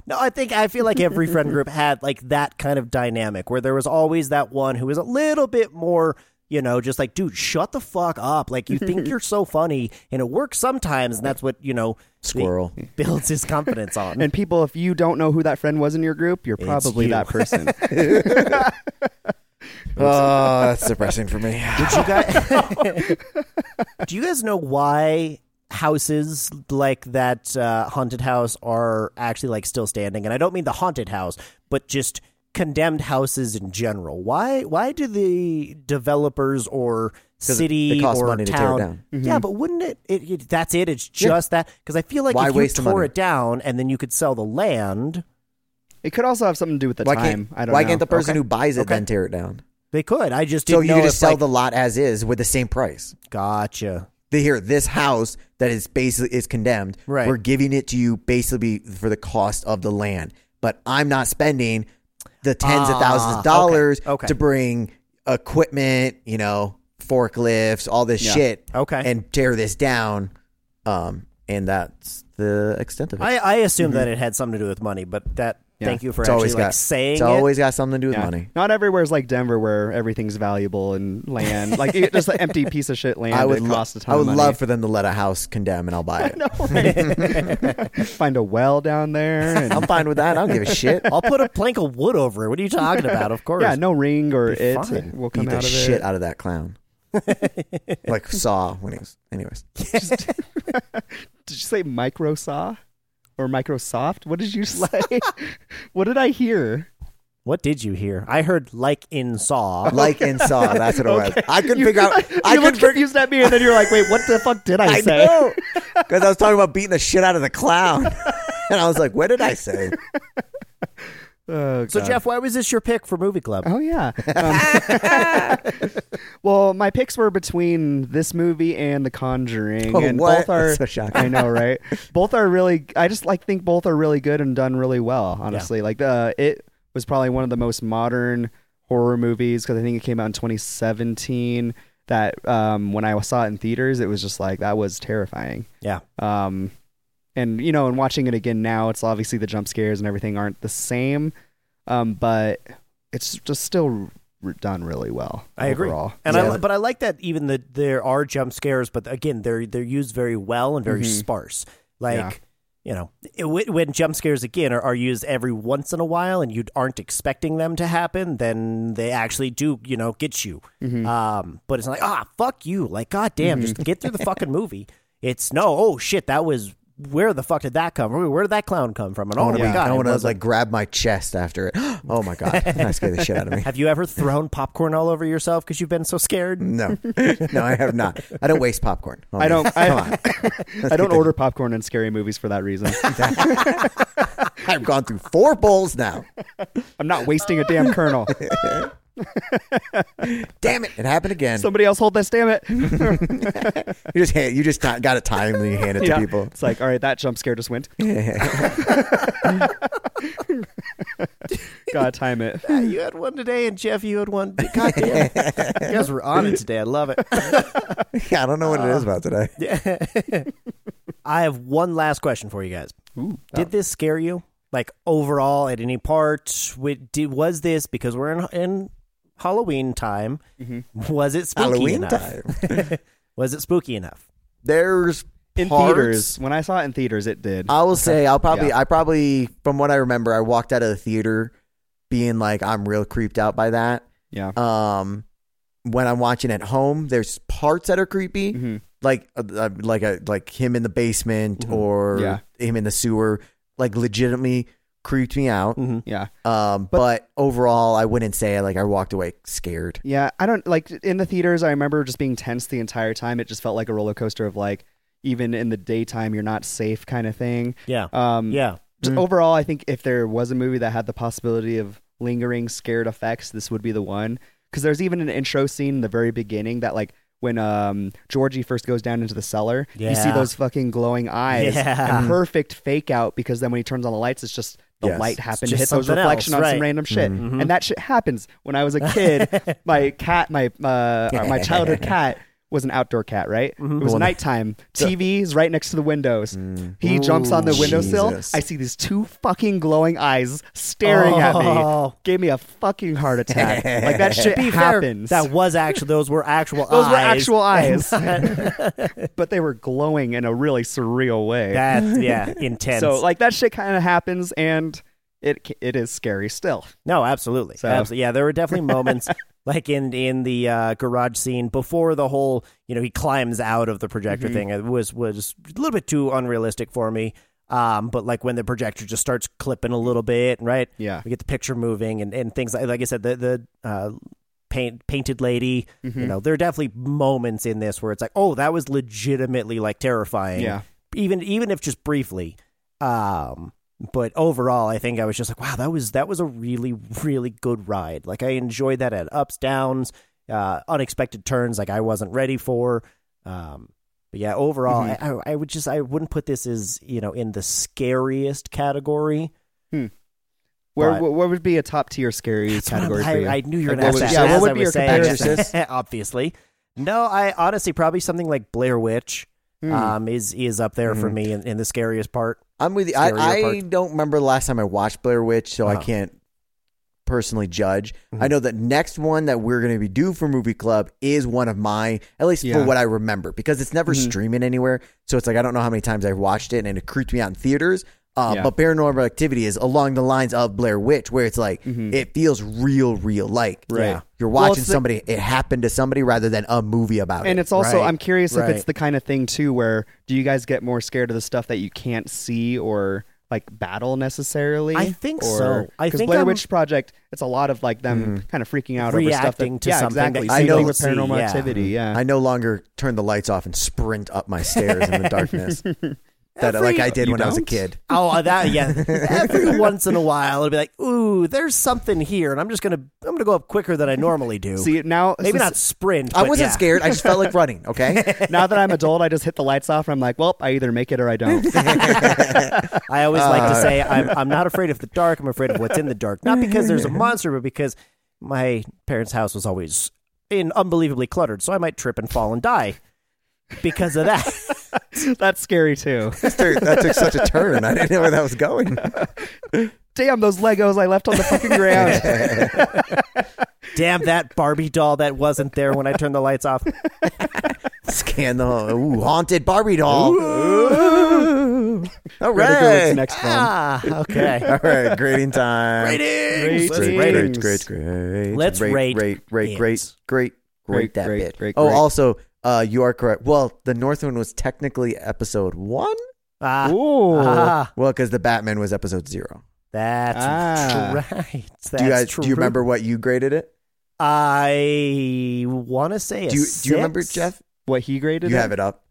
S1: No, I think I feel like every friend group had like that kind of dynamic where there was always that one who was a little bit more, you know, just like, dude, shut the fuck up. Like you think you're so funny, and it works sometimes, and that's what you know
S2: Squirrel.
S1: builds his confidence on.
S3: And people, if you don't know who that friend was in your group, you're probably
S1: you.
S3: that person.
S2: oh that's depressing for me
S1: Did you guys? do you guys know why houses like that uh, haunted house are actually like still standing? And I don't mean the haunted house, but just condemned houses in general. Why? Why do the developers or city
S2: it costs
S1: or
S2: money to tear it
S1: town?
S2: down.
S1: Yeah, but wouldn't it, it, it? That's it. It's just that because I feel like
S2: Why
S1: if you
S2: waste the
S1: tore
S2: money?
S1: it down and then you could sell the land,
S3: It could also have something to do with the
S2: why
S3: time.
S2: can't
S3: I don't
S2: why
S3: know.
S2: can't the person
S1: Okay.
S2: who buys it
S1: Okay.
S2: then tear it down
S1: they could. I just
S2: so
S1: didn't
S2: you
S1: know
S2: could
S1: if,
S2: just sell
S1: like,
S2: the lot as is with the same price
S1: gotcha.
S2: they hear this house that is basically is condemned.
S1: Right.
S2: We're giving it to you basically for the cost of the land, but I'm not spending the tens of thousands
S1: Ah,
S2: of dollars
S1: okay, okay.
S2: to bring equipment, you know, forklifts, all this shit,
S1: Okay.
S2: and tear this down. Um, and that's the extent of it.
S1: I, I assume that it had something to do with money, but that
S3: Yeah.
S1: Thank you for
S2: Mm-hmm. It's
S1: actually
S2: always
S1: like
S2: got
S1: saying
S2: It's
S1: it.
S2: always got something to do with
S3: Yeah.
S2: money.
S3: Not everywhere's like Denver where everything's valuable and land. Like it- just an empty piece of shit land
S2: I would,
S3: that
S2: lo-
S3: costs a ton
S2: I would
S3: of money.
S2: love for them to let a house condemn and I'll buy it.
S3: find a well down there and
S2: I'm fine with that. I don't give a shit. I'll
S1: I'll put a plank of wood over it. What are you talking about? Of course.
S3: yeah, no ring or
S1: Be
S3: it
S1: fine.
S3: will come
S2: beat the
S3: out of
S2: shit
S3: it.
S2: out of that clown. like Saw when he was. Anyways.
S3: Did you say micro saw or Microsoft? What did you say? what did I hear?
S1: What did you hear? I heard like in Saw.
S2: Like in Saw. That's what it was. I couldn't
S3: You-
S2: figure out. I
S3: you looked
S2: couldn't figure
S3: confused at me, and then you're like, "Wait, what the fuck did I,
S2: I
S3: say?"
S2: know. Because I was talking about beating the shit out of the clown. And I was like, what did I say?
S3: Oh,
S1: So
S2: uh,
S3: God.
S1: Jeff, why was this your pick for movie club?
S2: uh-huh.
S3: Oh yeah. Um, well, my picks were between this movie and The Conjuring,
S2: Oh,
S3: and
S2: what?
S3: both are
S2: That's so shocking.
S3: I know, right? both are really. I just like think both are really good and done really well. Honestly, like the it was probably one of the most modern horror movies because I think it came out in 2017. That um, when I saw it in theaters, it was just like that was terrifying.
S1: Yeah.
S3: Um, and you know, and watching it again now, it's obviously the jump scares and everything aren't the same, um, but it's just still r- done really well.
S1: I agree.
S3: overall.
S1: And
S3: Yeah.
S1: I, but I like that even that there are jump scares, but again, they're they're used very well and very sparse. Like
S3: Mm-hmm. Yeah.
S1: you know, it, when when jump scares again are, are used every once in a while, and you aren't expecting them to happen, then they actually do you know get you.
S3: Mm-hmm.
S1: Um, but it's not like ah fuck you, like goddamn, just get through the fucking movie. It's no oh shit that was. Where the fuck did that come from? Where did that clown come from? And oh
S2: I want to
S1: my god!
S2: I
S1: it
S2: want to
S1: wasn't-
S2: like grab my chest after it. Oh my god, that scared the shit out of me.
S1: Have you ever thrown popcorn all over yourself because you've been so
S3: Mm-hmm.
S1: scared?
S2: No, no, I have not. I don't waste popcorn.
S3: I don't.
S2: Come on.
S3: I, I don't order popcorn in scary movies for that reason.
S2: I've gone through four bowls now.
S3: I'm not wasting a damn kernel.
S2: Damn it! It happened again.
S3: Somebody else hold this, damn it!
S2: you just hand, you just ti- got to time and you hand it
S3: Yeah.
S2: to people.
S3: It's like, all right, that jump scare just went. Gotta time it.
S1: Yeah, you had one today, and Jeff, you had one. God damn. you guys were on it today. I love it.
S2: Yeah, I don't know what it is about today.
S1: I have one last question for you guys. Did this scare you? Like overall, at any part, Wait, did, was this because we're in in Halloween time?
S3: Mm-hmm.
S1: Was it spooky
S2: Halloween
S1: enough?
S2: time.
S1: Was it spooky enough?
S2: There's
S3: In
S2: parts-
S3: theaters, when I saw it in theaters, it did.
S2: I will say I'll probably
S3: Yeah.
S2: I probably from what I remember I walked out of the theater being like I'm real creeped out by that.
S3: yeah.
S2: um when I'm watching at home, there's parts that are creepy,
S3: Mm-hmm.
S2: like uh, uh, like a, like him in the basement or
S3: Yeah.
S2: him in the sewer, like legitimately creeped me out.
S3: Yeah.
S2: Um, but, overall, I wouldn't say like I walked away scared.
S3: Yeah, I don't like in the theaters. I remember just being tense the entire time. It just felt like a roller coaster of like, even in the daytime, you're not safe kind of thing.
S1: Yeah.
S3: Um,
S1: yeah.
S3: just Overall, I think if there was a movie that had the possibility of lingering scared effects, this would be the one. Because there's even an intro scene in the very beginning that like when um Georgie first goes down into the cellar, you see
S1: Yeah.
S3: those fucking glowing eyes
S1: Yeah.
S3: and perfect fake out. Because then when he turns on the lights, it's just the
S2: Yes.
S3: light happened to
S1: just
S3: hit those
S1: something
S3: reflection
S1: else,
S3: on some
S1: right. Mm-hmm.
S3: random shit, and that shit happens. When I was a kid, my cat, my uh, or my childhood cat. Was an outdoor cat, right?
S1: Mm-hmm.
S3: It was nighttime. TV's right next to the windows. He jumps on the windowsill.
S2: Jesus.
S3: I see these two fucking glowing eyes staring at me.
S1: Oh.
S3: Gave me a fucking heart attack. like that shit
S1: Be fair,
S3: happens.
S1: that was actually those were actual
S3: Those
S1: eyes.
S3: were actual eyes, but they were glowing in a really surreal way.
S1: That's yeah, intense.
S3: so like that shit kind of happens, and it it is scary still.
S1: No, absolutely.
S3: So-
S1: Absolutely. Yeah, there were definitely moments like in in the uh, garage scene before the whole, you know, he climbs out of the projector
S3: Mm-hmm.
S1: thing. It was was a little bit too unrealistic for me. Um, but like when the projector just starts clipping a little bit, right?
S3: Yeah.
S1: We get the picture moving and, and things like like I said, the the uh paint painted lady,
S3: Mm-hmm.
S1: you know, there are definitely moments in this where it's like, oh, that was legitimately like terrifying
S3: Yeah.
S1: even even if just briefly. Um, but overall, I think I was just like, wow, that was that was a really really good ride. Like I enjoyed that at ups downs, uh, unexpected turns like I wasn't ready for. Um, but yeah, overall, I,
S3: Mm-hmm.
S1: I, I would just I wouldn't put this as you know in the scariest category.
S3: Where
S1: But-
S3: what, would be a top tier scary category for
S1: I,
S3: you?
S1: I knew you were
S3: Like,
S1: going to ask
S3: what would-
S1: that.
S3: yeah, what
S1: As
S3: would
S1: I
S3: be
S1: was
S3: your
S1: saying,
S3: comparison?
S1: obviously, no. I
S3: Hmm. Mm-hmm.
S1: honestly probably something like Blair Witch um, is is up there for me in, in the scariest part.
S2: I'm with you. I,
S1: Scarier
S2: I
S1: part.
S2: don't remember the last time I watched Blair Witch, so I
S1: Uh-huh.
S2: can't personally judge.
S3: Mm-hmm.
S2: I know the next one that we're going to be due for Movie Club is one of my, at least for
S3: Yeah. Mm-hmm.
S2: what I remember, because it's never streaming anywhere. So it's like I don't know how many times I've watched it, and it creeped me out in theaters. Uh,
S3: Yeah.
S2: But Paranormal Activity is along the lines of Blair Witch, where it's like it feels real, real. Like
S1: Right. Yeah.
S2: you're
S3: Mm-hmm. Well,
S2: watching
S3: it's the-
S2: somebody, it happened to somebody, rather than a movie about
S3: And
S2: it.
S3: it's also
S1: Right,
S3: I'm curious if it's
S1: right.
S3: the kind of thing too where do you guys get more scared of the stuff that you can't see or like battle necessarily?
S1: I think
S3: or,
S1: so. I
S3: 'cause
S1: think
S3: Blair
S1: I'm- Mm-hmm.
S3: Witch Project. It's a lot of like them kind of freaking out over stuff
S1: Reacting
S3: that,
S1: to
S3: yeah,
S1: something that
S3: exactly.
S1: you
S3: Same
S2: don't
S3: thing with
S1: see,
S3: Paranormal
S1: yeah.
S3: Activity. Yeah,
S2: I no longer turn the lights off and sprint up my stairs in the darkness. That
S1: Every-
S2: like I did
S3: You
S2: when I was a
S3: don't?
S2: kid.
S1: Oh, uh, that yeah. Every once in a while, it'll be like, "Ooh, there's something here," and I'm just gonna I'm gonna go up quicker than I normally do.
S3: See now,
S1: Maybe
S3: since-
S1: not sprint.
S2: I
S1: but
S2: wasn't
S1: yeah.
S2: scared. I just felt like running. Okay.
S3: now that I'm adult, I just hit the lights off and I'm like, well, I either make it or I don't.
S1: I always like
S2: Uh.
S1: to say I'm I'm not afraid of the dark. I'm afraid of what's in the dark. Not because there's a monster, but because my parents' house was always in unbelievably cluttered, so I might trip and fall and die because of that.
S3: That's scary too.
S2: that took- that took such a turn. I didn't know where that was going.
S3: Damn those Legos I left on the fucking ground.
S1: Damn that Barbie doll that wasn't there when I turned the lights off.
S2: Scan the ooh, haunted Barbie doll. All
S3: Greta Gerwig's
S2: right.
S3: next film.
S1: Ah, okay.
S2: All right. Grading time.
S1: Ratings. Let's
S2: Great,
S1: rate it.
S2: great, great, great.
S1: Let's
S2: rate,
S1: rate
S2: rate, rate,
S1: it.
S2: great, great, great,
S3: Great,
S2: that
S3: great,
S2: bit.
S3: great,
S2: oh,
S3: great.
S2: also, uh, you are correct. Well, the Northman was technically episode one.
S1: Ah,
S3: Ooh.
S1: ah,
S2: Well, because the Batman was episode zero.
S1: that's
S3: Ah.
S1: right. That's
S2: do you guys
S1: true.
S2: do you remember what you graded it?
S1: I want to say. A
S2: Do you do you remember
S1: six?
S2: Jeff?
S3: What he graded?
S2: You have it up.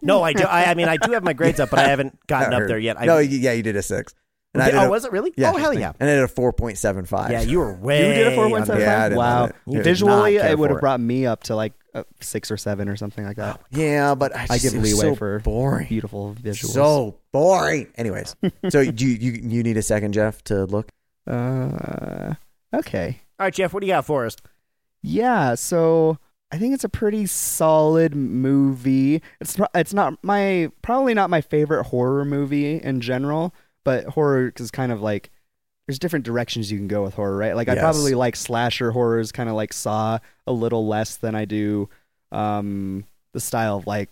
S1: No, I do. I, I mean, I do have my grades up, but I haven't gotten up there yet. I,
S2: no, you- yeah, you did a six. And I did
S1: oh,
S2: a,
S1: was it really?
S2: yeah,
S1: oh, hell yeah.
S2: And I did a four point seven five.
S1: Yeah, you were way.
S3: You did a four
S1: under.
S3: one seven
S2: Yeah, I
S3: five.
S2: didn't
S3: Wow.
S2: love it. You did
S3: Visually,
S2: not care
S3: it would
S2: for
S3: have
S2: it. Oh,
S3: brought me up to like a six or seven or something like that.
S2: yeah, but I, just,
S3: I give
S2: it was so
S3: leeway for
S2: boring.
S3: Beautiful visuals.
S2: So boring. Anyways, so do you, you you need a second, Jeff, to look?
S3: uh, okay.
S1: All right, Jeff, what do you got for us?
S3: Yeah. So I think it's a pretty solid movie. It's pro- it's not my probably not my favorite horror movie in general, but horror is kind of like there's different directions you can go with horror, right? Like I
S2: Yes.
S3: probably like slasher horrors, kind of like Saw, a little less than I do um, the style of like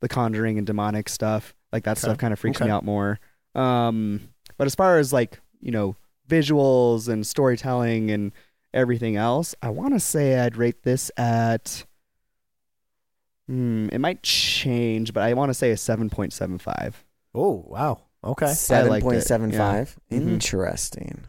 S3: the Conjuring and demonic stuff. Like that stuff kind of freaks
S1: Okay.
S3: me out more. Um, but as far as like you know visuals and storytelling and everything else, I want to say I'd rate this at. Hmm, it might change, but I want to say a seven point seven five.
S1: Oh, wow. Okay.
S2: Seven point seven
S3: I liked
S2: five.
S3: it, yeah.
S1: Mm-hmm.
S3: Mhm.
S2: Interesting.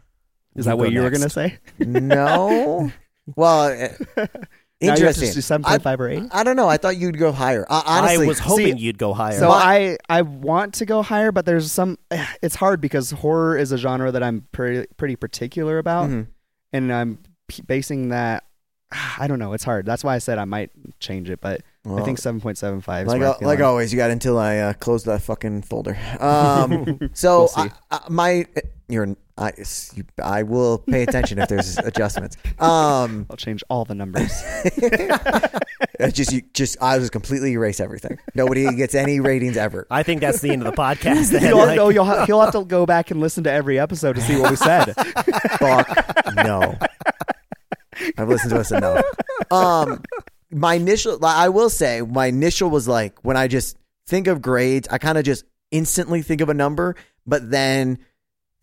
S3: Is
S1: You
S3: that what
S1: go
S3: you were
S1: next.
S3: gonna say?
S2: No. well, eh,
S3: Now you have to
S2: interesting.
S3: do 7.5 or 8?
S2: I don't know. I thought you'd go higher. I, honestly,
S1: I was hoping
S3: see,
S1: you'd go higher.
S3: So
S2: But-
S3: I I want to go higher, but there's some. It's hard because horror is a genre that I'm pretty pretty particular about,
S2: Mhm.
S3: and I'm p- basing that. I don't know. It's hard. That's why I said I might change it, but I
S2: Well,
S3: think seven point seven five.
S2: like al- like always, you got until I uh, close that fucking folder. Um, so
S3: We'll see.
S2: I, I, my you're I s- you- I will pay attention if there's adjustments. Um,
S3: I'll change all the numbers.
S2: it's just you just I was completely erase everything. Nobody gets any ratings ever.
S1: I think that's the end of the podcast. Then.
S3: you'll,
S1: Like,
S3: no, you'll ha- he'll have to go back and listen to every episode to see what we said.
S2: Fuck no. I've listened to us enough. Um, my initial, like, I will say, my initial was like when I just think of grades, I kind of just instantly think of a number, but then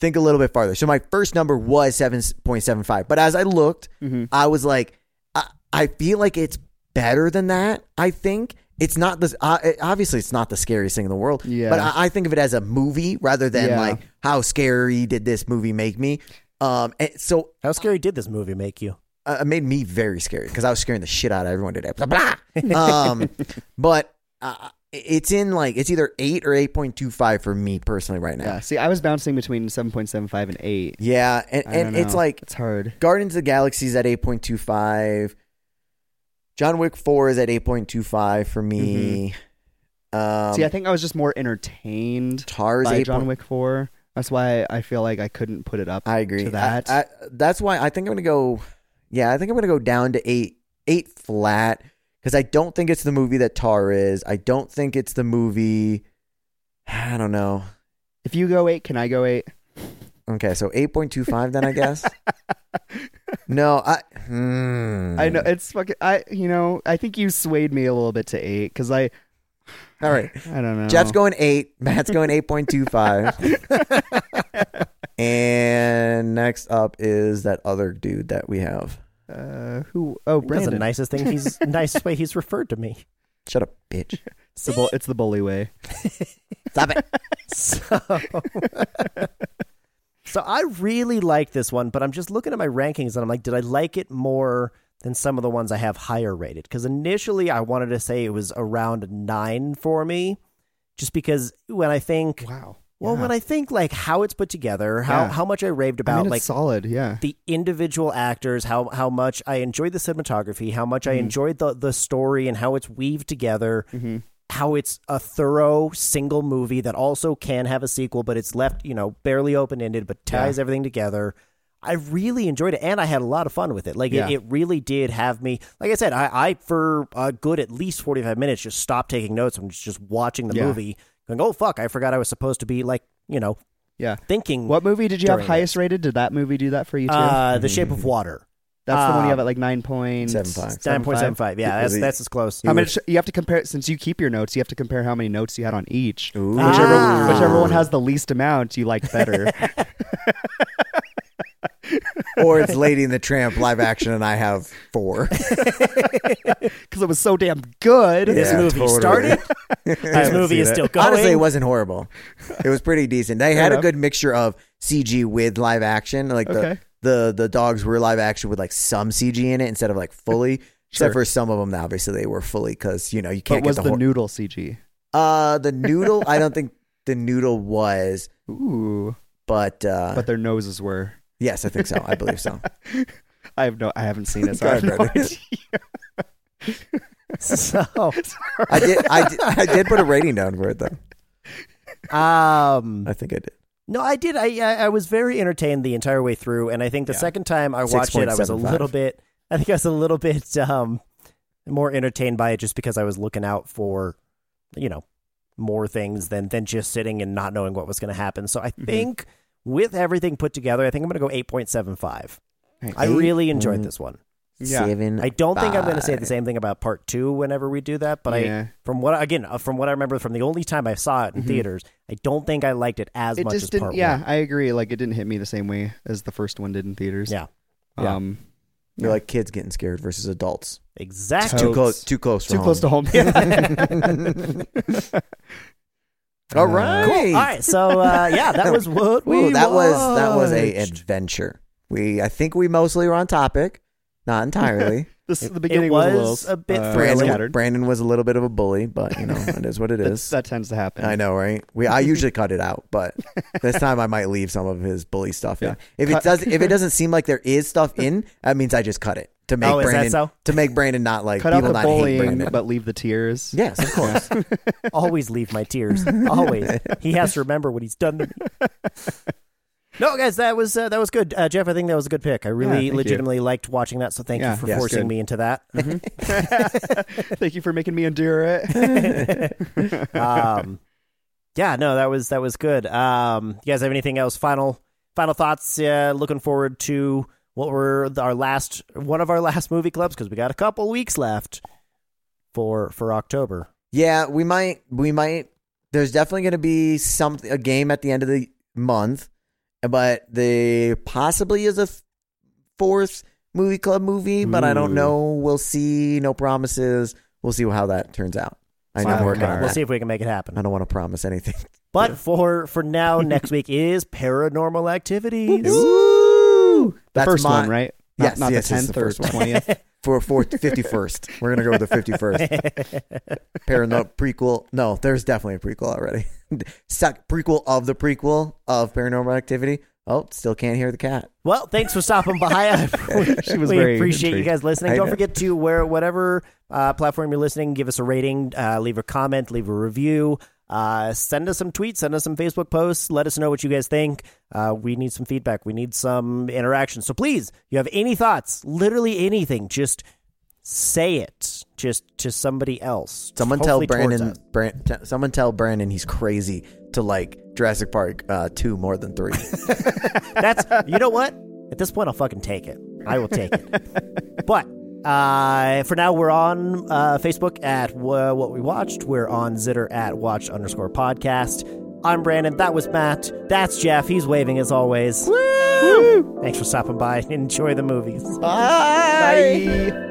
S2: think a little bit farther. So my first number was seven point seven five, but as I looked,
S3: Mm-hmm.
S2: I was like, I, I feel like it's better than that. I think. It's not the uh, obviously it's not the scariest thing in the world,
S3: Yeah.
S2: but I, I think of it as a movie rather than
S3: Yeah.
S2: like how scary did this movie make me. Um, and so
S1: How scary did this movie make you?
S2: uh, it made me very scared because I was scaring the shit out of everyone today. Blah, blah. Um, but uh, it's in like it's either eight or eight point two five for me personally right now.
S3: yeah. See, I was bouncing between seven point seven five and eight.
S2: Yeah, and,
S3: I don't
S2: and it's
S3: know.
S2: like
S3: it's hard.
S2: Guardians of the Galaxy is at eight point two five. John Wick Four is at eight point two five for me. Um,
S3: Mm-hmm. see, I think I was just more entertained
S2: Tars
S3: by
S2: eight
S3: John
S2: point-
S3: Wick Four. That's why I feel like I couldn't put it up.
S2: I agree.
S3: to that.
S2: I, I, that's why I think I'm gonna go. Yeah, I think I'm gonna go down to eight, eight flat, because I don't think it's the movie that Tar is. I don't think it's the movie. I don't know.
S3: If you go eight, can I go eight?
S2: Okay, so eight point two five then I guess. no, I. hmm.
S3: I know it's fucking. I you know I think you swayed me a little bit to eight because I
S2: All right,
S3: I don't know.
S2: Jeff's going eight. Matt's going eight point two five. and next up is that other dude that we have.
S3: Uh, who? Oh,
S1: That's the
S3: Brandon.
S1: nicest thing he's nicest way he's referred to me.
S2: Shut up, bitch.
S3: It's the, bu- it's the bully way.
S2: Stop it.
S1: So, so I really like this one, but I'm just looking at my rankings and I'm like, did I like it more than some of the ones I have higher rated? Because initially I wanted to say it was around nine for me, just because when I think,
S3: Wow.
S1: well, when I think like how it's put together, how
S3: Yeah.
S1: how much I raved
S3: I
S1: about,
S3: mean, it's
S1: like
S3: solid. Yeah.
S1: the individual actors, how how much I enjoyed the cinematography, how much I
S3: Mm-hmm.
S1: enjoyed the the story and how it's weaved together, how it's a thorough single movie that also can have a sequel, but it's left you know barely open ended, but ties everything together. I really enjoyed it, and I had a lot of fun with it. Like
S3: Yeah.
S1: it, it really did have me. Like I said, I, I for a good at least forty five minutes just stopped taking notes. I'm just watching the
S3: Yeah.
S1: movie, going, "Oh fuck, I forgot I was supposed to be like you know
S3: Yeah.
S1: thinking."
S3: What movie did you have
S1: During it.
S3: highest rated? Did that movie do that for you too?
S1: Uh, the Shape of Water.
S3: that's the one
S1: uh,
S3: you have at like nine point
S2: Seven five.
S1: Nine point seven five. Yeah, that's
S2: Is it-
S1: that's as close.
S3: How many? You have to compare since you keep your notes. You have to compare how many notes you had on each.
S2: Ooh.
S3: Whichever,
S1: Ah.
S3: whichever one has the least amount, you like better.
S2: or it's Lady and the Tramp live action, and I have four.
S3: because it was so damn good.
S1: This
S2: Yeah,
S1: movie
S2: totally.
S1: started. this movie is still going.
S2: Honestly, it wasn't horrible. It was pretty decent. They had a
S3: enough.
S2: good mixture of CG with live action. Like the
S3: Okay.
S2: the the dogs were live action with like some CG in it instead of like fully. Except
S3: Sure.
S2: for some of them, obviously they were fully because you know you
S3: But
S2: can't
S3: was
S2: get
S3: the,
S2: the, hor-
S3: noodle CG?
S2: uh the noodle. I don't think the noodle was,
S3: Ooh.
S2: but uh
S3: But their noses were.
S2: yes, I think so. I believe so.
S3: I have no. I haven't seen it. So
S2: Go
S3: I have
S2: ahead,
S3: no
S2: Brandon.
S3: idea.
S1: so,
S2: I did, I did I did put a rating down for it though.
S1: um,
S2: I think I did.
S1: no, I did. I, I I was very entertained the entire way through, and I think the second time I watched it, I was a
S2: 6.75.
S1: little bit. I think I was a little bit um more entertained by it, just because I was looking out for, you know, more things than than just sitting and not knowing what was going to happen. So I think with everything put together, I think I'm going to go eight point seven five. I really enjoyed this one.
S3: Yeah.
S2: Seven.
S1: I don't think I'm going to say the same thing about part two whenever we do that. But
S3: Yeah.
S1: I, from what again, uh, from what I remember from the only time I saw it in
S2: Mm-hmm.
S1: theaters, I don't think I liked it as
S3: It
S1: much
S3: just
S1: as part
S3: didn't. Yeah,
S1: one.
S3: I agree. Like it didn't hit me the same way as the first one did in theaters.
S1: Yeah, Yeah.
S3: Um.
S2: You're like kids getting scared versus adults.
S1: exactly.
S3: Totes.
S2: Too close. Too close. for
S3: Too close to
S2: home.
S3: home.
S2: All right.
S1: All right, so uh, yeah, that was what we.
S2: Ooh, that was that was a
S1: watched.
S2: adventure. We I think we mostly were on topic, not entirely.
S3: This, the
S1: it
S3: beginning was,
S1: was
S3: a, little,
S1: a bit thrilling.
S3: uh,
S2: Brandon
S3: scattered.
S2: Brandon was a little bit of a bully, but you know it is what it
S3: That's-
S2: is.
S3: That tends to happen.
S2: I know, right? We I usually cut it out, but this time I might leave some of his bully stuff in. If it
S3: Cut-
S2: does, if it doesn't seem like there is stuff in, that means I just cut it to make
S1: Oh, is that
S2: Brandon
S1: so?
S2: to make Brandon not like
S3: Cut out
S2: people
S3: the
S2: not hate
S3: bullying,
S2: Brandon.
S3: but leave the tears.
S2: yes, of course.
S1: always leave my tears. Always, he has to remember what he's done to me. No, guys, that was uh, that was good, uh, Jeff. I think that was a good pick. I
S3: Yeah,
S1: really
S3: thank you.
S1: legitimately liked watching that, so thank
S3: Yeah,
S1: you for
S2: yeah, it's
S1: forcing
S2: good.
S1: me into that.
S3: Thank you for making me endure it.
S1: um, yeah, no, that was that was good. Um, you guys have anything else? Final final thoughts? Uh, looking forward to what were the- our last one of our last movie clubs because we got a couple weeks left for for October.
S2: Yeah, we might. We might. There's definitely going to be some a game at the end of the month, but they possibly is a f- fourth movie club movie. But I don't know. We'll see. No promises. We'll see how that turns out. I know
S3: Wild
S2: I'm working
S3: card.
S2: on
S1: We'll
S2: that.
S1: see if we can make it happen.
S2: I don't want to promise anything.
S1: But for for now, next week is Paranormal Activities.
S2: Ooh,
S3: The
S2: That's
S3: first
S2: my-
S3: one, right?
S2: Yes,
S3: not, not
S2: yes,
S3: the
S2: it's
S3: tenth
S2: the
S3: or
S2: first one.
S3: twentieth.
S2: For for fifty first, we're gonna go with the fifty first. Parano prequel. No, there's definitely a prequel already. Sec- prequel of the prequel of Paranormal Activity. Oh, still can't hear the cat.
S1: Well, thanks for stopping by. I,
S3: She was
S1: we
S3: very
S1: appreciate
S3: intrigued.
S1: you guys listening.
S2: I
S1: Don't
S2: know.
S1: forget to where whatever uh, platform you're listening, give us a rating, uh, leave a comment, leave a review. Uh, send us some tweets, send us some Facebook posts. Let us know what you guys think. Uh, we need some feedback. We need some interaction. So please, you have any thoughts, literally anything, just say it, just to somebody else.
S2: Someone
S1: Hopefully
S2: tell
S1: towards
S2: Brandon.
S1: us.
S2: Bran- t- someone tell Brandon he's crazy to like Jurassic Park uh, two more than three.
S1: That's you know what? At this point, I'll fucking take it. I will take it. But uh, for now, we're on uh, Facebook at Wha what we watched. We're on Zitter at watch underscore podcast. I'm Brandon. That was Matt. That's Jeff. He's waving as always. Woo! Thanks for stopping by. Enjoy the movies.
S2: Bye.
S3: Bye.